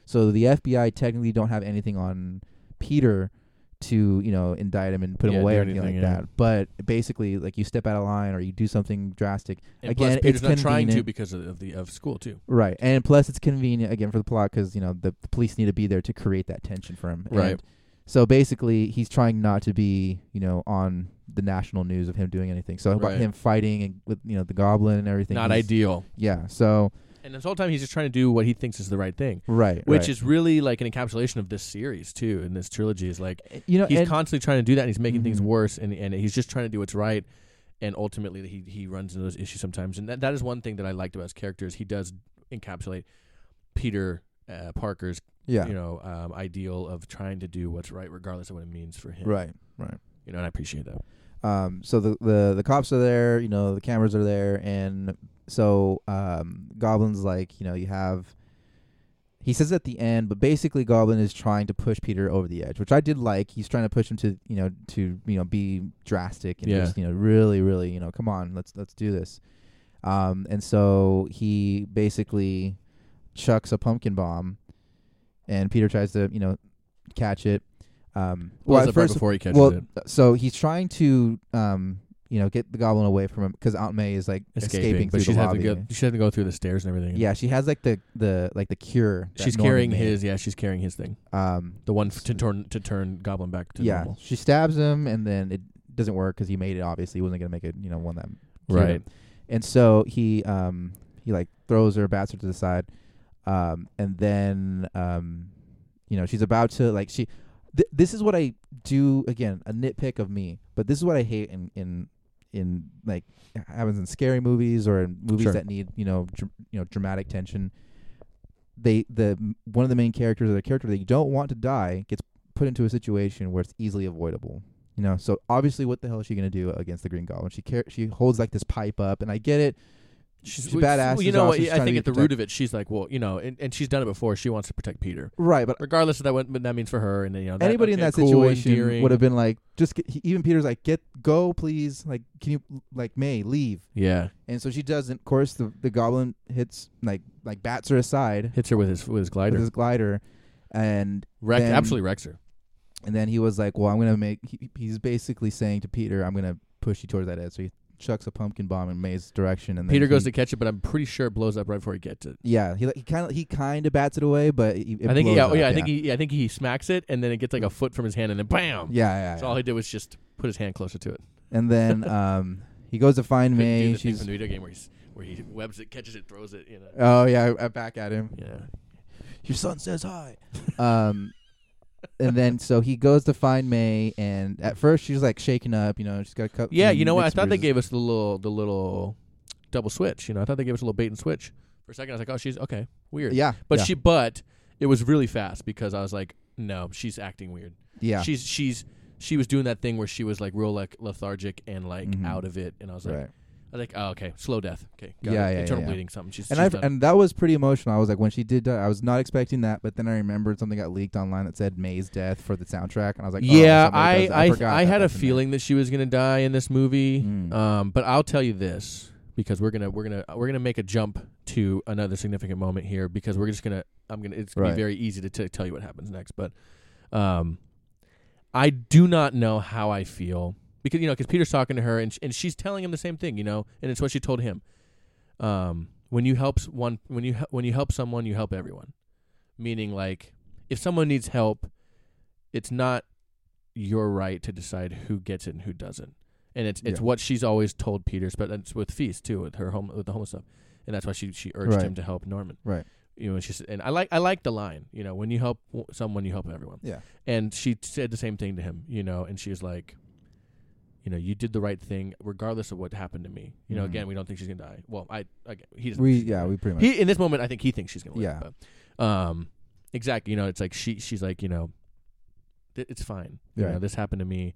So the FBI technically don't have anything on Peter to you know indict him and put Yeah, him away do or anything like anything, yeah. that. But basically, like you step out of line or you do something drastic. And Again, plus, it's Peter's not trying to convenient. because of the of school too. Right, and plus it's convenient again for the plot because you know the, the police need to be there to create that tension for him. Right. And so basically, he's trying not to be you know on the national news of him doing anything. So about Right. him fighting and with you know the goblin and everything. Not he's- ideal. Yeah. So And this whole time, he's just trying to do what he thinks is the right thing, right, which right. is really like an encapsulation of this series too. And this trilogy is like you know he's and- constantly trying to do that, and he's making things Mhm. worse, and, and he's just trying to do what's right. And ultimately, he he runs into those issues sometimes, and that, that is one thing that I liked about his character is he does encapsulate Peter uh, Parker's yeah. you know um, ideal of trying to do what's right regardless of what it means for him. Right. Right. You know, and I appreciate that. Um. So the the the cops are there. You know the cameras are there, and so um goblins like you know you have. He says at the end, but basically Goblin is trying to push Peter over the edge, which I did like. He's trying to push him to you know to you know be drastic and Yeah. just you know really really you know come on let's let's do this. Um, and so he basically chucks a pumpkin bomb, and Peter tries to you know catch it. Um, Well, at it's right before he catches well, it, so he's trying to, um, you know, get the goblin away from him because Aunt May is like escaping, escaping, through but she's the having lobby. to go, she's having to go through the stairs and everything. yeah, she has like the the like the cure. that she's Norman carrying made. his. Yeah, she's carrying his thing, Um, the one f- to turn to turn Goblin back to yeah, normal. she stabs him, and then it doesn't work because he made it. Obviously, he wasn't gonna make it. You know, one that cured Right. him. And so he um he like throws her, bats her to the side, um, and then um, you know, she's about to like she. Th- this is what I do again, a nitpick of me, but this is what I hate in in in like happens in scary movies or in movies Sure. that need you know dr- you know dramatic tension. They the one of the main characters or the character that you don't want to die gets put into a situation where it's easily avoidable. You know, so obviously, what the hell is she gonna do against the Green Goblin? She car- she holds like this pipe up, and I get it. She's, She's badass, Well, you she's know awesome, what? she's I trying to think be at the root of it, she's like, well, you know, and, and she's done it before. She wants to protect Peter, Right, but regardless of that what what that means for her. And you know, that, anybody in okay, that cool, situation endearing. would have been like, just get, he, even Peter's like, get go, please. Like, can you like May leave? yeah, And so she doesn't. Of course, the the goblin hits like like bats her aside hits her with his with his glider, with his glider, and Wreck- then- absolutely wrecks her. and then he was like, well, I'm gonna make. He, he's basically saying to Peter, I'm gonna push you towards that edge. So he chucks a pumpkin bomb in May's direction, and then Peter he- goes to catch it, but I'm pretty sure it blows up right before he gets it. Yeah, he like, he kind of he kind of bats it away, but he, it I think, blows yeah, up, oh, yeah, I think he, yeah, I think he smacks it, and then it gets like a foot from his hand, and then bam. yeah, yeah, So yeah. all he did was just put his hand closer to it. and then um he goes to find Couldn't do May. the thing She's from the video game where he's where he webs it, catches it, throws it. You know. oh yeah, I, I back at him. yeah. Your son says hi. um, and then so he goes to find May, and at first she's like shaken up, you know, she's got a couple. Yeah, you know what? I thought they gave us the little the little double switch. You know, I thought they gave us a little bait and switch. For a second, I was like, oh, she's okay, weird. Yeah, But yeah, she, but it was really fast because I was like, no, she's acting weird. yeah, She's she's she was doing that thing where she was like real like lethargic and like Mhm. out of it, and I was like, right. I was like, oh, okay, slow death. Okay, got Yeah, it. yeah, internal yeah, yeah. bleeding, something. She's And she's I done. and that was pretty emotional. I was like, when she did die, I was not expecting that, but then I remembered something got leaked online that said May's death for the soundtrack, and I was like, oh, yeah, somebody I does that. I, forgot I that had a that's in there. feeling that she was gonna die in this movie. Mm. Um, but I'll tell you this because we're gonna we're gonna uh, we're gonna make a jump to another significant moment here because we're just gonna I'm gonna it's gonna Right. be very easy to t- tell you what happens next. But um, I do not know how I feel because you know because Peter's talking to her and sh- and she's telling him the same thing you know and it's what she told him. Um, when you help s- one when you hel- when you help someone you help everyone, meaning like if someone needs help, it's not your right to decide who gets it and who doesn't. And it's it's Yeah. what she's always told Peters, but it's with Feast too, with her home with the homeless stuff, and that's why she she urged Right. him to help Norman. Right. You know, and she said, and I like I like the line. You know, when you help w- someone, you help everyone. Yeah. And she said the same thing to him. You know, and she was like, you know, you did the right thing regardless of what happened to me. You know, Mhm. again, we don't think she's gonna die. Well, I again, he doesn't. We think she's gonna yeah, die we pretty much he in this moment I think he thinks she's gonna live. Yeah. But, um, exactly. You know, it's like she she's like you know, th- it's fine. You Right. know, this happened to me.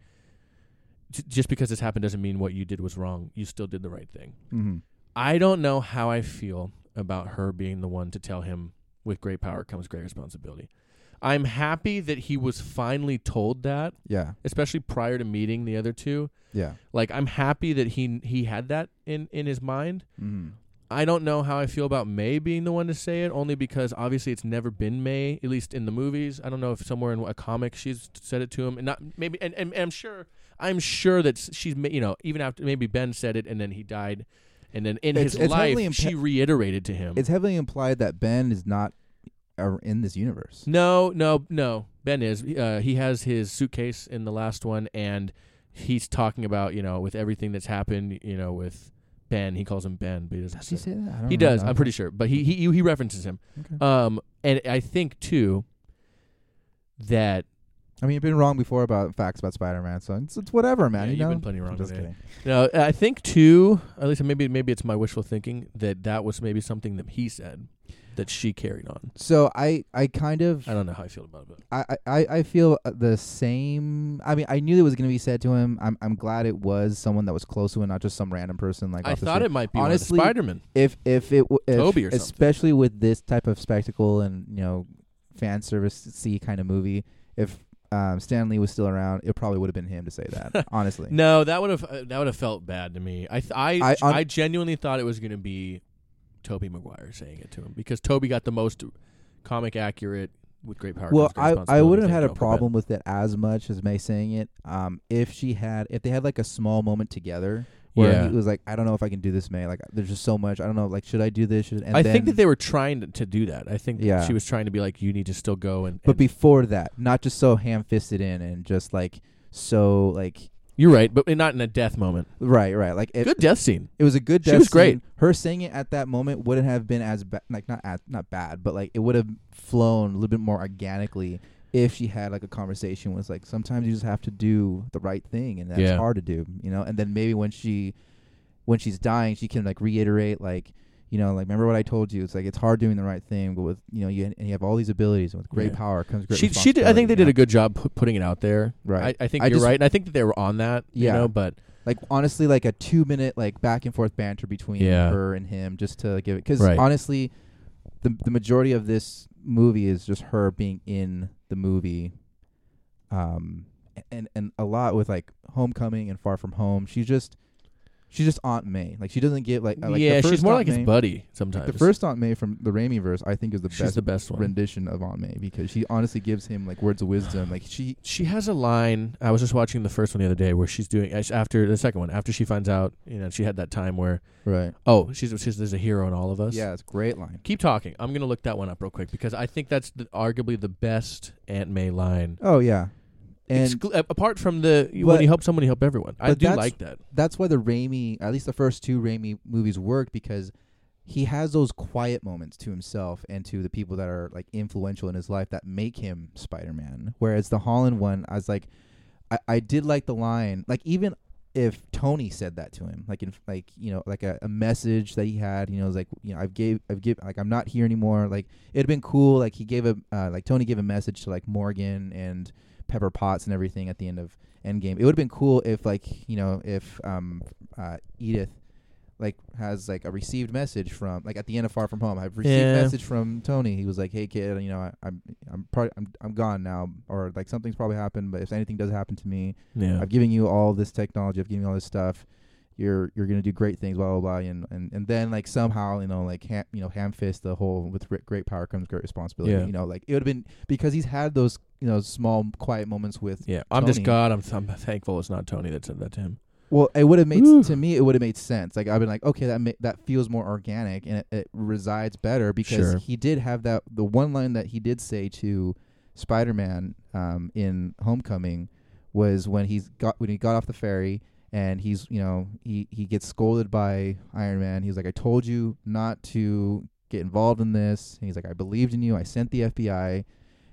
J- just because this happened doesn't mean what you did was wrong. You still did the right thing. Mhm. I don't know how I feel about her being the one to tell him with great power comes great responsibility. I'm happy that he was finally told that, Yeah. especially prior to meeting the other two. Yeah. Like I'm happy that he he had that in in his mind. Mhm. I don't know how I feel about May being the one to say it, only because obviously it's never been May, at least in the movies. I don't know if somewhere in a comic she's said it to him, and not maybe. And, and, and I'm sure, I'm sure that s- she's ma- you know even after maybe Ben said it and then he died, and then in It's- his it's life heavily impa- she reiterated to him. It's heavily implied that Ben is not ar- in this universe. no, no, no. Ben is. Uh, he has his suitcase in the last one, and he's talking about you know with everything that's happened, you know with Ben. He calls him Ben, but he doesn't. Does he say- say Oh that? I don't he remember. does. I'm pretty sure, but he he he references him. Okay. Um, and I think too that I mean, you've been wrong before about facts about Spider-Man, so it's, it's whatever, man. Yeah, you you've know, been plenty wrong I'm just today. kidding. no, I think too. At least maybe maybe it's my wishful thinking that that was maybe something that he said that she carried on. So I, I kind of, I don't know how I feel about it. I, I- I, I feel uh, the same. I mean, I knew it was gonna be said to him. I'm, I'm glad it was someone that was close to him, not just some random person like. But I off the thought street. it might be honestly Honestly, Spider-Man. if, if it, w- if, Toby or something. especially with this type of spectacle and you know, fan service kind of movie, if um, Stanley was still around, it probably would have been him to say that. honestly, No, that would have uh, that would have felt bad to me. I th- I I, I- on- genuinely thought it was going to be Toby Maguire saying it to him because Toby got the most comic accurate with great power. Well, comes great I I responsibility wouldn't thing have had a over Ben. problem with it as much as May saying it. Um, if she had, if they had like a small moment together where Yeah. he was like, I don't know if I can do this, May. Like, there's just so much. I don't know. Like, should I do this? Should and I then, think that they were trying to, to do that. I think that Yeah. she was trying to be like, you need to still go and. But and- before that, not just so ham-fisted in and just like so like you're right, but not in a death moment. right, right. Like it, Good death scene. it was a good. She death was great. scene. Her saying it at that moment wouldn't have been as ba- like not at, not bad, but like it would have flown a little bit more organically. If she had like a conversation with like sometimes you just have to do the right thing and that's Yeah. hard to do, you know. And then maybe when she when she's dying, she can like reiterate like you know like remember what I told you. It's like it's hard doing the right thing, but with you know you and you have all these abilities and with great Yeah. power comes great. She she did. I think they did a responsibility, good job pu- putting it out there. you know? right. I, I think I you're just- right, and I think that they were on that. Yeah. You know, but like honestly like a two minute like back and forth banter between Yeah. her and him just to give it because Right. honestly the the majority of this movie is just her being in the movie um and and a lot with like homecoming and far from home she's just she's just aunt may like she doesn't get like, uh, like the yeah, first she's more Aunt like his May- buddy sometimes. the first aunt may from the Raimi verse i think is the she's best the best one. rendition of aunt may because she honestly gives him like words of wisdom like she she has a line. I was just watching the first one the other day where she's doing as- after the second one after she finds out. You know, she had that time where right oh, she's she's there's a hero in all of us. yeah it's a great line Keep talking. I'm gonna look that one up real quick because I think that's the, arguably the best Aunt May line. oh yeah and Exclu- a- apart from the when But- you help someone, you help everyone. I but do that's- like that. that's why the Raimi, at least the first two Raimi movies worked because he has those quiet moments to himself and to the people that are like influential in his life that make him Spider-Man. Whereas the Holland one, I was like, I, I did like the line, like even if Tony said that to him, like in like you know like a, a message that he had, you know, it was like you know I've gave I've give like I'm not here anymore. Like it'd been cool. Like he gave a uh, like Tony gave a message to like Morgan and Pepper Potts and everything at the end of Endgame. It would have been cool if like you know if um uh Edith like has like a received message from like at the end of Far From Home. I've received Yeah. a message from Tony. He was like, "Hey kid, you know I, I'm I'm probably I'm I'm gone now, or like something's probably happened. But if anything does happen to me, Yeah. I've given you all this technology. I've given you all this stuff. You're you're gonna do great things, blah blah blah, and and, and then like somehow you know like ham, you know ham fist the whole with gre- great power comes great responsibility. Yeah. You know like it would have been because he's had those you know small quiet moments with. Yeah, I'm just Tony. God. I'm, I'm thankful it's not Tony that said that to him. Well, it would have made Whew. to me it would have made sense. Like I've been like okay that ma- that feels more organic and it, it resides better because Sure. he did have that the one line that he did say to Spider Man um, in Homecoming was when he's got when he got off the ferry and he's you know he he gets scolded by Iron Man. He's like, "I told you not to get involved in this." And he's like, "I believed in you. I sent the FBI."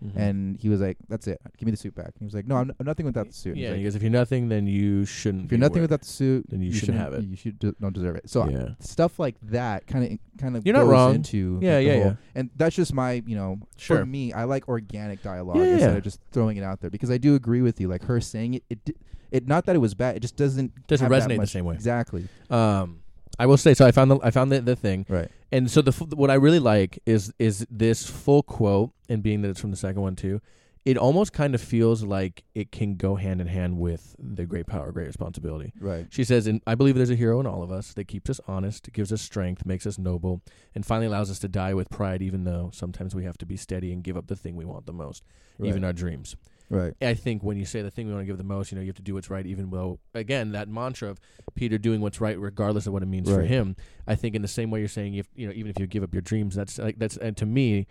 Hmm. And he was like, "That's it. Give me the suit back." And he was like, "No, I'm, I'm nothing without the suit." He's yeah, like, he goes, if you're nothing, then you shouldn't. if you're be nothing worried." without the suit, then you shouldn't have it. You should do, don't deserve it. So yeah, stuff like that kind of kind of You're not goes wrong. into Yeah, the yeah, whole- yeah. and that's just my you know sure. for me I like organic dialogue Yeah, yeah, instead yeah. of just throwing it out there because I do agree with you like her saying it it di- it not that it was bad it just doesn't Doesn't have that resonate the much- same way. exactly Um, I will say so. I found the I found the, the thing, right and so the f- what I really like is is this full quote, and being that it's from the second one too, it almost kind of feels like it can go hand in hand with the great power, great responsibility. right She says, and I believe there's a hero in all of us that keeps us honest, gives us strength, makes us noble, and finally allows us to die with pride, even though sometimes we have to be steady and give up the thing we want the most, even right, our dreams. right I think when you say the thing we want to give the most, you know, you have to do what's right, even though, again, that mantra of Peter doing what's right, regardless of what it means for Right. him. I think in the same way you're saying, if you know, even if you give up your dreams, that's like that's and to me,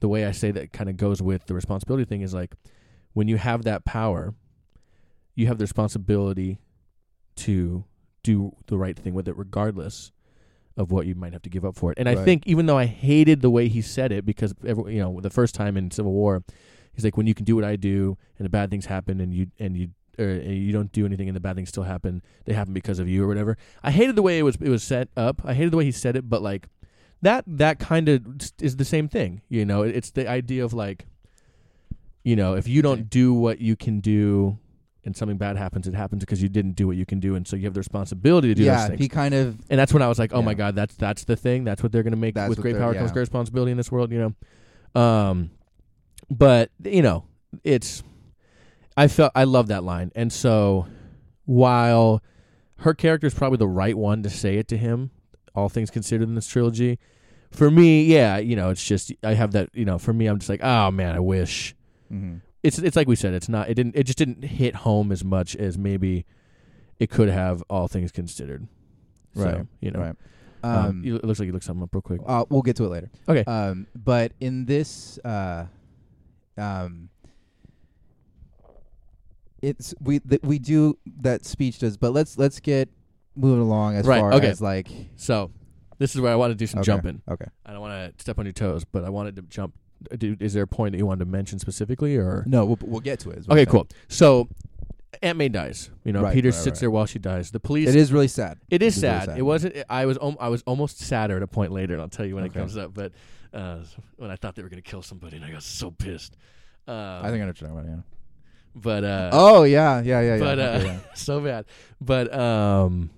the way I say that kind of goes with the responsibility thing is like when you have that power, you have the responsibility to do the right thing with it, regardless of what you might have to give up for it. And I Right. think even though I hated the way he said it, because every, you know the first time in Civil War, he's like, when you can do what I do, and the bad things happen, and you and you. Or uh, you don't do anything, and the bad things still happen. They happen because of you, or whatever. I hated the way it was it was set up. I hated the way he said it, but like that that kind of is the same thing. You know, it's the idea of like, you know, if you Okay. don't do what you can do, and something bad happens, it happens because you didn't do what you can do, and so you have the responsibility to do those yeah things. he kind of and that's when I was like, oh my Yeah. god, that's that's the thing. That's what they're gonna make That's with what great they're- power comes yeah. great responsibility in this world. You know, um, but you know, it's I felt I love that line, and so while her character is probably the right one to say it to him, all things considered in this trilogy. For me, yeah, you know, it's just I have that, you know, for me I'm just like, oh man, I wish mhm. it's it's like we said, it's not it didn't it just didn't hit home as much as maybe it could have all things considered. Right. So, you know. right Um, um you- it looks like you looked something up real quick. uh, we'll get to it later Okay. um but in this uh um it's we th- we do that speech does but let's let's get moving along as Right, far okay. as like so this is where I want to do some Okay. jumping. okay I don't want to step on your toes, but I wanted to jump. Uh, Do, is there a point that you wanted to mention specifically, or No, we'll, we'll get to it. is what okay, I'm saying. cool. So Aunt May dies. You know, Right, Peter right, sits right. there while she dies. The police. It is really sad. It is It is really sad. sad, It yeah. wasn't. I was. Om- I was almost sadder at a point later, and I'll tell you when Okay. it comes up. But uh, when I thought they were gonna kill somebody, and I got so pissed. Uh, I think I know what you're talking about. But uh, oh yeah, yeah, yeah, yeah. but, uh, okay, yeah. so bad. But um,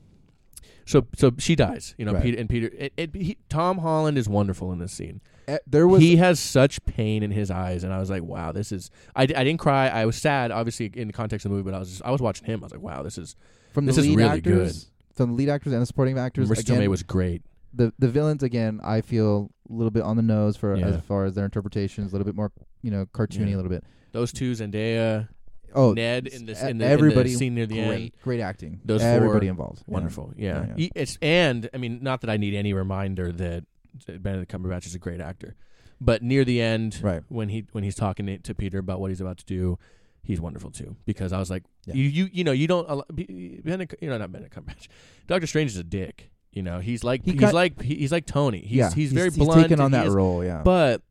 so so she dies. You know, Right. Peter and Peter. It, it, he, Tom Holland is wonderful in this scene. Eh, there was he has such pain in his eyes, and I was like, wow, this is. I, d- I didn't cry. I was sad, obviously, in the context of the movie. But I was just, I was watching him. I was like, wow, this is. from this the is lead really actors, from the lead actors and the supporting actors. Marissa Tomei again, was great. the the villains again. I feel a little bit on the nose for Yeah. as far as their interpretations. A little bit more, you know, cartoony Yeah. a little bit. Those two, Zendaya, Oh, Ned, in s- this, in the, everybody in the scene near the great, end. great acting. Those everybody four, involved. Yeah. Wonderful, yeah. Yeah, yeah. E- It's and I mean, not that I need any reminder that Benedict Cumberbatch is a great actor, but near the end, Right. when he when he's talking to- to Peter about what he's about to do, he's wonderful too. Because I was like, Yeah. you you you know you don't al- B- Benedict you know not Benedict Cumberbatch, Doctor Strange is a dick. You know he's like He he's got- like he- he's like Tony. He's yeah, he's, very he's blunt. taken on and he that is- role. Yeah, but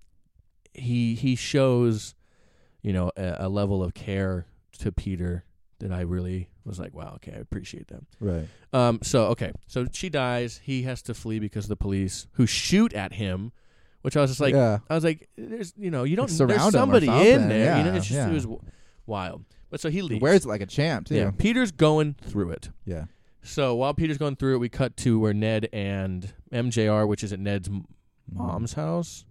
he he shows you know a, a level of care to Peter that I really was like, wow, okay, I appreciate that. right. Um, so okay, so she dies. He has to flee because of the police who shoot at him, which I was just like, yeah, I was like, there's you know, you don't surround him or there's somebody in something, there. you know, yeah, it's just yeah. it was w- wild. But so he he leaves. wears it like a champ too. yeah? Peter's going through it. yeah. So while Peter's going through it, we cut to where Ned and MJR, which is at Ned's m- Mm-hmm. mom's house,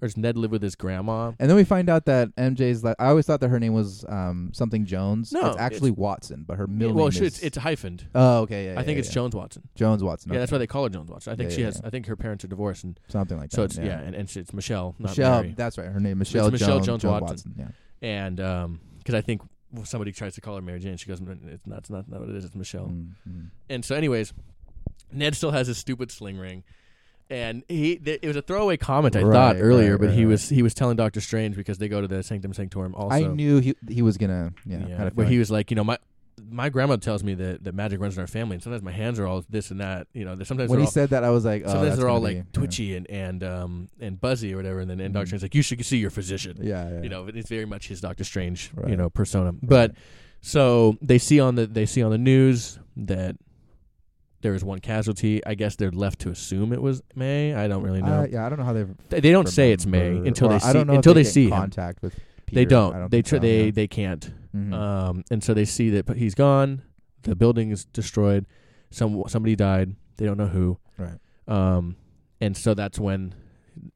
or does Ned live with his grandma? And then we find out that MJ's like I always thought that her name was um something Jones. No, it's actually Watson, but her middle well, name she- is it's, it's hyphened. oh okay yeah. I think yeah, it's yeah. Jones Watson. Jones Watson. Yeah, that's okay. why they call her Jones Watson. I think Yeah, she yeah, has. yeah. I think her parents are divorced, and something like so that. it's yeah, and, and it's Michelle, not Michelle. Mary. That's right. Her name Michelle, Michelle Jones, Jones Watson. Yeah. and um 'cause I think somebody tries to call her Mary Jane, she goes, "Mm, "It's not, it's not, Oh. not what it is. It's Michelle." Mm, mm. And so, anyways, Ned still has his stupid sling ring, and he th- it was a throwaway comment I Right, thought right, earlier, but right, he right. was he was telling Doctor Strange because they go to the Sanctum Sanctorum also. I knew he he was gonna yeah. had a but feeling. he was like, you know, my my grandma tells me that, that magic runs in our family, and sometimes my hands are all this and that. You know, that sometimes when they're he all, said that, I was like, oh, sometimes that's they're all gonna like be- twitchy and and um and buzzy or whatever. And then and Doctor Mhm. Strange's like, you should see your physician. Yeah, yeah, yeah. You know, it's very much his Doctor Strange, you Right. know, persona. But so they see on the they see on the news that there is one casualty. I guess they're left to assume it was May. I don't really know. I, yeah, I don't know how they. Don't They- they don't say it's May until they see I don't know if until they they, get in see him. contact with. Peter. They I don't. they think tr- so, they yeah. they can't. Mhm. Um, and so they see that he's gone. The building is destroyed. Some somebody died. They don't know who. Right. Um, and so that's when,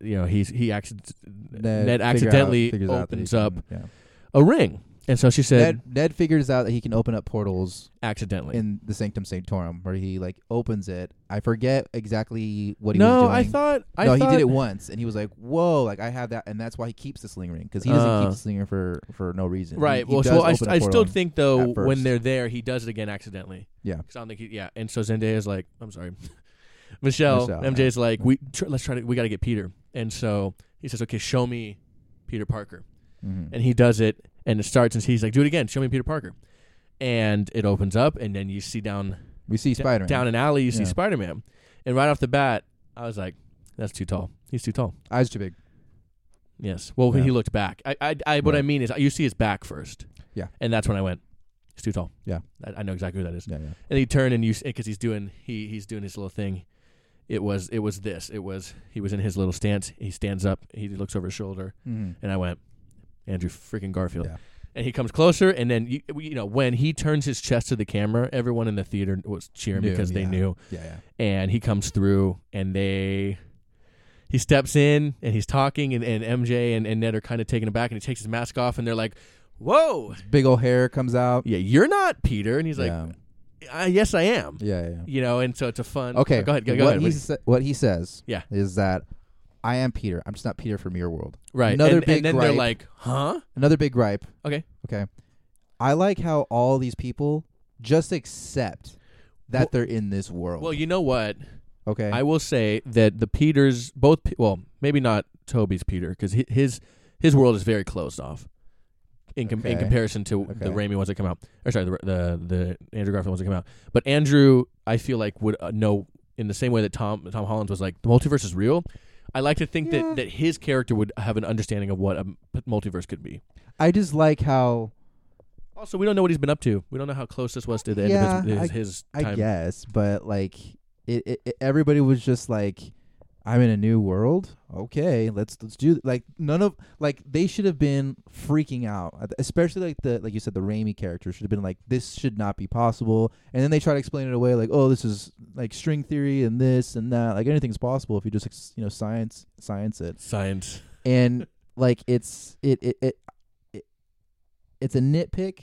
you know, he's he accident- Ned, figure out- accidentally figures out that he opens up can- yeah. a ring. And so she said, Ned, Ned figures out that he can open up portals accidentally. in the Sanctum Sanctorum, where he like opens it. I forget exactly what he was no, doing. I thought I no, thought, he did it once, and he was like, "Whoa!" Like I have that, and that's why he keeps the sling ring because he doesn't Uh. keep the sling ring for for no reason. He- Right. he well, does so I, open a I still portal. think though at first. when they're there, he does it again accidentally. Yeah. 'Cause I don't think he. Yeah. And so Zendaya's like, I'm sorry, Michelle. Michelle, MJ's like, we tr- let's try to. We got to get Peter. And so he says, okay, show me Peter Parker. Mhm. And he does it, and it starts, and he's like, do it again. Show me Peter Parker. And it opens up, and then you see down we see d- Spider Man down an alley. You see Yeah. Spider Man, and right off the bat, I was like, that's too tall. He's too tall. Eyes too big. Yes. Well, when Yeah. he looked back, I, I, I what I Right. mean is you see his back first. Yeah. And that's when I went, he's too tall. Yeah. I, I know exactly who that is. Yeah, yeah. And he turned and you because he's doing he he's doing his little thing. It was it was this. It was he was in his little stance. He stands up. He looks over his shoulder, Mhm. and I went, Andrew freaking Garfield. Yeah. And he comes closer, and then you, you know when he turns his chest to the camera, everyone in the theater was cheering Knew, because they yeah. knew. Yeah, yeah. And he comes through, and they he steps in and he's talking, and, and MJ and, and Ned are kind of taken aback, and he takes his mask off, and they're like, "Whoa, Big old hair comes out. yeah, you're not Peter," and he's like, yeah. uh, yes, I am. yeah, yeah. You know, and so it's a fun. Okay, go ahead, go, go what ahead. He What- sa- what he says, Yeah. is that I am Peter. I'm just not Peter from your world. right, another and, big and then they're gripe. like, huh? Another big gripe. Okay. Okay. I like how all these people just accept that Well- they're in this world. Well, you know what? okay. I will say that the Peters, both, Pe- well, maybe not Toby's Peter, because his his world is very closed off. In, com- in Okay. comparison to the Okay. Raimi ones that come out, or sorry, the, the the Andrew Garfield ones that come out, but Andrew, I feel like would uh, know in the same way that Tom Tom Holland was like the multiverse is real. I like to think Yeah. that that his character would have an understanding of what a m- multiverse could be. I just like how Also, we don't know what he's been up to. We don't know how close this was to the end of Yeah, his, his, I his time. guess, but like it, it, it- everybody was just like I'm in a new world. Okay, let's let's do like none of like they should have been freaking out, at the- especially like the like you said the Raimi character should have been like this should not be possible, and then they try to explain it away like oh this is like string theory and this and that like anything's possible if you just ex- you know science science it Science. and like it's it it, it, it it's a nitpick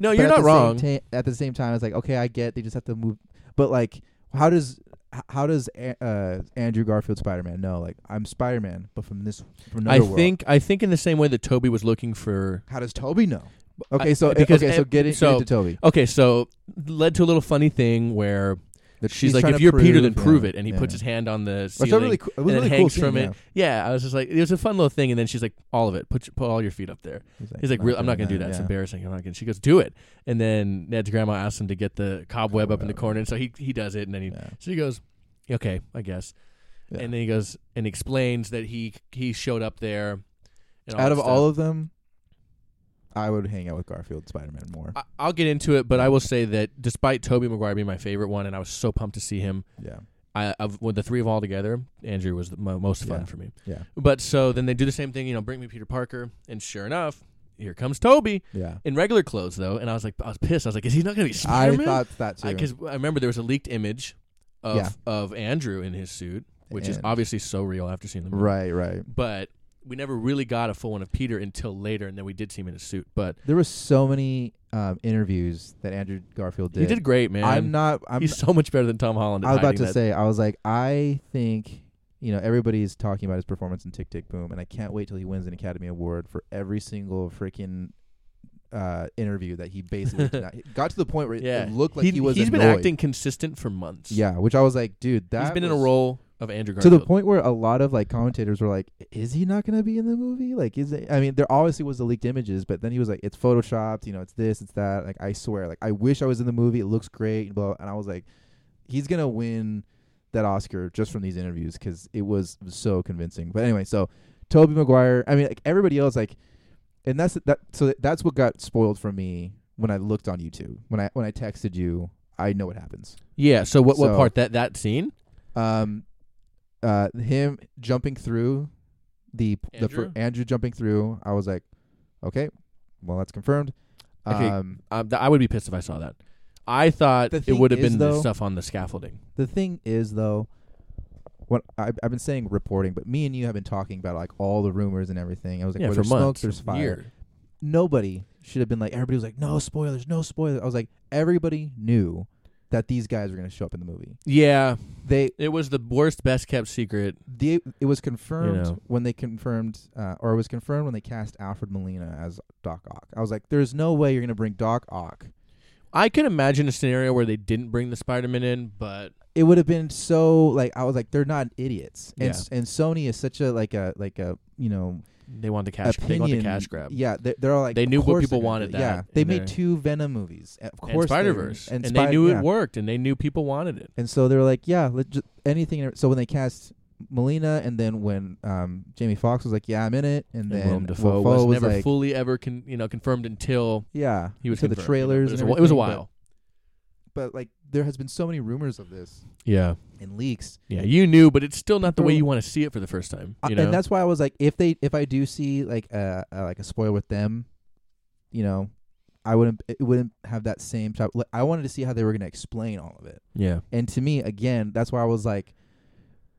No, but you're at not the same wrong. ta- at the same time, it's like okay, I get they just have to move, but like, how does h- how does A- uh, Andrew Garfield Spider Man know? Like, I'm Spider Man, but from this from another I world. think I think in the same way that Toby was looking for. How does Toby know? I- Okay, so because okay, so ev- get it, so- get it to Toby. Okay, so led to a little funny thing where That she's like, trying "If to you're Peter, then yeah, prove it," and he yeah. puts his hand on the Which ceiling. was really, coo- it was and really it cool hangs scene, from yeah. it. Yeah, I was just like, it was a fun little thing, and then she's like, "All of it, put your- put all your feet up there." He's like, "Real, I'm not gonna do that. It's yeah. embarrassing. I'm not gonna." She goes, "Do it," and then Ned's grandma asks him to get the cobweb up in the Cobweb. corner, and so he he does it, and then he Yeah. she goes, "Okay, I guess." Yeah. And then he goes and explains that he he showed up there. And Out of all of them, I would hang out with Garfield Spider Man more. I, I'll get into it, but I will say that despite Toby Maguire being my favorite one, and I was so pumped to see him, yeah, I of with the three of all together, Andrew was the mo- most fun Yeah. for me. yeah, But so then they do the same thing, you know, bring me Peter Parker, and sure enough, here comes Toby yeah. in regular clothes though, and I was like, I was pissed. I was like, is he not going to be I Spider Man? thought that too. Because I, remember there was a leaked image of Yeah. of Andrew in his suit, which is And- obviously so real after seeing the movie. right, right. But we never really got a full one of Peter until later, and then we did see him in a suit. But There were so many um, interviews that Andrew Garfield did. he did great, man. I'm not. I'm. He's so much better than Tom Holland. at I was about hiding to that. say. I was like, I think you know everybody's talking about his performance in Tick Tick Boom, and I can't wait till he wins an Academy Award for every single freaking uh, interview that he basically did not- got to the point where Yeah. it looked like he, was. has been annoyed. acting consistent for months. Yeah, which I was like, dude, that he's been in a was- role of Andrew to Garfield. the point where a lot of like commentators were like, "Is he not going to be in the movie? Like, is it?" I mean, there obviously was the leaked images, but then he was like, "It's photoshopped. You know, it's this, it's that." Like, I swear, like, I wish I was in the movie. It looks great, and blah. And I was like, "He's gonna win that Oscar just from these interviews because it was so convincing." But anyway, so Toby Maguire. I mean, like everybody else, like, and that's that. So that's what got spoiled for me when I looked on YouTube. When I when I texted you, I know what happens. Yeah. So what? What So- part? That that scene? Um, uh, him jumping through the the fir- Andrew? Andrew jumping through. I was like, okay, well that's confirmed. Okay. Um, Um, th- I would be pissed if I saw that. I thought The it thing would have is, been the though- stuff on the scaffolding. the thing is though, what I, I've been saying reporting, but me and you have been talking about like all the rumors and everything. I was like, yeah, where for there's months. smoke, there's fire. Year. Nobody should have been like everybody was like, no spoilers, no spoilers. I was like, everybody knew that these guys were gonna show up in the movie. Yeah. They It was the worst, best kept secret. the it was confirmed know. when they confirmed uh, or it was confirmed when they cast Alfred Molina as Doc Ock. I was like, there's no way you're gonna bring Doc Ock. I could imagine a scenario where they didn't bring the Spider Man in, but It would have been so like I was like, they're not idiots. And s- and Sony is such a like a like a you know they want the cash. They opinion. want the cash grab. Yeah, they're, they're all like They knew of what course people they're gonna wanted do it. Yeah, that they in made their- two Venom movies. Of course, and they're- Spider Verse, and, Spy- they knew yeah. it worked, and they knew people wanted it. And so they're like, yeah, let ju- anything. So when they cast Molina, and then when um, Jamie Foxx was like, yeah, I'm in it, and, And then Willem Dafoe Dafoe was was never like, fully ever con- you know confirmed until yeah, he was to the confirmed, you know, trailers. but It and was, a, everything, whi- it was a but- while. but like there has been so many rumors of this Yeah, and leaks yeah, you knew, but it's still not the way People- you want to see it for the first time. I- You know, Mm. Uh, and that's why i was like if they if i do see like a, a like a spoiler with them you know i wouldn't it wouldn't have that same type like, i wanted to see how they were going to explain all of it yeah, and to me again that's why i was like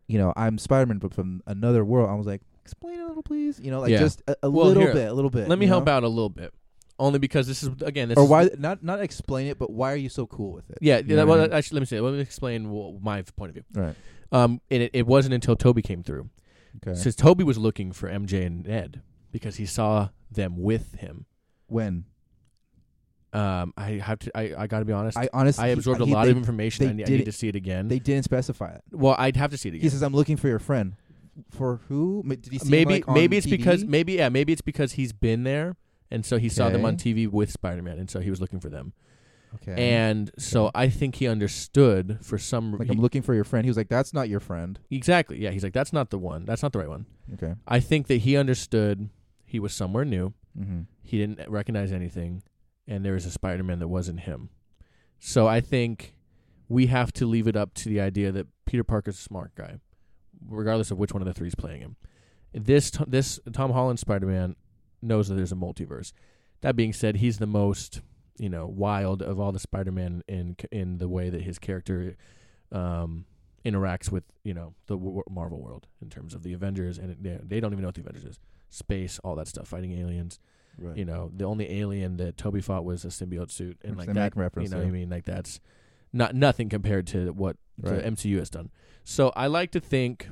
you know i'm spider-man but from another world i was like explain a little please you know like Yeah. just a, a Well, little here, bit a little bit Let me you help know? out a little bit, only because this is again this or is- why not not explain it but why are you so cool with it Yeah, You know that- what I well, mean? actually, let me say. Let me explain wh- my point of view. right Um, and it, it wasn't until Toby came through, okay since Toby was looking for MJ and Ned because he saw them with him. when Um, I have to. I, I got to be honest. I, i honestly absorbed he- a lot they, of information. they I need, I did need it- to see it again. they didn't specify it well, I'd have to see it He again. says, "I'm looking for your friend." For who? Ma- Did he see him, Maybe like, on maybe it's TV? because maybe yeah maybe it's because he's been there and so he saw them on Okay. TV with Spider Man and so he was looking for them. okay. And so I think he understood for some like he- I'm looking for your friend. He was like, "That's not your friend." exactly yeah he's like that's not the one that's not the right one. Okay. I think that he understood he was somewhere new. Mm-hmm. He didn't recognize anything, and there was a Spider Man that wasn't him. So I think we have to leave it up to the idea that Peter Parker's a smart guy, regardless of which one of the three is playing him. This t- this Tom Holland Spider Man knows that there's a multiverse. That being said, he's the most you know wild of all the Spider Man in in the way that his character um, interacts with you know the w- w- Marvel world in terms of the Avengers, and it, they, they don't even know what the Avengers is. Space, all that stuff, fighting aliens. Right. You know, the only alien that Toby fought was a symbiote suit, and like that. You reference. know what yeah. I mean? Like that's not nothing compared to what Right. the MCU has done. So I like to think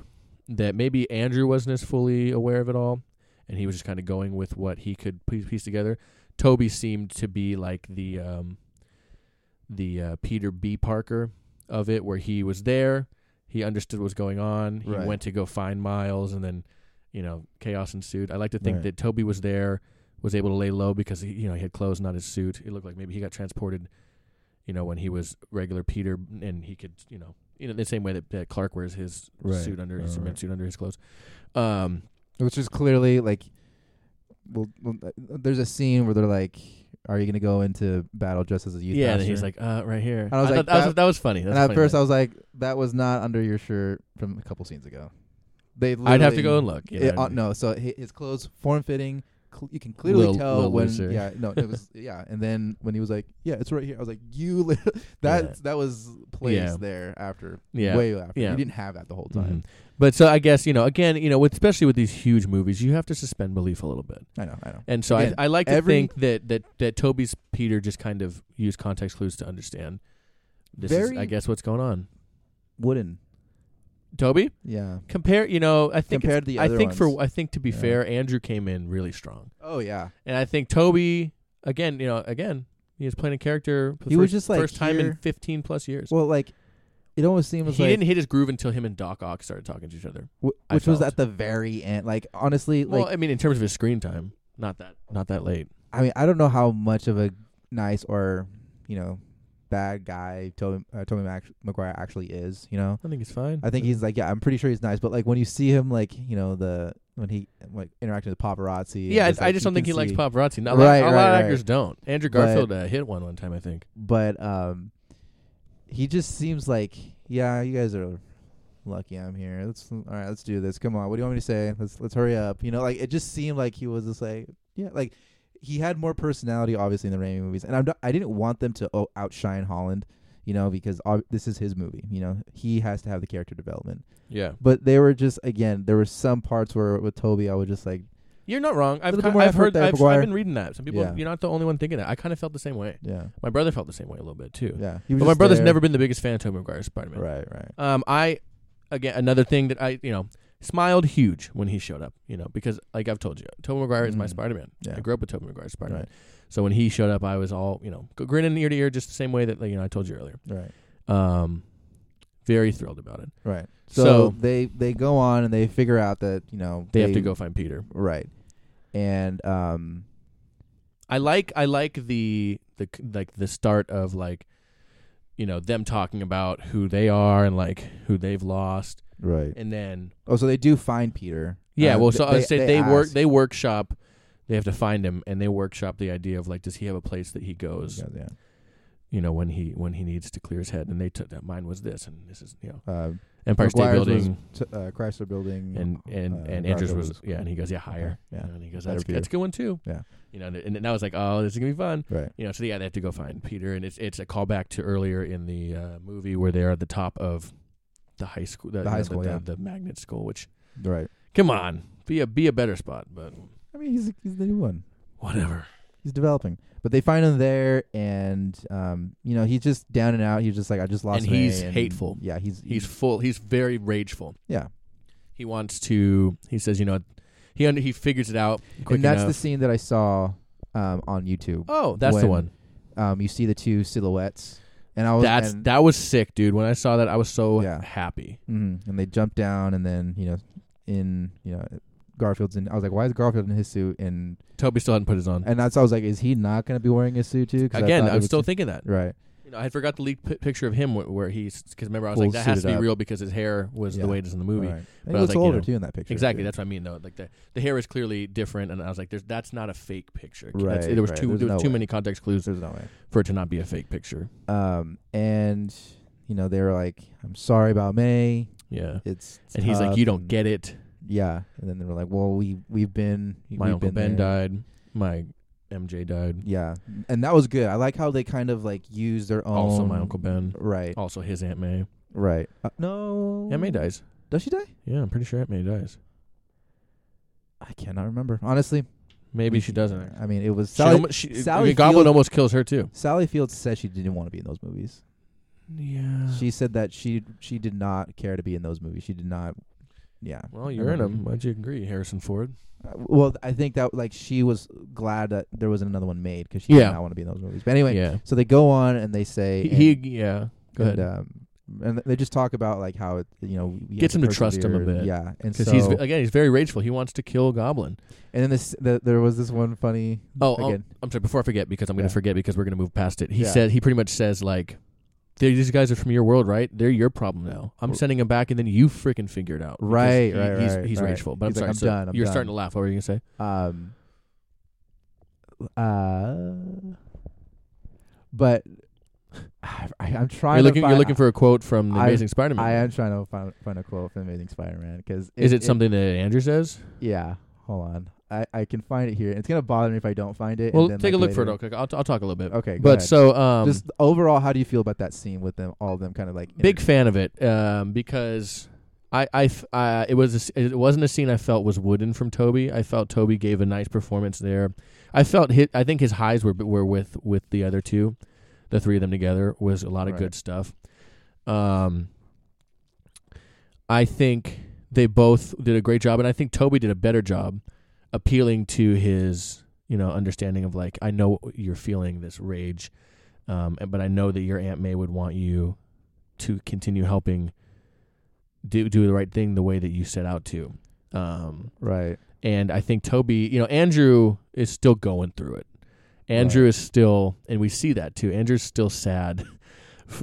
that maybe Andrew wasn't as fully aware of it all, and he was just kind of going with what he could piece, piece together. Toby seemed to be like the um, the uh, Peter B. Parker of it, where he was there, he understood what was going on, he Right. went to go find Miles, and then you know chaos ensued. I like to think Right. that Toby was there, was able to lay low because he, you know he had clothes, not his suit. It looked like maybe he got transported you know, when he was regular Peter, and he could, you know, you know, the same way that, that Clark wears his Right, suit under his right, Superman right. suit under his clothes. Um, Which is clearly like, well, well, uh, there's a scene where they're like, "Are you gonna go into battle just as a youth?" yeah, and he's pastor?" like, uh, right here. I was like, thought that, was, that- that was funny. and at first I was like, "That was not under your shirt from a couple scenes ago." They. I'd have to literally- go and look. You know It- what I uh, mean? no, so hi- his clothes form fitting. Cl- you can clearly Lil- tell Lil when. looser. Yeah, no, it was yeah. And then when he was like, "Yeah, it's right here," I was like, "You," li- that Yeah. that was placed Yeah. there after. Yeah. way after. Yeah. You didn't have that the whole time. Mhm. But so I guess you know, again, you know, with, especially with these huge movies, you have to suspend belief a little bit. I know, I know. And so Again, I, I like to every- think that, that that Toby's Peter just kind of used context clues to understand. This is, Very- I guess, what's going on. Wooden, Toby, yeah. compare. You know, I think it's- Compared to the I other think for ones. I think to be Yeah. fair, Andrew came in really strong, Oh yeah, and I think Toby again, you know, again he was playing a character. for the He was first- just, like, first time in here- fifteen plus years. well, like it almost seems he like didn't hit his groove until him and Doc Ock started talking to each other. w- I which was felt. at the very end. Like honestly, Well, like I mean, in terms of his screen time, not that not that late. I mean, I don't know how much of a nice or you know bad guy Toby uh, Toby Mac- McGuire actually is. You know, I think he's fine. I think he's like yeah, I'm pretty sure he's nice, but like when you see him like you know the when he like interacting with paparazzi. and Yeah, I, I like, just you don't think he can likes see- paparazzi. Not Right, a lot, a lot right, of right. actors don't. Andrew But- Garfield uh, hit one one time, I think. But um, he just seems like yeah, you guys are lucky I'm here. Let's all right, let's do this. Come on, what do you want me to say? Let's let's hurry up. You know, like it just seemed like he was just like yeah, like he had more personality obviously in the Raimi movies, and I'm not, I didn't want them to o outshine Holland. You know, because ob- this is his movie. You know, he has to have the character development. Yeah, But they were just again, there were some parts where with Toby, I was just like, you're not wrong. I've, Little ki- bit more I've effort heard. there, I've, McGuire. I've been reading that. Some people, Yeah. you're not the only one thinking that. I kind of felt the same way. yeah, My brother felt the same way a little bit too. yeah. He was But my just brother's there. never been the biggest fan of Tobey Maguire's Spider-Man. Right, right. Um, I again another thing that I you know smiled huge when he showed up. You know because like I've told you, Tobey Maguire is my Mhm. Spider-Man. Yeah. I grew up with Tobey Maguire's Spider-Man. Right. So when he showed up, I was all you know g- grinning ear to ear, just the same way that like, you know I told you earlier. Right. Um, very thrilled about it. Right. So, So- they they go on and they figure out that you know They have to go find Peter. right, and um I like I like the the like the start of like you know them talking about who they are and like who they've lost right. and then Oh, so they do find Peter. yeah Uh, well so th- I would say they, work ask- they workshop they have to find him and they workshop the idea of like does he have a place that he goes Yeah, yeah. you know when he when he needs to clear his head and they took that mine was this and this is you know Uh, Empire State McGuire's was Building t- uh, Chrysler Building and and uh, and Andrews Garfield was yeah and he goes yeah higher Yeah. You know, and he goes Better that's, Peter. that's a good one too Yeah. you know and, and I was like oh this is gonna be fun right. You know, so yeah, they have to go find Peter, and it's it's a callback to earlier in the uh, movie where they are at the top of the high school, the, you high know, school, the, yeah. the magnet school. Which Right. come on, be a be a better spot, but I mean, he's he's the new one. whatever. He's developing, but they find him there, and um, you know, he's just down and out. He's just like, I just lost. And May," he's hateful. Yeah, he's He's full. He's very rageful. yeah. He wants to. He says, you know, he under, he figures it out quick and that's the enough. scene that I saw um on YouTube. oh, that's the when- one. um, you see the two silhouettes, and I was That's and, that was sick, dude. When I saw that, I was so Yeah. happy. Mhm. and they jump down, and then you know, in you know, Garfield's in. I was like, why is Garfield in his suit? And Toby still hadn't put his on. and that's I was like, is he not going to be wearing his suit too? 'Cause I Again, thought it I'm was- still thinking that. right. You know, I had forgot the leaked pi picture of him where, where he's because remember I was Full like that has to suited be up. real because his hair was Yeah. the way it is in the movie. All right. And But he I was like, looks you older know, too in that picture. Exactly, too. that's what I mean though. Like the the hair is clearly different, and I was like, "There's that's not a fake picture." That's- Right, there was right, too there's there was no too way. many context clues There's no way. for it to not be a fake picture. Um, and you know they were like, I'm sorry about May. Yeah, It's and he's like, tough," "You don't and- get it. Yeah, and then they were like, well, we we've been My we've uncle been Ben there. died. My MJ died. Yeah, and that was good. I like how they kind of like use their own. Also, my uncle Ben. Right. Um, Also, his aunt May. Right. Uh, no. Aunt May dies. Does she die? Yeah, I'm pretty sure Aunt May dies. I cannot remember. Honestly, Maybe she doesn't. actually. I mean, it was She Sally. almo- she- Sally the Goblin Field- almost kills her too. Sally Fields said she didn't want to be in those movies. Yeah. She said that she she did not care to be in those movies. She did not. Yeah. well, I you're in remember. him. Why'd you agree, Harrison Ford? Uh, Well, I think that like she was glad that there was another one made because she Yeah. did not want to be in those movies. But anyway, yeah. so they go on and they say He, and, he- yeah. Go and, ahead. um, and they just talk about like how it you know we- we Gets have him to trust him a persevere. bit. Yeah, and Because so he's again, he's very rageful. He wants to kill Goblin. and then this the, there was this one funny Oh, oh, again I'm sorry. Before I forget, because I'm going to Yeah. forget because we're going to move past it. He Yeah. said he pretty much says like, "They- "These guys are from your world, right? They're your problem now. I'm R- sending them back, and then you freaking figure it out." Because Right, he- right, He's, right, he's right. rageful, but He's I'm like, sorry. "I'm so done, I'm you're done." starting to laugh. What were you going to say? um uh but I, I, am trying You're looking. to find, you're looking for a quote from the I- Amazing Spider-Man. I am trying to find, find a quote from Amazing Spider-Man because Is it, something that Andrew says? yeah, hold on, I, I can find it here. It's gonna bother me if I don't find it. Well, and then, take like, a look later. for it. Okay, I'll, I'll talk a little bit. Okay, go but ahead. so um, just overall, how do you feel about that scene with them? All of them kind of like big fan of it um, because I, I f- uh, it was a s it wasn't a scene I felt was wooden from Toby. I felt Toby gave a nice performance there. I felt hit, I think his highs were were with with the other two, the three of them together was a lot of Right. good stuff. Um, I think they both did a great job, and I think Toby did a better job appealing to his you know understanding of like I know you're feeling this rage, um, and- but I know that your Aunt May would want you to continue helping do do the right thing the way that you set out to. Um, Right. and I think Toby, you know, Andrew is still going through it. Andrew Right. is still, and we see that too. Andrew's still sad,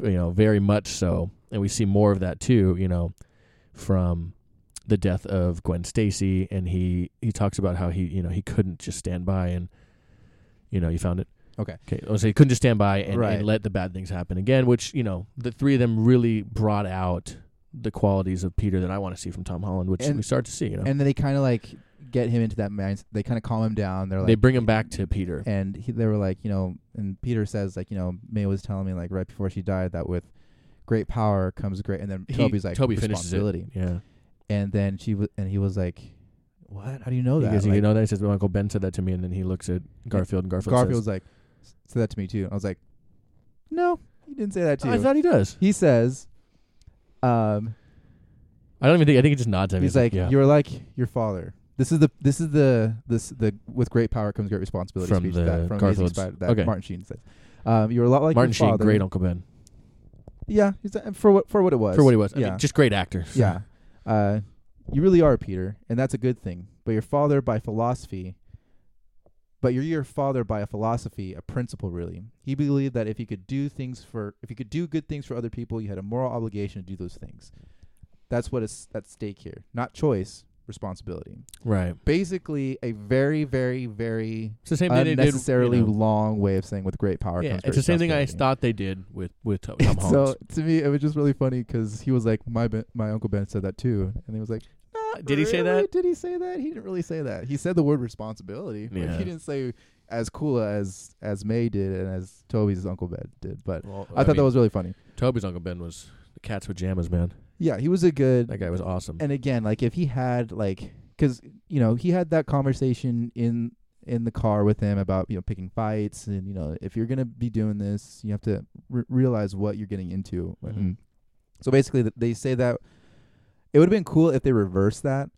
you know, very much so, and we see more of that too. You know, from the death of Gwen Stacy, and he he talks about how he you know he couldn't just stand by and you know you found it Okay. okay Oh, so he couldn't just stand by and, Right. and let the bad things happen again which you know the three of them really brought out the qualities of Peter that I want to see from Tom Holland which And- we start to see you know And then they kind of like get him into that mind. They kind of calm him down. They're like, they bring him back to Peter. and he, they were like, you know, and Peter says like, you know, May was telling me like right before she died that with great power comes great, and then He- Toby's like Toby finishes it. responsibility, Yeah, and then she was, and he was like, what? How do you know because that? you Like, know that he says, "My uncle Ben said that to me," and then he looks at Garfield, and Garfield, Garfield's like, "S- said that to me too. I was like, no, he didn't say that says, to "I you. thought he does." he says, um, I don't even think. I think he just nods at me. he's like, yeah. you're like your father. This is the this is the this the with great power comes great responsibility From speech the that, from Amazing Garfield's- Spider- that okay. Martin Sheen says. Um, you're a lot like Martin your Sheen, father. great Uncle Ben, Yeah, he's, uh, for what for what it was. for what he was. I mean, Yeah, just great actor. So, yeah. Uh, you really are Peter, and that's a good thing. But your father by philosophy, but you're your father by a philosophy, a principle really. He believed that if you could do things for, if you could do good things for other people, you had a moral obligation to do those things. That's what is at stake here, not choice, responsibility. right. Basically, a very, very, very It's the same thing they did. unnecessarily you know- long way of saying with great power yeah, comes it's great the same thing I responsibility. thought they did with with Tom Tom Holland. So to me, it was just really funny because he was like, "My ben, my uncle Ben said that too," and he was like, "Not Did he say really. that? Did he say that? He didn't really say that. He said the word responsibility, but Yeah. he didn't say as cool as as May did and as Toby's uncle Ben did." But Well, I, thought that mean, was really funny. Toby's Uncle Ben was the cat's pajamas, man. Yeah, he was a good. That guy was awesome. And again, like if he had like, because you know he had that conversation in in the car with him about you know picking fights and you know if you're gonna be doing this, you have to re- realize what you're getting into. Mhm. And so basically, th- they say that it would have been cool if they reversed that,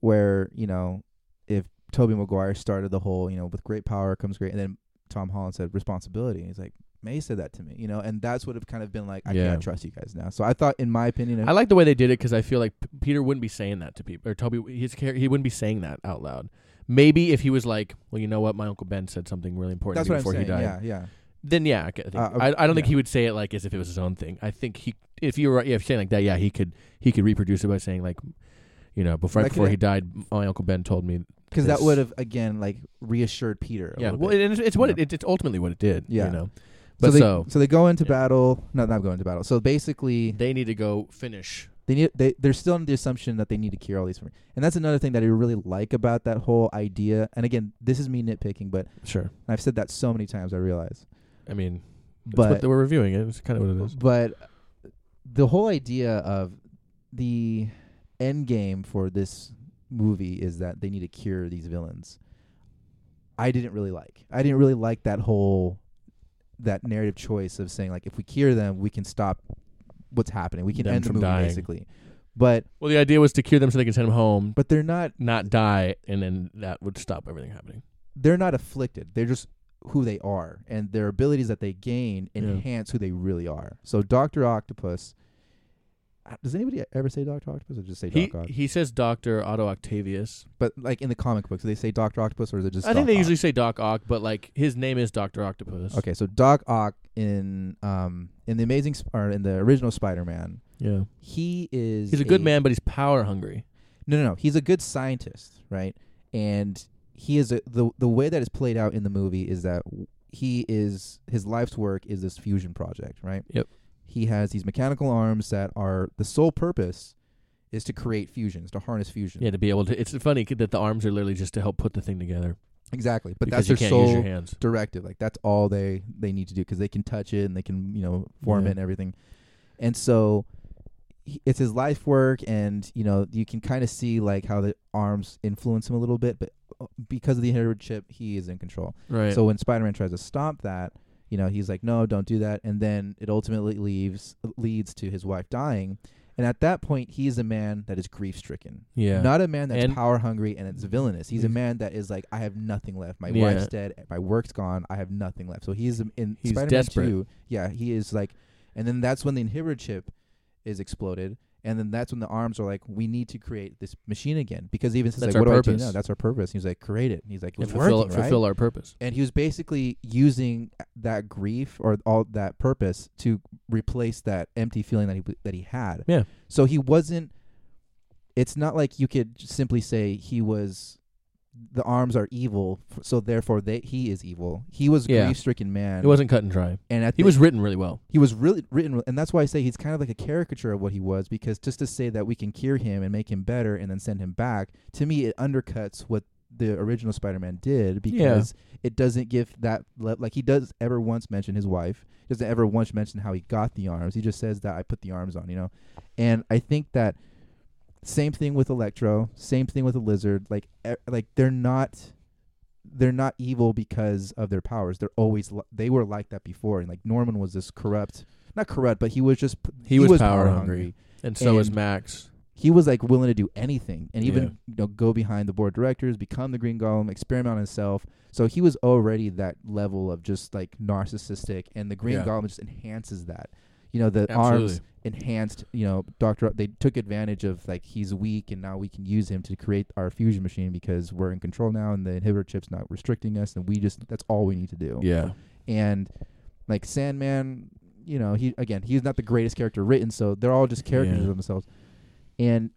where you know if Toby Maguire started the whole you know with great power comes great, and then Tom Holland said responsibility. And he's like. May said that to me, you know, and that's would have kind of been like, I Yeah. can't trust you guys now. So I thought, in my opinion, if- I like the way they did it because I feel like P- Peter wouldn't be saying that to people, or Toby, his char- he wouldn't be saying that out loud. Maybe if he was like, "Well, you know what, my uncle Ben said something really important that's to what me I'm before saying. he died," Yeah, yeah. then yeah, I, c- I think, Uh, I, I don't think yeah. he would say it like as if it was his own thing. I think he, if you were yeah, if you're saying like that, yeah, he could he could reproduce it by saying like, you know, before That right could- before he died, my uncle Ben told me. because that this." would have again like reassured Peter. A yeah, little well, bit. and it's, it's what Yeah. It, it's ultimately what it did. Yeah. you know, but they, so, so they go into Yeah. battle. No, not go into battle. So basically, they need to go finish. they need they they're still under the assumption that they need to cure all these. from- And that's another thing that I really like about that whole idea. And again, this is me nitpicking, but Sure, I've said that so many times. I realize, I mean, that's but what they were reviewing it. It's kind of what it is. but the whole idea of the end game for this movie is that they need to cure these villains. I didn't really like. I didn't really like that whole that narrative choice of saying like if we cure them, we can stop what's happening. We can Them end the from movie dying. basically. But Well, the idea was to cure them so they can send them home, but they're not not die, and then that would stop everything happening. they're not afflicted. They're just who they are, and their abilities that they gain Yeah. enhance who they really are. So Doctor Octopus. uh, Does anybody ever say Doctor Octopus, or just say He Doc Ock? he says Doctor Otto Octavius. But like in the comic books, do they say Doctor Octopus, or is it just? I think Doc they Ock? usually say Doc Ock, but like his name is Doctor Octopus. Okay, so Doc Ock in um in the Amazing Sp- or in the original Spider-Man, Yeah. he is He's a good man, but he's power hungry. No, no, no. He's a good scientist, right? And he is a, the the way that is played out in the movie is that w- he is his life's work is this fusion project, right? Yep. He has these mechanical arms that are the sole purpose is to create fusions, to harness fusion. Yeah, to be able to. It's funny that the arms are literally just to help put the thing together. Exactly. But because that's you their can't use your sole hands. directive. Like that's all they they need to do because they can touch it and they can you know form Yeah. it and everything. And so he- it's his life work, and you know you can kind of see like how the arms influence him a little bit, but uh, because of the inherited chip, he is in control. Right. So when Spider-Man tries to stop that, you know he's like, no, don't do that, and then it ultimately leaves leads to his wife dying. And at that point, he is a man that is grief stricken. yeah. Not a man that's And- power hungry and it's villainous. He's a He's- man that is like, I have nothing left. My Yeah. wife's dead. My work's gone. I have nothing left. So he's in He's Spider-Man desperate. 2. Yeah, he is like, and then that's when the inhibitor chip is exploded, and then that's when the arms are like, we need to create this machine again because even says That's like, what our do I do purpose. now? That's our purpose. And he's like, create it. And he's like, and it's fulfill working, right? fulfill our purpose. and he was basically using that grief or all that purpose to replace that empty feeling that he that he had. Yeah. So he wasn't. It's not like you could j- simply say he was. The arms are evil, f- so therefore they he is evil. He was Yeah. grief-stricken man. It wasn't cut and dry. and at He the- was written really well. he was really written, and that's why I say he's kind of like a caricature of what he was, because just to say that we can cure him and make him better and then send him back, to me, it undercuts what the original Spider-Man did because it doesn't give that le- like he does ever once mention his wife, doesn't ever once mention how he got the arms. He just says that I put the arms on, you know, and I think that same thing with Electro, same thing with the Lizard, like e- like they're not they're not evil because of their powers. They're always li- they were like that before, and like Norman was this corrupt, not corrupt, but he was just p- He was power hungry. And so is And- Max. He was like willing to do anything, and even Yeah. you know go behind the board of directors, become the Green Golem, experiment on himself. So he was already that level of just like narcissistic, and the Green Yeah. Golem just enhances that. You know the arms Absolutely. enhanced you know doctor they took advantage of like he's weak and now we can use him to create our fusion machine because we're in control now and the inhibitor chip's not restricting us and we just that's all we need to do Yeah. and like sandman you know he again he's not the greatest character written so they're all just characters Yeah. of themselves and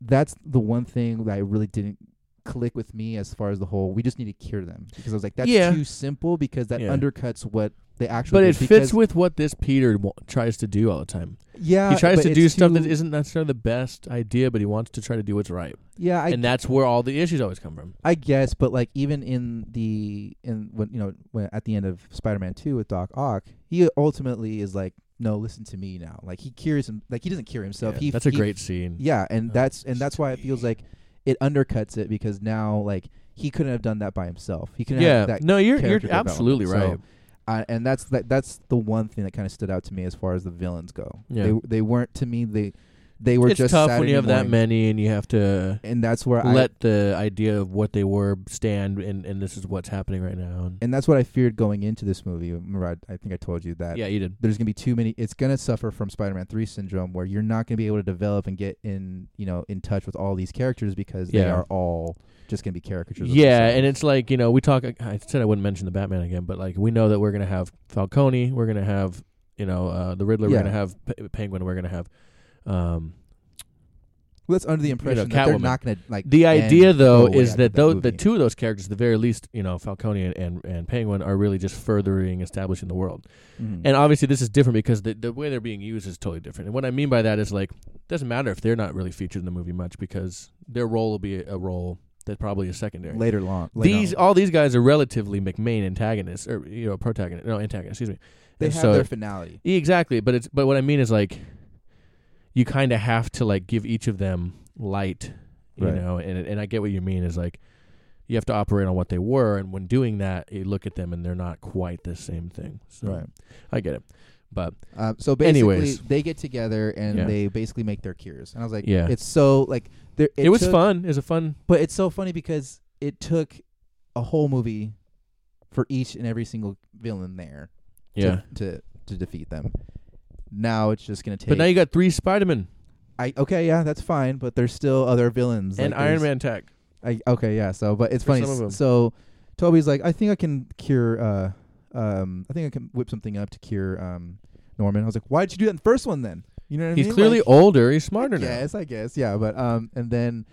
that's the one thing that I really didn't click with me as far as the whole we just need to cure them because I was like that's Yeah. too simple because that Yeah. undercuts what they actually But it fits did because- with what this Peter w- tries to do all the time. yeah he tries Uh, but to it's do stuff that too- isn't necessarily the best idea, but he wants to try to do what's right. yeah I and that's where all the issues always come from. I guess, but like even in the in when you know when at the end of Spider-Man Two with Doc Ock, he ultimately is like, no, listen to me now. Like he cures him, like he doesn't cure himself. Yeah, he that's a he- great scene. yeah, and Oh, that's and that's listen why to it feels me. like it undercuts it because now like he couldn't have done that by himself. He couldn't Yeah. have that, No, you're you're character development, absolutely right. so- uh, and that's that, that's the one thing that kind of stood out to me as far as the villains go. Yeah. They they weren't to me they they were it's just tough when Saturday you have that morning, many and you have to and that's where I let the idea of what they were stand and, and this is what's happening right now. And and that's what I feared going into this movie. Murad, I think I told you that. yeah, you did. there's gonna be too many. It's gonna suffer from Spider-Man Three syndrome, where you're not gonna be able to develop and get in, you know, in touch with all these characters because they Yeah. are all just gonna be caricatures. Yeah, of and it's like, you know, we talk I said I wouldn't mention the Batman again, but like we know that we're going to have Falcone, we're going to have, you know, uh, the Riddler, Yeah. we're going to have P- Penguin, we're going to have um, well, that's under the impression that they're Catwoman. not gonna like. The end idea, though, throwaway is after that that though the movie. two of those characters, at the very least, you know, Falcone and, and, and Penguin, are really just furthering establishing the world. Mhm. And obviously, this is different because the the way they're being used is totally different. And what I mean by that is like, doesn't matter if they're not really featured in the movie much because their role will be a role that probably is secondary. later on, later these on. all these guys are relatively McMain antagonists or you know protagonist no antagonist excuse me they and have so- their finality. Yeah, Exactly, but it's but what I mean is like you kind of have to like give each of them light, you Right. know, and and I get what you mean is like you have to operate on what they were and when doing that, you look at them and they're not quite the same thing. So I get it. But Um, so basically, Anyways. they get together and Yeah. they basically make their cures. And I was like, Yeah. it's so like there. it, was took- fun. It was a fun But it's so funny because it took a whole movie for each and every single villain there yeah. to, to to defeat them. Now it's just gonna take. But now you got three Spider-Man I okay, yeah, that's fine. But there's still other villains and like Iron there's- Man tech. I, okay, yeah. So, but it's For funny. some of 'em. So, Toby's like, I think I can cure. Uh, um, I think I can whip something up to cure um Norman. I was like, why did you do that in the first one then? You know what I mean? He's clearly Like, older, he's smarter I now. guess, I guess, yeah. But um, and then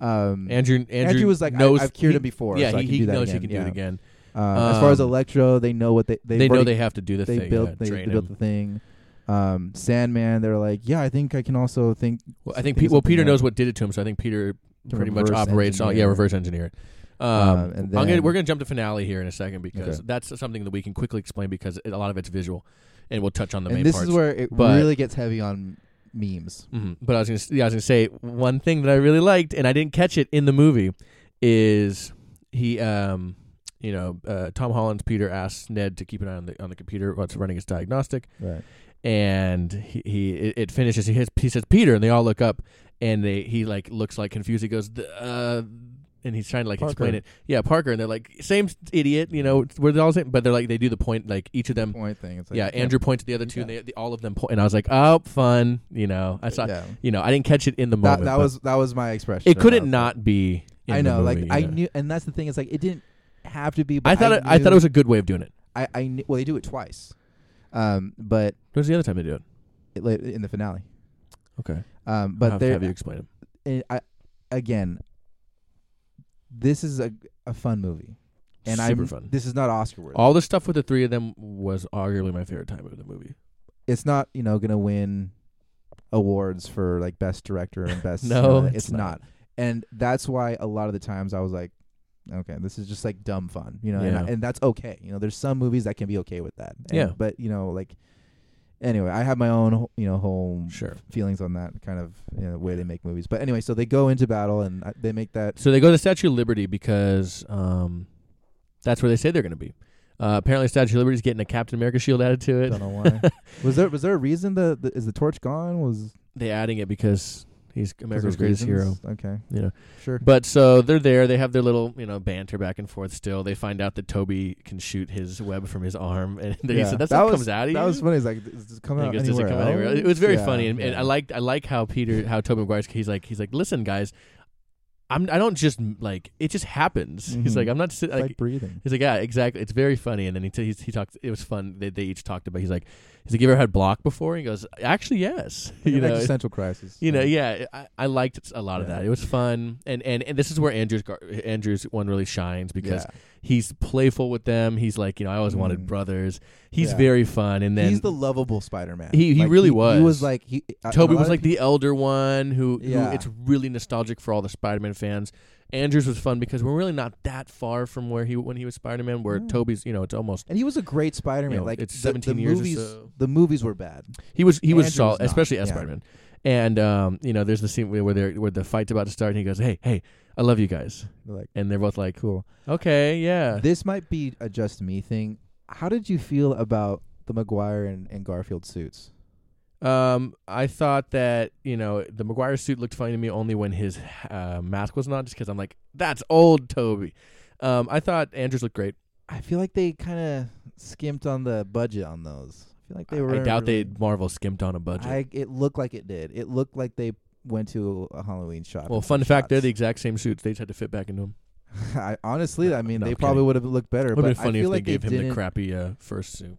um, Andrew, Andrew Andrew was like, I- knows I've cured he- him before, Yeah, so I he, can he do that knows again, he can do yeah. it again. um, as far as um, Electro, they know what they they've they know already they have to do the they thing. built yeah, they, train they built him. the thing. Um, Sandman, they're like, yeah, I think I can also think. Well, I think think Pe- well something Peter up. knows what did it to him, so I think Peter to pretty much reverse operates on yeah engineer. reverse engineer. it. Um, Um, and I'm gonna, then- we're going to jump to finale here in a second because Okay. that's something that we can quickly explain because it, a lot of it's visual, and we'll touch on the main and this parts. is where it But- really gets heavy on memes. Mhm. But I was going to yeah, I was going to say one thing that I really liked and I didn't catch it in the movie is he um you know uh, Tom Holland's Peter asks Ned to keep an eye on the on the computer while it's running its diagnostic Right. and he, he it, it finishes. He, hits, he says Peter, and they all look up, and they he like looks like confused. He goes, "The, uh, and he's trying to like explain Parker. it. Yeah, Parker, and they're like same s- idiot, you know, we're all same, but they're like they do the point like each of them. point thing. It's like, yeah, you can't- Andrew points at the other two, Yeah. and they, the- all of them point. And I was like, oh, fun, you know. I saw, Yeah. you know, I didn't catch it in the moment. That, that but was that was my expression. It I couldn't was not be. in Like, I the know, like movie, I yeah. knew, and that's the thing. It's like it didn't have to be. But I thought it, I thought it was a good way of doing it. A, I, I knew, well, they do it twice, um, but What was the other time they do it? it, like, in the finale. Okay, Um, I'll but have, to there, have you explain it. and I, again, this is a a fun movie, and Super I'm, fun. This is not Oscar worthy. All the stuff with the three of them was arguably my favorite time of the movie. it's not you know gonna win awards for like best director and best No, uh, it's, it's not. not. and that's why a lot of the times i was like okay this is just like dumb fun you know and, I- Yeah. and that's okay you know there's some movies that can be okay with that And- Yeah. but you know like anyway i have my own you know whole Sure. feelings on that kind of you know, way they make movies but anyway so they go into battle and uh, they make that So they go to the Statue of Liberty because um, that's where they say they're going to be. Uh, apparently, Statue of Liberty's getting a Captain America shield added to it. don't know why was there was there a reason the, the is the torch gone was 'cause They're adding it because he's America's of greatest hero. reasons? okay You know. sure But so they're there. They have their little you know banter back and forth. Still, they find out that Toby can shoot his web from his arm, and they Yeah. said that's That what was- comes out of That you?" was funny. It's like, does it come And out he goes, "Does it anywhere come out anywhere else?" else?" It was very Yeah, funny, and, and yeah. I liked I like how Peter, how Tobey Maguire's he's like he's like, listen, guys, I'm I don't just like it just happens. He's Mhm. like I'm not sit, It's like, like, breathing. He's like, yeah, exactly. It's very funny. And then he t- he's, he talked. It was fun. They, they each talked about. He's like, he's like, you ever had block before? He goes, actually, yes. you know, existential crisis. you know, yeah. I, I liked a lot of Yeah. that. It was fun. And and, and this is where Andrew's gar- Andrew's one really shines because he's playful with them. He's like, you know, I always wanted Mm. brothers. He's Yeah. very fun. And then he's the lovable Spider-Man. He- he really He was. was like he. I- Toby a lot was of like the elder one who, Yeah. who it's really nostalgic for all the Spider-Man fans. Andrews was fun because we're really not that far from where he when he was Spider-Man where No. Toby's, you know, it's almost people- and he was a great Spider-Man. you know, like it's the- 17 the years or Movies, so. The movies were bad. He was he was Andrew solid, was not. especially as Yeah. Spider Man. And um, you know, there's the scene where they're, where the fight's about to start, and he goes, "Hey, hey, I love you guys," They're Like and they're both like, cool. "Okay, yeah." This might be a just me thing. How did you feel about the McGuire and, and Garfield suits? Um, I thought that you know the McGuire suit looked funny to me only when his uh, mask was not, just because I'm like, "That's old Toby." Um, I thought Andrews looked great. I feel like they kind of skimped on the budget on those. I feel like I, they were. I doubt they Marvel skimped on a budget. I, it looked like it did. It looked like they went to a Halloween shop. well, and fun took fact, they're shots. the exact same suits. They just had to fit back into them. I, honestly, I mean, No, they I'm probably kidding. would have looked better. Would but have been funny I if feel they like gave him didn't- the crappy uh, first suit.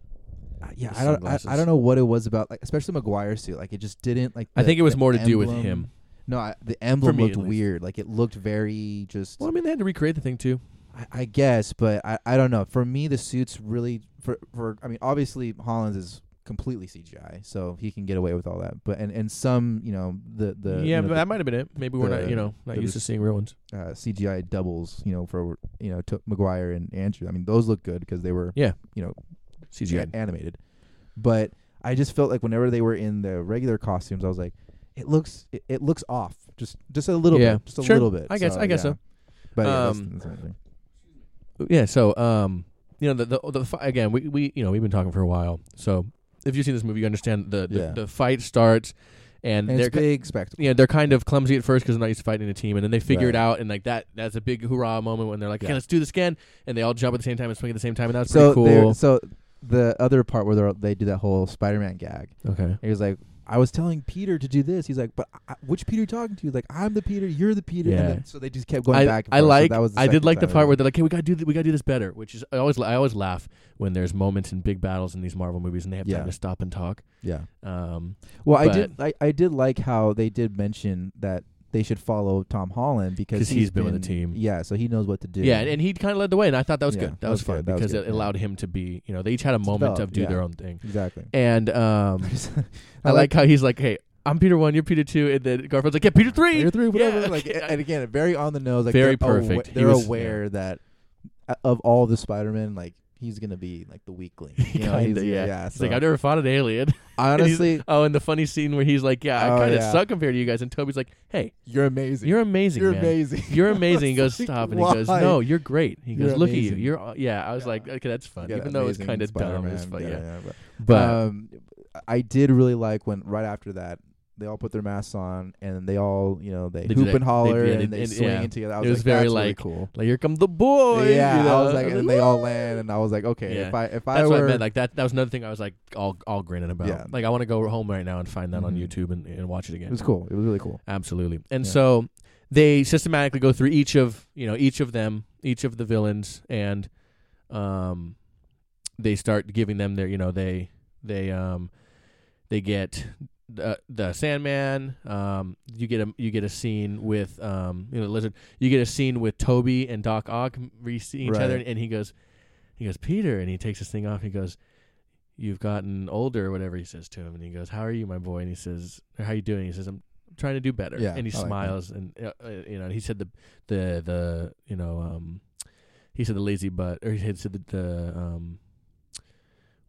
I- Yeah, the I don't. I, I sunglasses. don't know what it was about. Like, especially McGuire's suit. Like, it just didn't. Like, I the- think it was the more to do with emblem- him. No, I, the emblem me, looked at least. weird. Like, it looked very just. Well, I mean, they had to recreate the thing too. I, I guess, but I, I don't know. For me, the suits really for for I mean, obviously Hollins is completely CGI, so he can get away with all that. But and and some, you know, the the yeah, you know, but the- that might have been it. Maybe we're not, the- you know, not the used to res- seeing real ones. uh, CGI doubles, you know, for you know, to McGuire and Andrew. I mean, those look good because they were CGI. a- animated. But I just felt like whenever they were in the regular costumes, I was like, it looks it, it looks off just just a little Yeah. bit, just a Sure. little bit. I guess- I guess yeah. so. But yeah, that's- Um, that's another thing. Yeah. So, um, you know, the the, the fi- again, we, we you know we've been talking for a while. So if you've seen this movie, you understand the the, Yeah. the fight starts, and, and they're it's ki- big spectacle. yeah they're kind of clumsy at first because they're not used to fighting in a team, and then they figure it Right. out, and like that that's a big hoorah moment when they're like, okay, Yeah. let's do this again, and they all jump at the same time and swing at the same time, and that's So pretty they're- cool. so the other part where they're, they do that whole Spider-Man gag, Okay. he was like. I was telling Peter to do this. He's like, "But I, which Peter are you talking to?" He's like, "I'm the Peter. You're the Peter." Yeah. And then, so they just kept going I, back. And I forth. So like. that was the I did second like the time part it where was- they're like, "Hey, we gotta do. Th- we gotta do this better." Which is I always. I always laugh when there's moments in big battles in these Marvel movies and they have Yeah. time to stop and talk. yeah. Um, Well, I But- did. I, I did like how they did mention that they should follow Tom Holland because 'Cause he's been with the team. Yeah, so he knows what to do. yeah, and, and he kind of led the way, and I thought that was Yeah, good. That, was, fun good, that was because good, it yeah. allowed him to be. You know, they each had a moment develop, to do their yeah. own thing. exactly. And um, I, I like how he's like, "Hey, I'm Peter one, you're Peter two, and then Garfield's like, "Yeah, Peter three. Tier three, whatever. Yeah, Like, okay. and again, very on the nose. Like, Very they're awa- perfect. He they're was- aware that uh, of all the Spider-Man, like he's gonna be like the weakling. You know, Kinda, he's, yeah. yeah He's so like, "I've never fought an alien." And he's- honestly, oh, and the funny scene where he's like, "Yeah, I Oh, kind of yeah. suck compared to you guys," and Toby's like, "Hey, you're amazing. you're amazing, You're man. amazing. You're amazing. He I goes, was like, stop. And he goes, "Why?" no, you're great. He goes, You're look at amazing. you. You're, aw- yeah. I was Yeah. like, okay, that's fun. Yeah, Even though it's amazing kind of dumb. It's Spider-Man, fun, yeah. yeah, yeah, but- But um, I did really like when right after that They all put their masks on, and they all, you know, they, They do hoop that- and holler, they- yeah, and they- they, and- swing yeah. in together. I It was, was like, very, That's really like, cool. Like here come the boys. yeah, you know? I was like, and then they all land, and I was like, okay, Yeah. if I if I That's were, what I meant. Like that. That was another thing I was like all all grinning about. Yeah. Like I want to go home right now and find that on Mhm. YouTube and, and watch it again. it was cool. It was really cool. Absolutely. And Yeah. so they systematically go through each of you know each of them, each of the villains, and um, they start giving them their you know they they um they get the the Sandman. Um, you get a you get a scene with um you know the lizard. You get a scene with Toby and Doc Ock re seeing each other, Right. and he goes, he goes Peter, and he takes his thing off. He goes. You've gotten older, or whatever he says to him, and he goes, "How are you, my boy?" And he says, "How are you doing?" He says, "I'm trying to do better." Yeah, and he I like that. smiles, and uh, uh, you know, he said the the the you know um, he said the lazy butt, or he had said the, the um,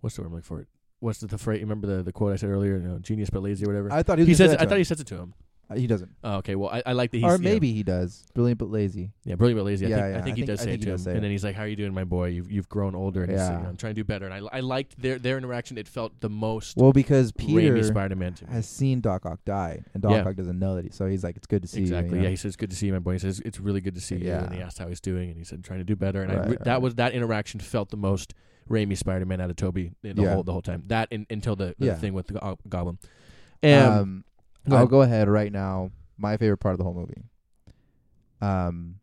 what's the word I'm looking for? What's the, the phrase? Remember the, the quote I said earlier? You know, genius but lazy or whatever. I thought he was he says. gonna say I that to thought he says it to him. him. he doesn't, Oh, okay. Well, I, I like that he's or yeah. maybe he does. Brilliant but lazy. yeah, brilliant but lazy. I Yeah, think, yeah, I think I he think- does I say it think he to him. does say And it. then he's like, "How are you doing, my boy? You've you've grown older, and he's, you Yeah. know, I'm trying to do better." And I I liked their their interaction. It felt the most Well, because Raimi Peter Spider-Man to me. has seen Doc Ock die, and Doc Yeah. Ock doesn't know that. He, so he's like, it's good to see exactly. you. you Yeah, know? he says, "Good to see you, my boy." He says, "It's really good to see you." And he Yeah. asked how he's doing, and he said, "Trying to do better." And I Right, re- that right. was that interaction felt the most Raimi Spider-Man out of Toby the Yeah. whole the whole time. That and, until the, the Yeah. thing with the go- Goblin. And um, go I'll ahead. go ahead right now. My favorite part of the whole movie. Um,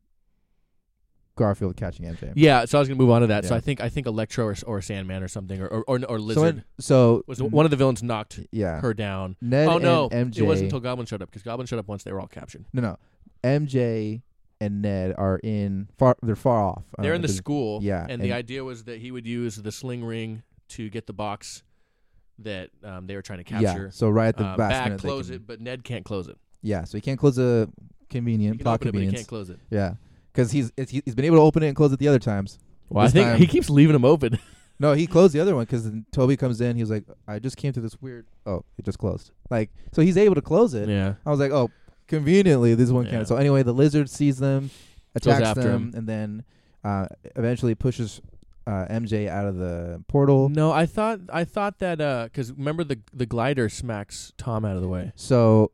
Garfield catching MJ. yeah, so I was gonna move on to that. So Yeah. I think I think Electro or, or Sandman or something or or, or, or So, Lizard when- so was one of the villains knocked yeah. her down. Ned oh no, and MJ. it wasn't until Goblin showed up because Goblin showed up once they were all captured. no no. MJ and Ned are in far. They're far off. Uh, I They're don't in the know if it's- school. Um, yeah, And, the and- idea was that he would use the sling ring to get the box that um, they were trying to capture. Yeah. So right at the uh, last back, minute they close can- it, but Ned can't close it. Yeah. So he can't close a He convenient can plot open it, but he convenience. can't close it. yeah. Because he's it's- he's been able to open it and close it the other times. Well, This I think time- he keeps leaving him open. No, he closed the other one because Toby comes in. He's like, I just came to this weird. Oh, it just closed. Like, so he's able to close it. yeah. I was like, oh, conveniently, this one Yeah. can. So anyway, the lizard sees them, attacks after them, him. and then uh, eventually pushes uh, MJ out of the portal. No, I thought I thought that because remember the the glider smacks Tom out of the way. So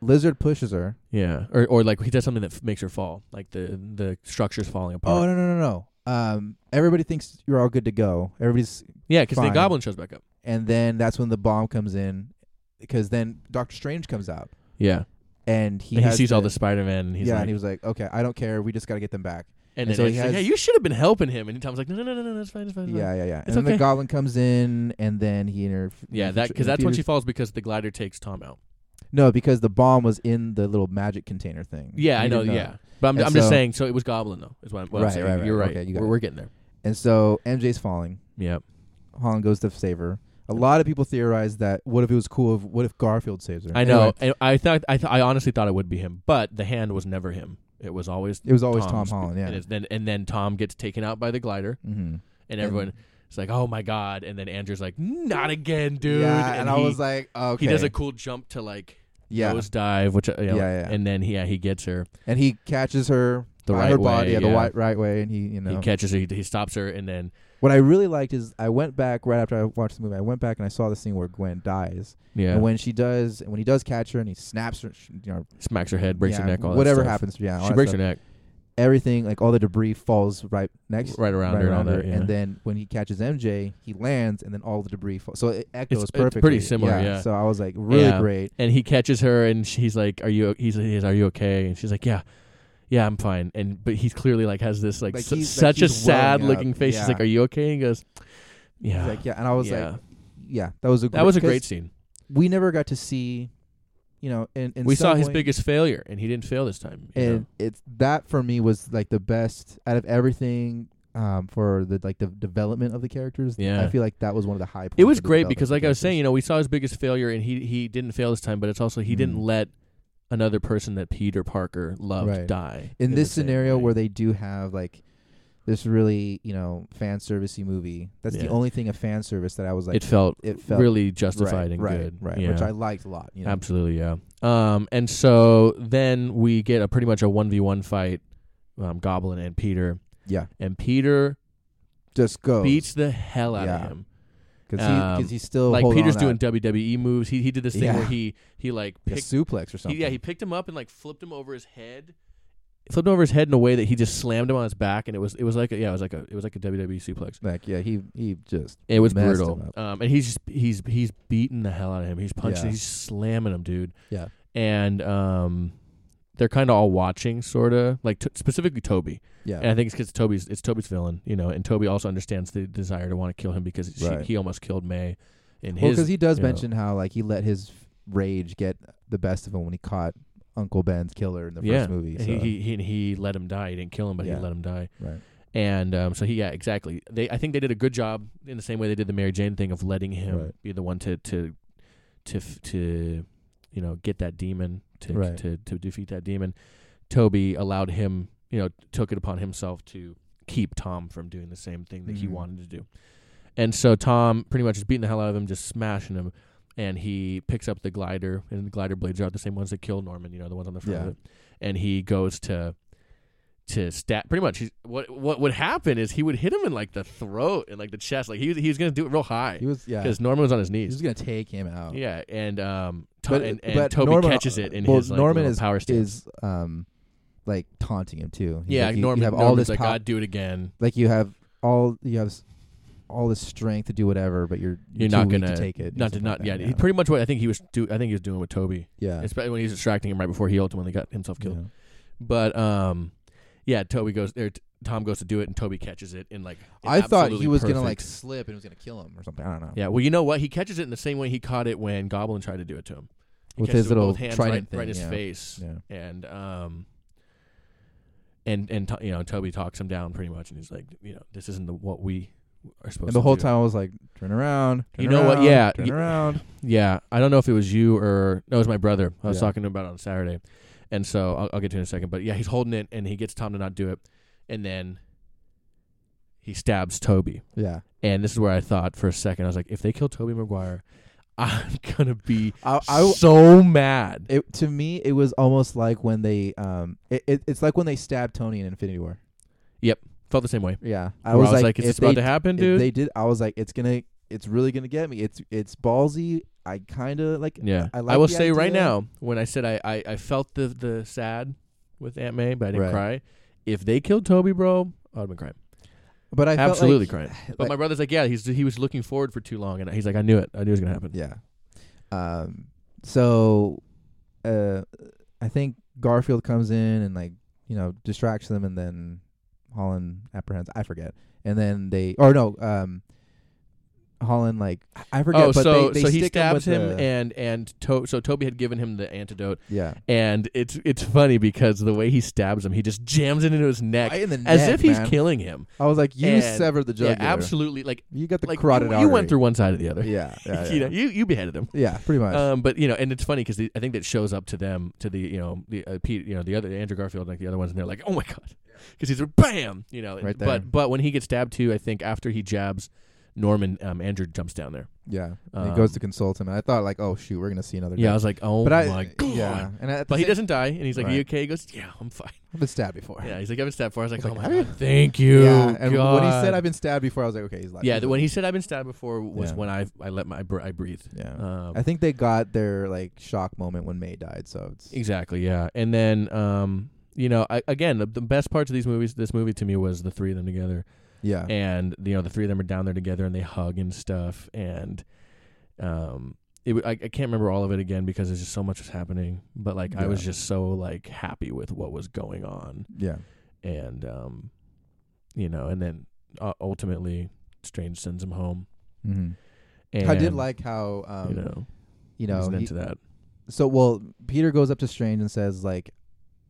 lizard pushes her. Yeah, or or like he does something that f- makes her fall, like the the structure's falling Oh apart. no no no no! Um, everybody thinks you're all good to go. Everybody's, yeah, because the Oh, fine. goblin shows back up. and then that's when the bomb comes in, because then Doctor Strange comes out Yeah, and he and he has sees all to- the Spider Man, and he's yeah, like, and he was like, "Okay, I don't care. We just got to get them back." and and then so Ed's he like, has- hey, you should have been helping him. And Tom's like, no, no, no, no, no, that's fine, it's fine. it's fine." Yeah, yeah, yeah. It's and then okay. the goblin comes in, and then he interf- yeah, interfe- that because that's when she interferes- falls because the glider takes Tom out. No, because the bomb was in the little magic container thing. Yeah, I You know. didn't Yeah, but I'm, And I'm just so- saying. So it was Goblin though. Is what I'm, what I'm Right, saying. right, right. You're right. Okay, you got we're, it. we're getting there. And so MJ's falling. Yeah. Holland goes to save her. A lot of people theorize that what if it was cool if what if Garfield saves her? I know. Anyway, and I thought I, th- I honestly thought it would be him, but the hand was never him. It was always it was always Tom's- Tom Holland. and Yeah. it's then and then Tom gets taken out by the glider, Mm-hmm. and And- everyone it's like, "Oh my god!" And then Andrew's like, "Not again, dude!" yeah, and, I he, was like, okay. he does a cool jump to like yeah, nose dive, which you know, Yeah, yeah. and then he, yeah, he gets her. and he catches her The by right her body way, yeah, yeah. the right, right way, and he you know He catches her. He, he stops her, and then what I really liked is I went back right after I watched the movie. I went back and I saw the scene where Gwen dies, yeah, and when she does, when he does catch her and he snaps her, sh- you know, smacks her head, breaks yeah, her neck, all that whatever stuff. happens, yeah, all She that breaks stuff. her neck everything, like all the debris falls right next right around right her, around and all her, that. yeah. and then when he catches MJ, he lands, and then all the debris falls. So it echoes it's pretty perfectly. similar, yeah. So I was like, really Yeah. great. and he catches her and she's like are you he's, he's are you okay and she's like yeah yeah i'm fine and but he's clearly like has this like, Like, su- he's- like, such a he's welling sad up. looking face she's like Yeah. are you okay and he goes yeah He's like, yeah, and I was yeah. like, yeah, that was a that was a 'cause great scene We never got to see, you know, in, in we saw some his way- biggest failure and he didn't fail this time you know? and it's that for me was like the best out of everything. Um, for the like the development of the characters, Yeah. I feel like that was one of the high. Points it was great because like i was saying you know we saw his biggest failure and he he didn't fail this time but it's also he didn't Mm. let another person that peter parker loved Right. die in, this the same scenario way. where they do have like this really you know fan servicey movie. That's the Yeah. only thing of fan service that I was like it felt it felt really right, justified and right, good right, yeah. which I liked a lot. You know? Absolutely, yeah. Um, and so then we get a pretty much a one v one fight, um, Goblin and Peter, Yeah, and Peter just go beats the hell out Yeah. of him, because Um, he's still like holding Peter's on doing out. WWE moves. He he did this thing where Yeah. he he like Like a picked, suplex or he, something. yeah he picked him up and like flipped him over his head, flipped him over his head in a way that he just slammed him on his back, and it was it was like a, yeah it was like a it was like a WWE suplex. like yeah, he he just It was Messed him brutal. up. Um, and he's just he's he's beating the hell out of him. He's punching. Yeah. He's slamming him, dude. Yeah. And um, they're kind of all watching, sort of like t- specifically Toby. yeah. And I think it's because Toby's it's Toby's villain, you know. And Toby also understands the desire to want to kill him because she, Right. he almost killed May. In well, his because he does you know. mention how like he let his rage get the best of him when he caught Uncle Ben's killer in the yeah, first movie. And So. he, he he and he let him die. He didn't kill him, but Yeah. he let him die. right. And um, so he yeah exactly. They I think they did a good job in the same way they did the Mary Jane thing of letting him Right. be the one to to to f- to you know get that demon to Right. to to defeat that demon. Toby allowed him you know took it upon himself to keep Tom from doing the same thing that he Mhm. wanted to do. And so Tom pretty much is beating the hell out of him, just smashing him. And he picks up the glider, and the glider blades are the same ones that kill Norman, you know, the ones on the front of Yeah. it. And he goes to to stat. Pretty much, he's, what what would happen is he would hit him in like the throat and like the chest, like he was, he was gonna do it real high He was yeah. because Norman was on his He's knees. just gonna take him out. eh, Yeah, and um, to- But- and, and but Toby Norman- catches it in well, his like, Norman little is- power stance. Is um like taunting him too. He's yeah, like, you, Norman. You have all Norman's this like, pow- God, do it again. like you have all you have s- all this strength to do whatever, but you're You're too not weak gonna- to take it. or Not to something not like yeah. that. He, pretty much what I think he was do. I think he was doing with Toby. yeah. especially when he's distracting him right before he ultimately got himself killed. Yeah. But um, yeah, Toby goes there. Tom goes to do it, and Toby catches it and like. it's I thought absolutely he was perfect. gonna like slip and it was gonna kill him or something. I don't know. Yeah, well, you know what? He catches it in the same way he caught it when Goblin tried to do it to him. He With catches his it little both hands trident right, thing, right in his yeah. face, Yeah. and um. And and to- you know Toby talks him down pretty much, and he's like, you know, this isn't the, what we are supposed. And the to whole do. time I was like, turn around. Turn You know what? around, Yeah, Turn y- around. Yeah, I don't know if it was you or no, it was my brother. I was Yeah. talking to him about it on Saturday, and so I'll, I'll get to it in a second. But yeah, he's holding it, and he gets Tom to not do it, and then he stabs Toby. Yeah. And this is where I thought for a second, I was like, if they kill Toby Maguire, I'm gonna be I, I, so mad. it, to me, it was almost like when they, um, it, it, it's like when they stabbed Tony in Infinity War. Felt the same way. Yeah, I Where was, like, is if this about they, to happen, if dude? they did, I was like, it's gonna, it's really gonna get me. It's, it's ballsy. I kind of like. yeah, I like will the say right idea. now, when I said I, I, I felt the the sad with Aunt May, but I didn't Right. cry. If they killed Toby, bro, I'd have been crying. But I felt Absolutely like, crying. But like- my brother's like, yeah, he's he was looking forward for too long, and he's like, I knew it, I knew it was gonna happen. Yeah. Um. So, uh, I think Garfield comes in and like you know distracts them, and then Holland apprehends. I forget, and then they or no, um, Holland like I- I forget. oh, but so they, they so he stick stabs him, him, with the- and and to- so Toby had given him the antidote, yeah, and it's it's funny because the way he stabs him, he just jams it into his neck Right in the as neck, if he's man. killing him. I was like, you and- severed the Yeah, jugular. absolutely. Like You got the like you, carotid you artery. went through one side or the other. Yeah, yeah, yeah. you know, you you beheaded him. yeah, pretty much. Um, but you know, and it's funny because I think that shows up to them to the you know the uh, Pete, you know the other Andrew Garfield like the other ones, and they're like, oh my god, because he's like, bam, you know. Right there. But but when he gets stabbed too, I think after he jabs Norman, um, Andrew jumps down there. yeah, and he goes um, to consult him, and I thought like, oh shoot, we're gonna see another. Yeah, I guy. was like, oh but I uh, my god. yeah, and I, But he doesn't die, and he's like, "Are "You Right. okay?" He goes, "Yeah, I'm fine." I've been stabbed before. Yeah, he's like, "I've been stabbed before." I was like, was "Oh like, my "How god, thank you." yeah, and when he said Oh, God." I've been stabbed before, I was like, okay, he's like, yeah, the- when he said I've been stabbed before was Yeah. when I I let my br- I breathe. yeah, Um, I think they got their like shock moment when May died. So it's Exactly. Yeah. And then, um, you know, I, again, the, the best parts of these movies, this movie to me was the three of them together, yeah, and you know, the three of them are down there together and they hug and stuff, and um, it w- I, I can't remember all of it again because there's just so much was happening, but like I Yeah. was just so like happy with what was going on, yeah, and um, you know, and then uh, ultimately, Strange sends him home. mm-hmm. And, I did like how um, you know, he you know was he- into that. so well. Peter goes up to Strange and says like,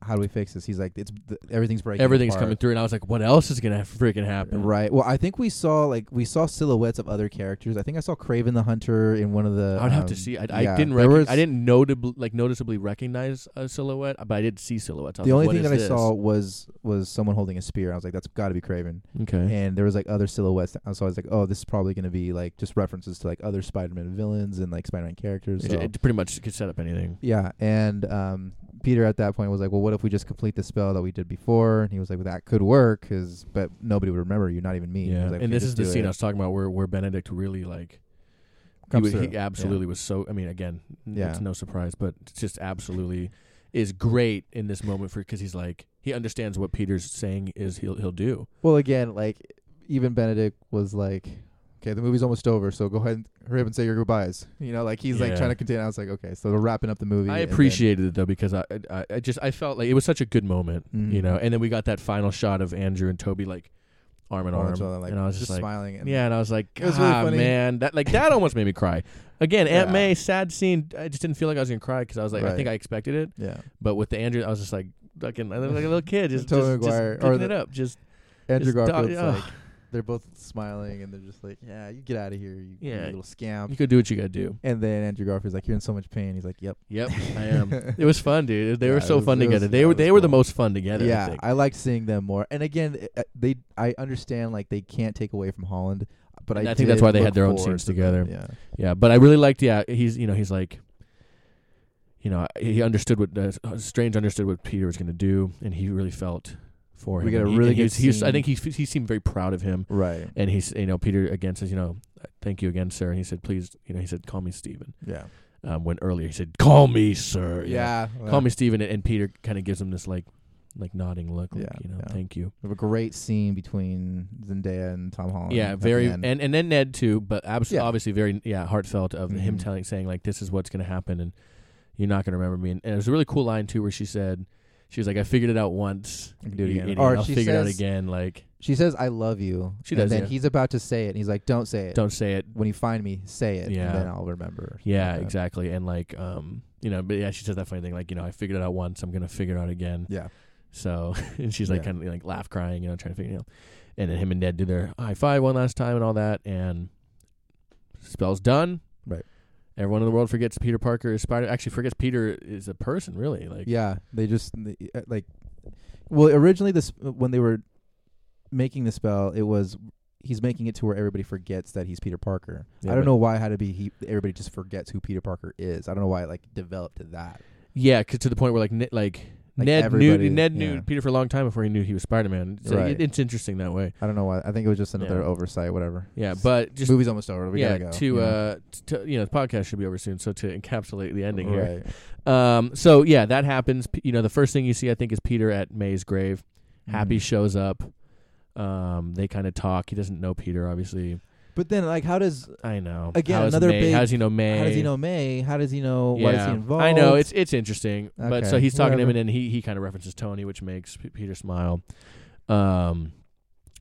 "How do we fix this?" He's like, "It's th- everything's breaking. Everything's apart." coming through, and I was like, what else is gonna freaking happen? Right. Well, I think we saw like we saw silhouettes of other characters. I think I saw Craven the Hunter in one of the. I'd have to um, see. I, I yeah, didn't. there Rec- was- I didn't notably, like noticeably recognize a silhouette, but I did see silhouettes. I was The like, only "What thing is that I this?" saw was was someone holding a spear. I was like, "That's got to be Craven." Okay. and there was like other silhouettes. that- So I was like, oh, this is probably going to be like just references to like other Spider-Man villains and like Spider-Man characters. It, So. it pretty much could set up anything. yeah, and um, Peter at that point was like, well, what if we just complete the spell that we did before? And he was like, well, that could work, 'cause- but nobody would remember you, not even me. He Yeah. was like, and "Okay, this just is the do scene it." I was talking about where where Benedict really like You Comes would- through, he yeah. absolutely was so. I mean, again, n- Yeah. it's no surprise, but it's just absolutely is great in this moment for because he's like he understands what Peter's saying is he'll he'll do. Well, again, like even Benedict was like, "Okay, the movie's almost over, so go ahead and hurry up and say your goodbyes." You know, like he's like Yeah. trying to contain. I was like, "Okay, so they're wrapping up the movie." I and then- appreciated it though because I, I I just I felt like it was such a good moment, Mhm. you know. And then we got that final shot of Andrew and Toby like arm in Oh, arm, that's all I like. and I was just, just like, smiling. And yeah, and I was like, It was really God, funny." man, that like that almost made me cry. Again, Aunt Yeah. May, sad scene. I just didn't feel like I was gonna cry because I was like, I Right. think I expected it, yeah. but with the Andrew, I was just like, fucking, I look like a little kid, just, Tobey just, just Maguire, or picking the- it up, just Andrew just dog- Garfield's ugh. like, they're both smiling and they're just like, "Yeah, you get out of here, you, you Yeah. little scamp." you could do what you gotta do. And then Andrew Garfield's like, "You're in so much pain." He's like, "Yep." Yep, I am. it was fun, dude. They Yeah, were it so was- fun it together. was- they it were was they were the cool. most fun together. I yeah, think. I, liked seeing them more. And again, uh, they I understand like they can't take away from Holland, but And I, I think that's why did they had look their own forward scenes to them. together. Yeah. Yeah, but I really liked. Yeah, he's you know he's like, you know he understood what uh, Strange understood what Peter was going to do, and he really felt for him. We got a And he- really and he good was- he was- I scene. think he f- he seemed very proud of him, Right. and he's you know Peter again says you know thank you again sir, and he said please you know he said call me Stephen. Yeah. Um, when earlier he said call me sir. you know. Yeah. call me Stephen, and, and Peter kind of gives him this like like nodding look, like, Yeah, you know yeah. thank you. We have a great scene between Zendaya and Tom Holland. Yeah, at the very, end. and and then Ned too, but abs- Yeah. obviously very, yeah, heartfelt of him Mhm. telling, saying like, "This is what's going to happen, and you're not going to remember me." And, and it was a really cool line too, where she said, "She was like, I figured it out once, I can do it you again." idiot. Or I'll she figure it out says- again. Like, she says, "I love you." She and does, Then yeah. he's about to say it, and he's like, "Don't say it. don't say it." When you find me, say it. Yeah. And then I'll remember. Yeah, Okay. exactly. And like, um, you know, but yeah, she says that funny thing, like, you know, I figured it out once, I'm going to figure it out again. Yeah. So, and she's like Yeah. kind of like laugh crying, you know, trying to figure it out. And then him and Ned do their high five one last time and all that, and spell's done. Right. Everyone in the world forgets Peter Parker is Spider. Actually, forgets Peter is a person, really. Like, Yeah, they just they, uh, like. Well, originally this uh, when they were making the spell, it was he's making it to where everybody forgets that he's Peter Parker. Yeah, I don't but- know why it had to be he. Everybody just forgets who Peter Parker is. I don't know why it like developed to that. yeah, 'cause to the point where like Ned, like, Like Ned knew everybody- Ned yeah. knew Peter for a long time before he knew he was Spider Man. So Right. it, it's interesting that way. I don't know why. I think it was just another Yeah. oversight, whatever. Yeah, S- but just movie's almost over. We yeah gotta go. to you know? uh to, you know the podcast should be over soon. So to encapsulate the ending here, Right. Um, so yeah, that happens. P- You know, the first thing you see, I think, is Peter at May's grave. Happy Mhm. shows up. Um, they kind of talk. He doesn't know Peter, obviously. But then, like, how does I know. Again, how is another May, big- How does he know May? how does he know May? How does he know? Why is he Yeah. involved? I know it's it's interesting. But so Okay, he's talking to him, whatever. and then he he kind of references Tony, which makes P- Peter smile. Um,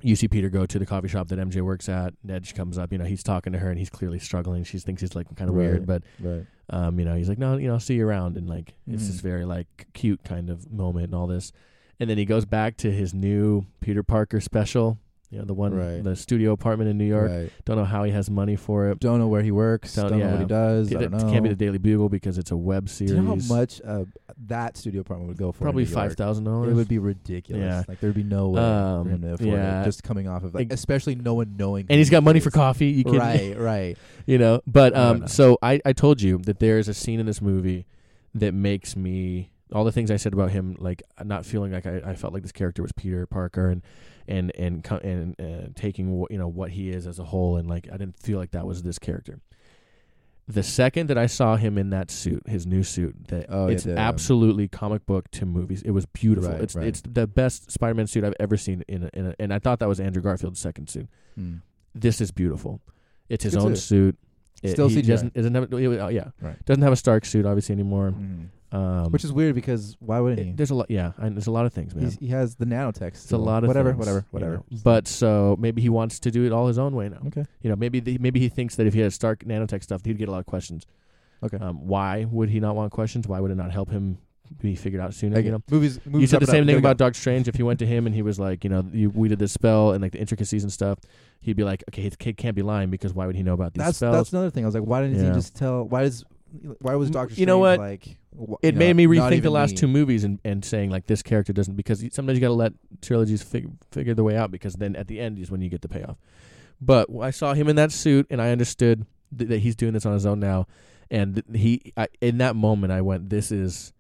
you see Peter go to the coffee shop that MJ works at. Ned comes up. You know, he's talking to her, and he's clearly struggling. She thinks he's like kind of weird, Right. but right. um, you know, he's like, no, you know, I'll see you around, and like, it's this Mhm. very like c- cute kind of moment and all this, and then he goes back to his new Peter Parker special, you know, the one, Right. the studio apartment in New York. Right. Don't know how he has money for it. Don't know where he works. Don't- Don't, know yeah. what he does. I it don't know. can't be the Daily Bugle because it's a web Do series. you know how much uh, that studio apartment would go for? in Probably New York? five thousand It dollars. would be ridiculous. Yeah. Like there'd be no way Um, for him to afford yeah. it. Just coming off of like, Ex- especially no one knowing. And who he's got he money for is. coffee. You can, Right, right. you know. But I don't um, know. so I I told you that there is a scene in this movie that makes me all the things I said about him, like not feeling like I, I felt like this character was Peter Parker and and and co- and uh, taking wh- you know what he is as a whole, and like I didn't feel like that was this character. The second that I saw him in that suit, his new suit, that Oh, yeah, it's the- absolutely comic book to movies. It was beautiful. Right, it's right. it's the best Spider-Man suit I've ever seen in a, in a, and I thought that was Andrew Garfield's second suit Mm. this is beautiful. It's his Good own suit. It, Still he CGI. doesn't doesn't have it- uh, yeah Right. doesn't have a Stark suit obviously anymore. Mm. Um, Which is weird because why it- wouldn't he? there's a lot yeah and there's a lot of things man. He's, he has the nanotech. it's a lot of whatever, things, whatever, you whatever. Mm-hmm. know. But so maybe he wants to do it all his own way now. Okay. You know maybe the, maybe he thinks that if he had Stark nanotech stuff he'd get a lot of questions. Okay. Um, why would he not want questions? Why would it not help him be figured out sooner? Okay. You know. movies, movies. You said the wrap it up. same thing Gotta go. about Doctor Strange. If you went to him and he was like, you know, you, we did this spell and like the intricacies and stuff, he'd be like, okay, this kid can't be lying because why would he know about these That's spells? that's another thing. I was like, why didn't Yeah. he just tell? Why does? Why was M- Doctor? you know Strange, what? Like wh- it you made know, me not rethink the even last me? two movies and, and saying like this character doesn't because you- sometimes you got to let trilogies fig- figure their way out because then at the end is when you get the payoff. But I saw him in that suit and I understood th- that he's doing this on his own now, and th- he I, in that moment I went this is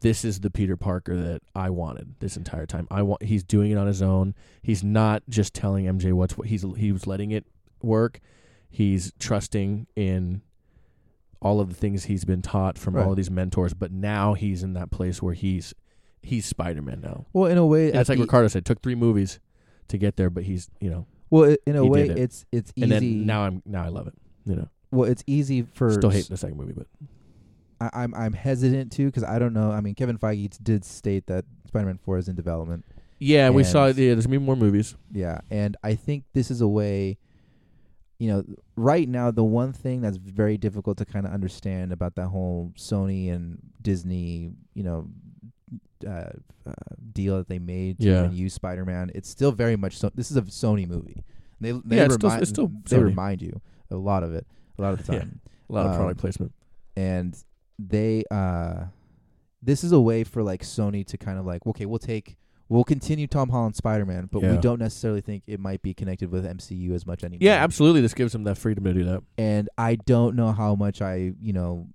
this is the Peter Parker that I wanted this entire time. I want he's doing it on his own. He's not just telling MJ what's what he's he was letting it work. He's trusting in all of the things he's been taught from all Right. of these mentors, but now he's in that place where he's he's Spider Man now. Well, in a way, e, And it's at like the- Ricardo said, took three movies to get there, but he's you know, Well, i- in a he way, did it. it's it's easy. and then now I'm now I love it. You know, well, it's easy for still hate the second movie, but I, I'm I'm hesitant too because I don't know. I mean, Kevin Feige t- did state that Spider-Man Four is in development. yeah, we saw. And- Yeah, there's gonna be more movies. Yeah, and I think this is a way. You know, right now the one thing that's very difficult to kind of understand about that whole Sony and Disney, you know, uh, uh, deal that they made to Yeah. even use Spider-Man, it's still very much so. This is a Sony movie. They they Yeah, remind it's still- it's still they Sony. remind you a lot of it, a lot of the Yeah. time. A lot of Um, product placement. and they uh this is a way for like Sony to kind of like okay, we'll take we'll continue Tom Holland Spider-Man, but we Yeah. don't necessarily think it might be connected with MCU as much anymore. Yeah, absolutely. This gives him that freedom to do that. And I don't know how much I, you know,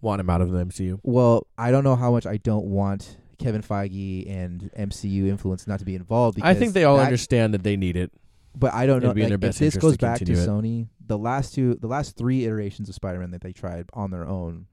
Want him out of the MCU. well, I don't know how much I don't want Kevin Feige and MCU influence not to be involved because I think they all that- understand that they need it. but I don't know It'd be in like, their if best this interest goes to back to continue it. Sony, the last two the last 3 iterations of Spider-Man that they tried on their own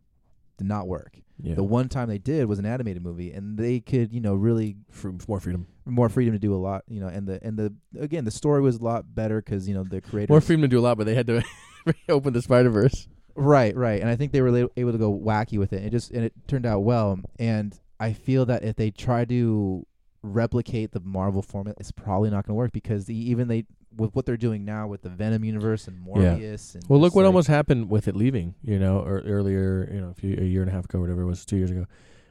did not work. Yeah, The one time they did was an animated movie, and they could, you know, really Fr- more freedom. more freedom to do a lot, you know. And the and the again, the story was a lot better because you know the creators. More freedom to do a lot, but they had to reopen the Spider Verse. right, right. And I think they were la- able to go wacky with it. It just and it turned out well. And I feel that if they try to replicate the Marvel formula, it's probably not going to work because the, even they with what they're doing now with the Venom universe and Yeah. Morbius. And Well, look just what like- almost happened with it leaving. You know, or earlier, you know, a, few, a year and a half ago, whatever it was, two years ago.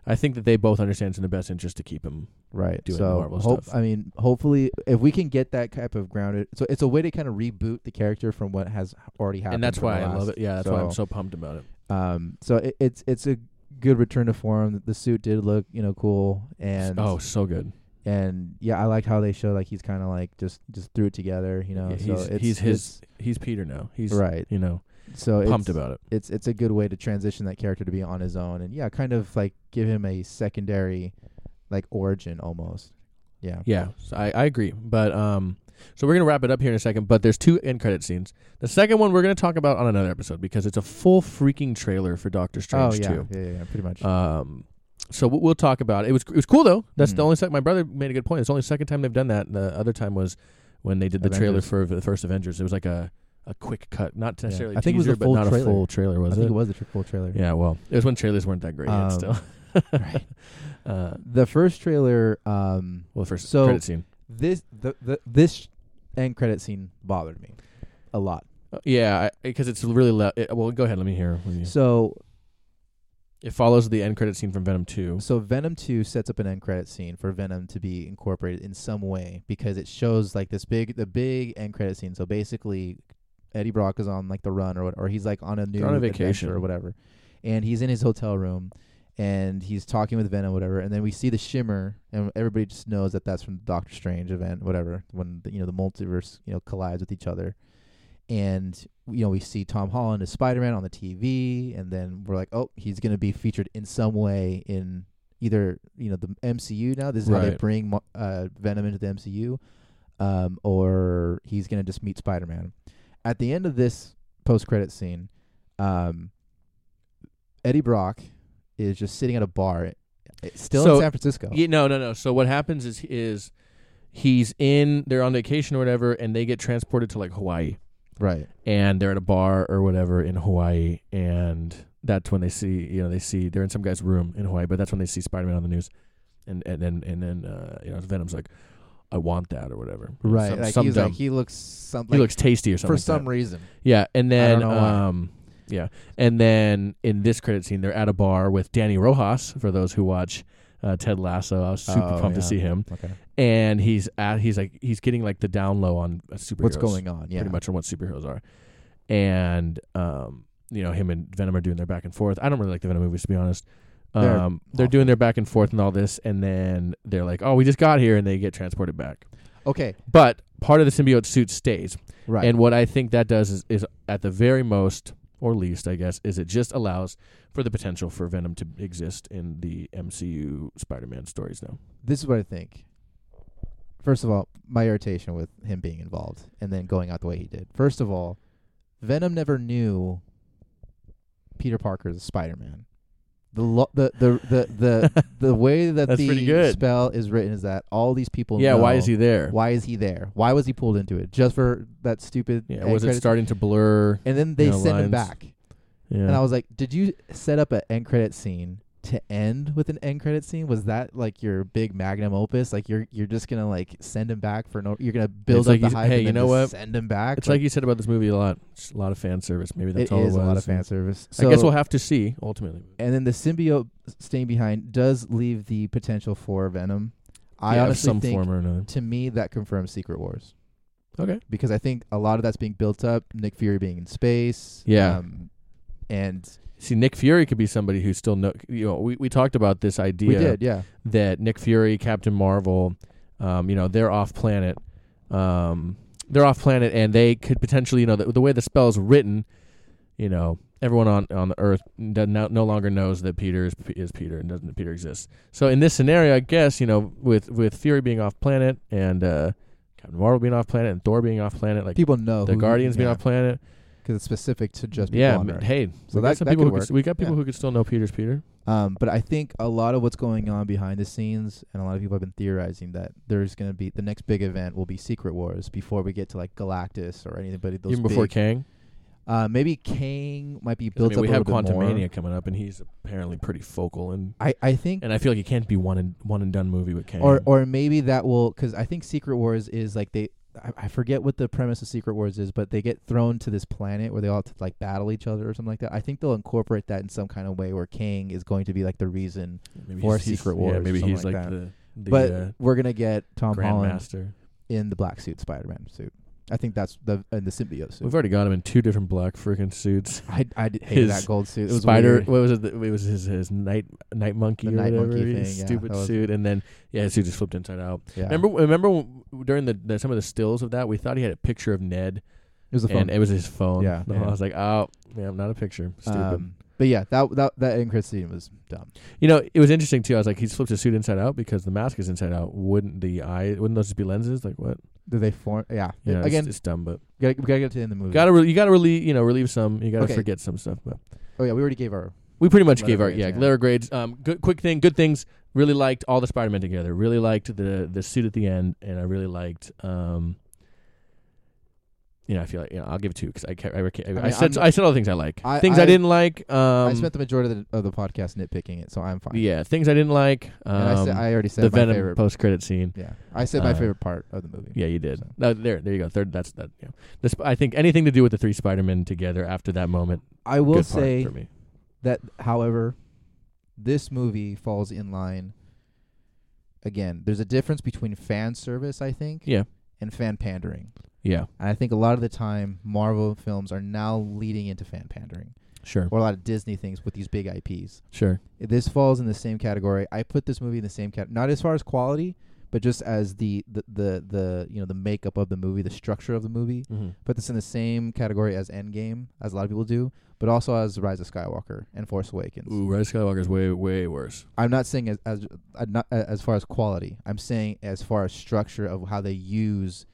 I think that they both understand it's in the best interest to keep him. right doing so Marvel hope, stuff. i mean hopefully if we can get that type of grounded so it's a way to kind of reboot the character from what has already happened and that's from why the I love last- it. Yeah, that's why I'm So- so pumped about it. um so it, it's it's a good return to form the suit did look you know cool and oh, so good. and yeah i liked how they show like he's kind of like just just threw it together you know Yeah, so he's- it's, he's his- He's Peter now. He's it's- right you know so pumped it's, about it. it's it's a good way to transition that character to be on his own and yeah kind of like give him a secondary like origin almost yeah Yeah, so I, I agree. But um, so we're gonna wrap it up here in a second. But there's two end credit scenes. The second one we're gonna talk about on another episode because it's a full freaking trailer for Doctor Strange oh yeah. too. yeah yeah yeah, pretty much Um, so we- we'll talk about it. It was it was cool though. That's the Mhm. only sec- my brother made a good point. It's the only second time they've done that. And the other time was when they did the trailer Avengers. for the first Avengers. It was like a a quick cut, not necessarily. I think it was teaser, the full but not trailer. a full trailer. Was I think it? it was the tri- full trailer. Yeah. Well, it was when trailers weren't that great yet. Um, Still. right. Uh, The first trailer, um, well, the first So- credit scene. this the, the this end credit scene bothered me a lot. Uh, yeah, because it's really loud. It, well, go ahead. Let me hear. what you- So It follows the end credit scene from Venom 2. so Venom Two sets up an end credit scene for Venom to be incorporated in some way because it shows like this big the big end credit scene. So basically, Eddie Brock is on like the run or what, or he's like on a new on a adventure vacation. or whatever, and he's in his hotel room. And he's talking with Venom, whatever, and then we see the shimmer, and everybody just knows that that's from the Doctor Strange event, whatever. When the, you know the multiverse, you know, collides with each other, and you know we see Tom Holland as Spider Man on the TV, and then we're like, oh, he's gonna be featured in some way in either you know the MCU now. This is how they Right. bring Mo- uh, Venom into the MCU, um, or he's gonna just meet Spider Man. At the end of this post credit scene, um, Eddie Brock is just sitting at a bar, it's still So- in San Francisco. Yeah, no, no, no. So what happens is is he's in they're on vacation or whatever and they get transported to like Hawaii Right. and they're at a bar or whatever in Hawaii and that's when they see, you know, they see they're in some guy's room in Hawaii, but that's when they see Spider-Man on the news. And and then and then uh, you know, Venom's like I want that or whatever. Right. Some, like some he's dumb. like he, he looks something looks tasty or something. for like that. some reason. Yeah, and don't then know why. um yeah. And then in this credit scene they're at a bar with Danny Rojas for those who watch uh, Ted Lasso. I was super Oh, pumped to yeah. see him. Okay. And he's at he's like he's getting like the down low on uh, superheroes. What's going on? Yeah. Pretty much on what superheroes are. And um you know him and Venom are doing their back and forth. I don't really like the Venom movies to be honest. They're Um, they're awful. doing their back and forth and all this, and then they're like, "Oh, we just got here," and they get transported back. Okay. But part of the symbiote suit stays. Right. And what I think that does is, is at the very most or least, I guess, is it just allows for the potential for Venom to exist in the MCU Spider-Man stories now. this is what I think. First of all, my irritation with him being involved and then going out the way he did. First of all, Venom never knew Peter Parker is Spider Man. The, lo- the the the the the way that That's pretty the good. spell is written is that all these people. yeah, why know- is he there? Why is he there? Why was he pulled into it just for that stupid? Yeah, end was it credits? starting to blur? And then they you know, sent lines? him back, Yeah. and I was like, "Did you set up an end credit scene to end with an end credit scene? Was that like your big magnum opus? Like you're you're just gonna like send him back for no? You're gonna It's build up like the he's- hype hey, and you then know just send him back? it's like you said about this movie a lot. It's a lot of fan service. Maybe that's it all is it a was. lot of fan service. I guess So- we'll have to see ultimately. and then the symbiote staying behind does leave the potential for Venom. I Yeah, of honestly some think form or another. to me that confirms Secret Wars Okay. because I think a lot of that's being built up. Nick Fury being in space, Yeah. um, and See, Nick Fury could be somebody who still know. You know, we we talked about this idea. we did, yeah, that Nick Fury, Captain Marvel, um, you know, they're off planet. Um, they're off planet, and they could potentially, you know, the, the way the spell's written, you know, everyone on on the Earth does no, no longer knows that Peter is is Peter and doesn't Peter exists. So in this scenario, I guess you know, with with Fury being off planet and uh, Captain Marvel being off planet and Thor being off planet, like people know the who- Guardians being yeah, off planet, because it's specific to just people yeah. on but Earth. hey, So we got that- some that people could who could, work. we got people Yeah. who could still know Peter's Peter. Um, but I think a lot of what's going on behind the scenes, and a lot of people have been theorizing that there's going to be the next big event will be Secret Wars before we get to like Galactus or anybody. Those Even before big- Kang, uh, maybe Kang might be 'Cause, I built mean, up. we a have little bit Quantum more. Mania coming up, and he's apparently pretty focal and I, I think, And I feel like it can't be one and one and done movie with Kang. or or maybe that will because I think Secret Wars is like they I, I forget what the premise of Secret Wars is, but they get thrown to this planet where they all have to like battle each other or something like that. I think they'll incorporate that in some kind of way where Kang is going to be like the reason, maybe or he's- he's- Secret Yeah, Wars maybe or he's something like, like the, the but uh, we're gonna get Tom Holland grandmaster. in the black suit Spider-Man suit. I think that's the and the symbiote suit. We've already got him in two different black freaking suits. I I did- hated His that gold suit. It was Spider. weird. What was it? that- It was his his night night monkey The or night whatever. monkey his thing, yeah, stupid that was- suit, and then yeah, his suit just flipped inside out. Yeah. Remember, remember w- during the, the some of the stills of that, we thought he had a picture of Ned, it was a and phone. it was his phone. Yeah, The- yeah. I was like, oh, yeah, not a picture. Stupid. Um, but yeah, that that that end credit scene was dumb. You know, it was interesting too. I was like, he's flipped his suit inside out because the mask is inside out. Wouldn't the eye? Wouldn't those just be lenses? Like what? Did they form? Yeah. Yeah, it's- Again, it's dumb, but we gotta, we gotta get to the end of the movie. Gotta re- you gotta relieve you know relieve some you gotta Okay. forget some stuff but Oh yeah, we already gave our we pretty much Letter gave our grades, yeah, yeah. letter grades um good quick thing good things really liked all the Spider Man together really liked the the suit at the end and I really liked um you know I feel like you know I'll give it two because I ca- I, reca- I, mean, I said I'm- I said all the things I like I- things I, I- didn't like um I spent the majority of the, of the podcast nitpicking it, so I'm fine. yeah things I didn't like um and I, said, I already said the my Venom favorite. post credit scene yeah, I said my uh, favorite part of the movie. yeah you did So. no there there you go third that's that yeah the sp- I think anything to do with the three Spider Men together after that moment I will good part say for me that, however, this movie falls in line. Again, there's a difference between fan service, I think, yeah and fan pandering. yeah And I think a lot of the time, Marvel films are now leading into fan pandering, sure or a lot of Disney things with these big IPs. sure this falls in the same category. I put this movie in the same cat, not as far as quality, but just as the the, the the you know the makeup of the movie, the structure of the movie. mm-hmm. Put this in the same category as Endgame, as a lot of people do, but also as Rise of Skywalker and Force Awakens. Ooh, Rise of Skywalker's way way worse. I'm not saying as as uh, not uh, as far as quality. I'm saying as far as structure of how they use.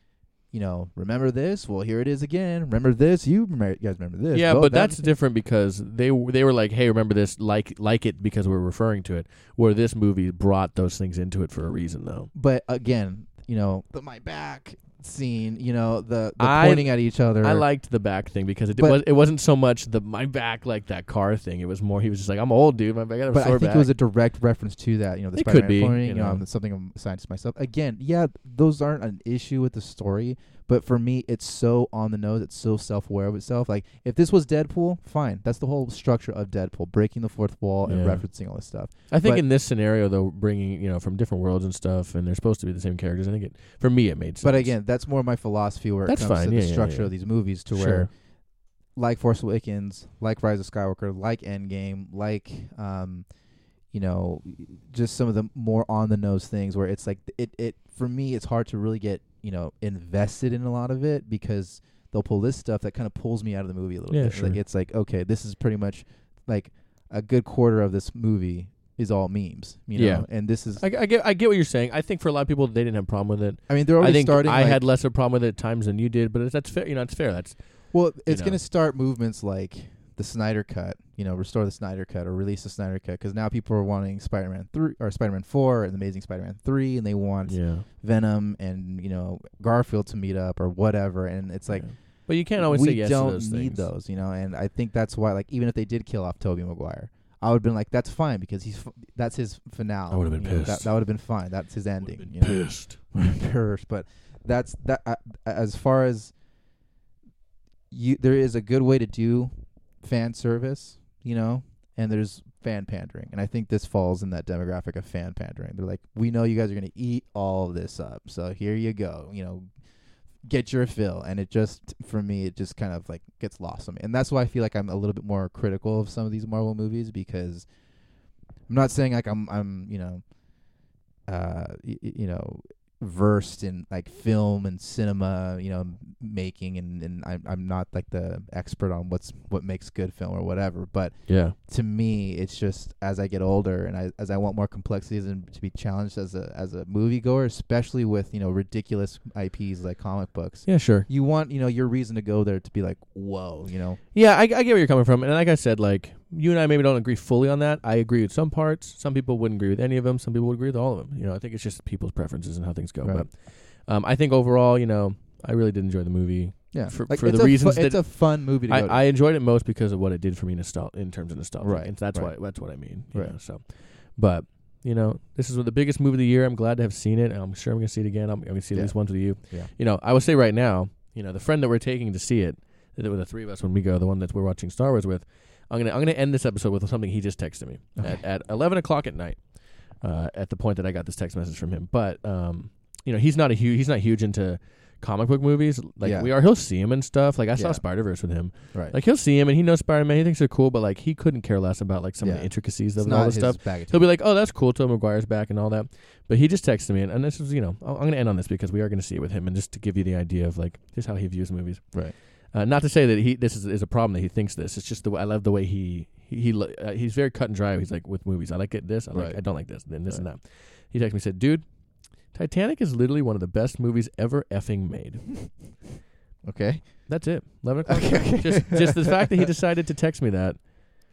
You know, remember this? Well, here it is again. Remember this? You, remember, you guys remember this? yeah, Well, but that- that's different because they w- they were like, hey, remember this? Like like it because we're referring to it. Where this movie brought those things into it for a reason, though. But again, you know, the my back scene, you know, the, the I- pointing at each other. I liked the back thing because it But- was it wasn't so much the my back like that car thing. It was more he was just like, I'm old, dude. My back, I got a but I sore think back. it was a direct reference to that, you know, the It could Spider-Man be, pointing, you you know, know. I'm something I'm a scientist myself. Again, yeah, those aren't an issue with the story, but for me, it's so on the nose, it's so self-aware of itself. Like, if this was Deadpool, fine. That's the whole structure of Deadpool, breaking the fourth wall and Yeah. referencing all this stuff. I think but- in this scenario though, bringing you know from different worlds and stuff, and they're supposed to be the same characters. I think it for me it made sense. But again, that's more my philosophy where That's it comes fine, to yeah, the yeah, structure yeah. of these movies to sure. where like Force Awakens, like Rise of Skywalker, like Endgame, like um, you know, just some of the more on the nose things where it's like it it for me it's hard to really get you know invested in a lot of it because they'll pull this stuff that kind of pulls me out of the movie a little Yeah, bit. Like sure. it's like okay, this is pretty much like a good quarter of this movie is all memes, you know, Yeah. and this is I, I get I get what you're saying. I think for a lot of people they didn't have a problem with it. I mean they're already I think starting. I like- had less of a problem with it at times than you did, but that's fair. You know, it's fair. That's Well, it's know. going to start movements like the Snyder Cut, you know, restore the Snyder Cut or release the Snyder Cut because now people are wanting Spider-Man three or Spider-Man four and Amazing Spider-Man three, and they want Yeah. Venom and you know Garfield to meet up or whatever, and it's like yeah. But you can't always we say yes don't to those need things. those, you know, and I think that's why like even if they did kill off Toby Maguire. I would have been like, that's fine because he's f- that's his finale. I would've been you know, That, pissed. that would have been fine. That's his ending. Would've you been know? pissed. curse, but that's that. I, as far as you, there is a good way to do fan service, you know, and there's fan pandering, and I think this falls in that demographic of fan pandering. They're like, we know you guys are gonna eat all of this up, so here you go, you know, get your fill. And it just, for me, it just kind of like gets lost on me, and that's why I feel like I'm a little bit more critical of some of these Marvel movies because I'm not saying like I'm, I'm, you know. Uh, y- y- you know, versed in like film and cinema, you know, m- making, and and I'm I'm not like the expert on what's what makes good film or whatever. But Yeah. to me, it's just as I get older and I as I want more complexities and to be challenged as a as a moviegoer, especially with you know ridiculous IPs like comic books. Yeah, sure. You want you know your reason to go there to be like whoa, you know. Yeah, I, I get where you're coming from, and like I said, like you and I maybe don't agree fully on that. I agree with some parts. Some people wouldn't agree with any of them. Some people would agree with all of them. You know, I think it's just people's preferences and how things go. Right. But um, I think overall, you know, I really did enjoy the movie. Yeah, For- like for it's the a reasons fu- that- it's a fun movie to I, go. to. I enjoyed it most because of what it did for me nostal- in terms of nostalgia. Right, And that's right. why that's what I mean. you Right. know, so, but you know, this is the biggest movie of the year. I'm glad to have seen it. and I'm sure I'm gonna see it again. I'm, I'm gonna see it Yeah. at least once with you. Yeah. You know, I would say right now, you know, the friend that we're taking to see it, that were the three of us when we go, the one that we're watching Star Wars with. I'm gonna I'm gonna end this episode with something he just texted me Okay. at, at 11 o'clock at night. Uh, at the point that I got this text message from him, but um, you know, he's not a huge he's not huge into comic book movies like Yeah. we are. He'll see him and stuff. Like I Yeah. saw Spider Verse with him. right, Like he'll see him and he knows Spider Man. He thinks they're cool, but like he couldn't care less about like some of Yeah. the intricacies of it's it, not all this his stuff. bag of He'll be like, "Oh, that's cool. Tobey Maguire's back and all that." But he just texted me, and, and this is you know I'm going to end on this because we are going to see it with him, and just to give you the idea of like just how he views movies. Right. Uh, not to say that he this is, is a problem that he thinks this. It's just the way, I love the way he he, he lo- uh, he's very cut and dry. He's like with movies. I like it this. I like Right. I don't like this. Then this and Right. that. He texted me said, "Dude, Titanic is literally one of the best movies ever effing made." okay, That's it. Eleven o'clock. Okay. just just the fact that he decided to text me that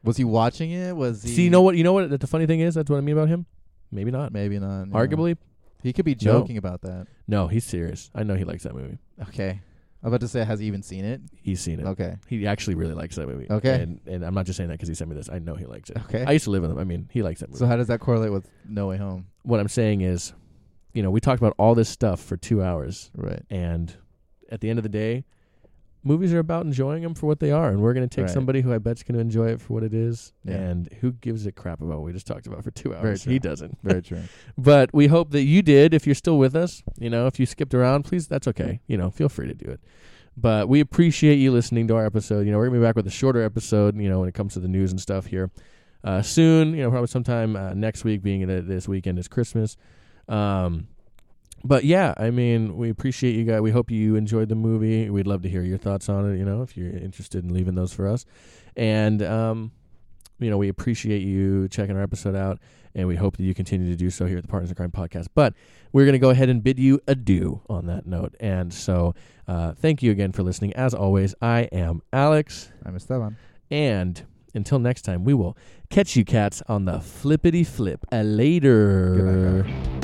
was he watching it? Was he? See, you know what? You know what? The funny thing is, that's what I mean about him. Maybe not. Maybe not. yeah. Arguably, He could be No. joking about that. no. He's serious. I know he likes that movie. Okay. I'm about to say, has he even seen it? He's seen it. Okay. He actually really likes that movie. Okay. And, and I'm not just saying that because he sent me this. I know he likes it. Okay. I used to live with him. I mean, he likes that movie. so how does that correlate with No Way Home? what I'm saying is, you know, we talked about all this stuff for two hours, Right. and at the end of the day, movies are about enjoying them for what they are, and we're going to take Right. somebody who I bet's going to enjoy it for what it is, Yeah. and who gives a crap about what we just talked about for two Very hours? true. He doesn't. Very true. But we hope that you did. If you're still with us, you know, if you skipped around, please, that's okay. You know, feel free to do it. But we appreciate you listening to our episode. You know, we're gonna be back with a shorter episode. You know, when it comes to the news and stuff here uh, soon. You know, probably sometime uh, next week, being that this weekend is Christmas. Um, but yeah, I mean, we appreciate you guys. We hope you enjoyed the movie. We'd love to hear your thoughts on it. You know, if you're interested in leaving those for us, and um, you know, we appreciate you checking our episode out and we hope that you continue to do so here at the Partners in Crime podcast. But we're going to go ahead and bid you adieu on that note. And so, uh, thank you again for listening. As always, I am Alex, I'm Esteban. and until next time, we will catch you cats on the flippity flip. A later. Good night, guys.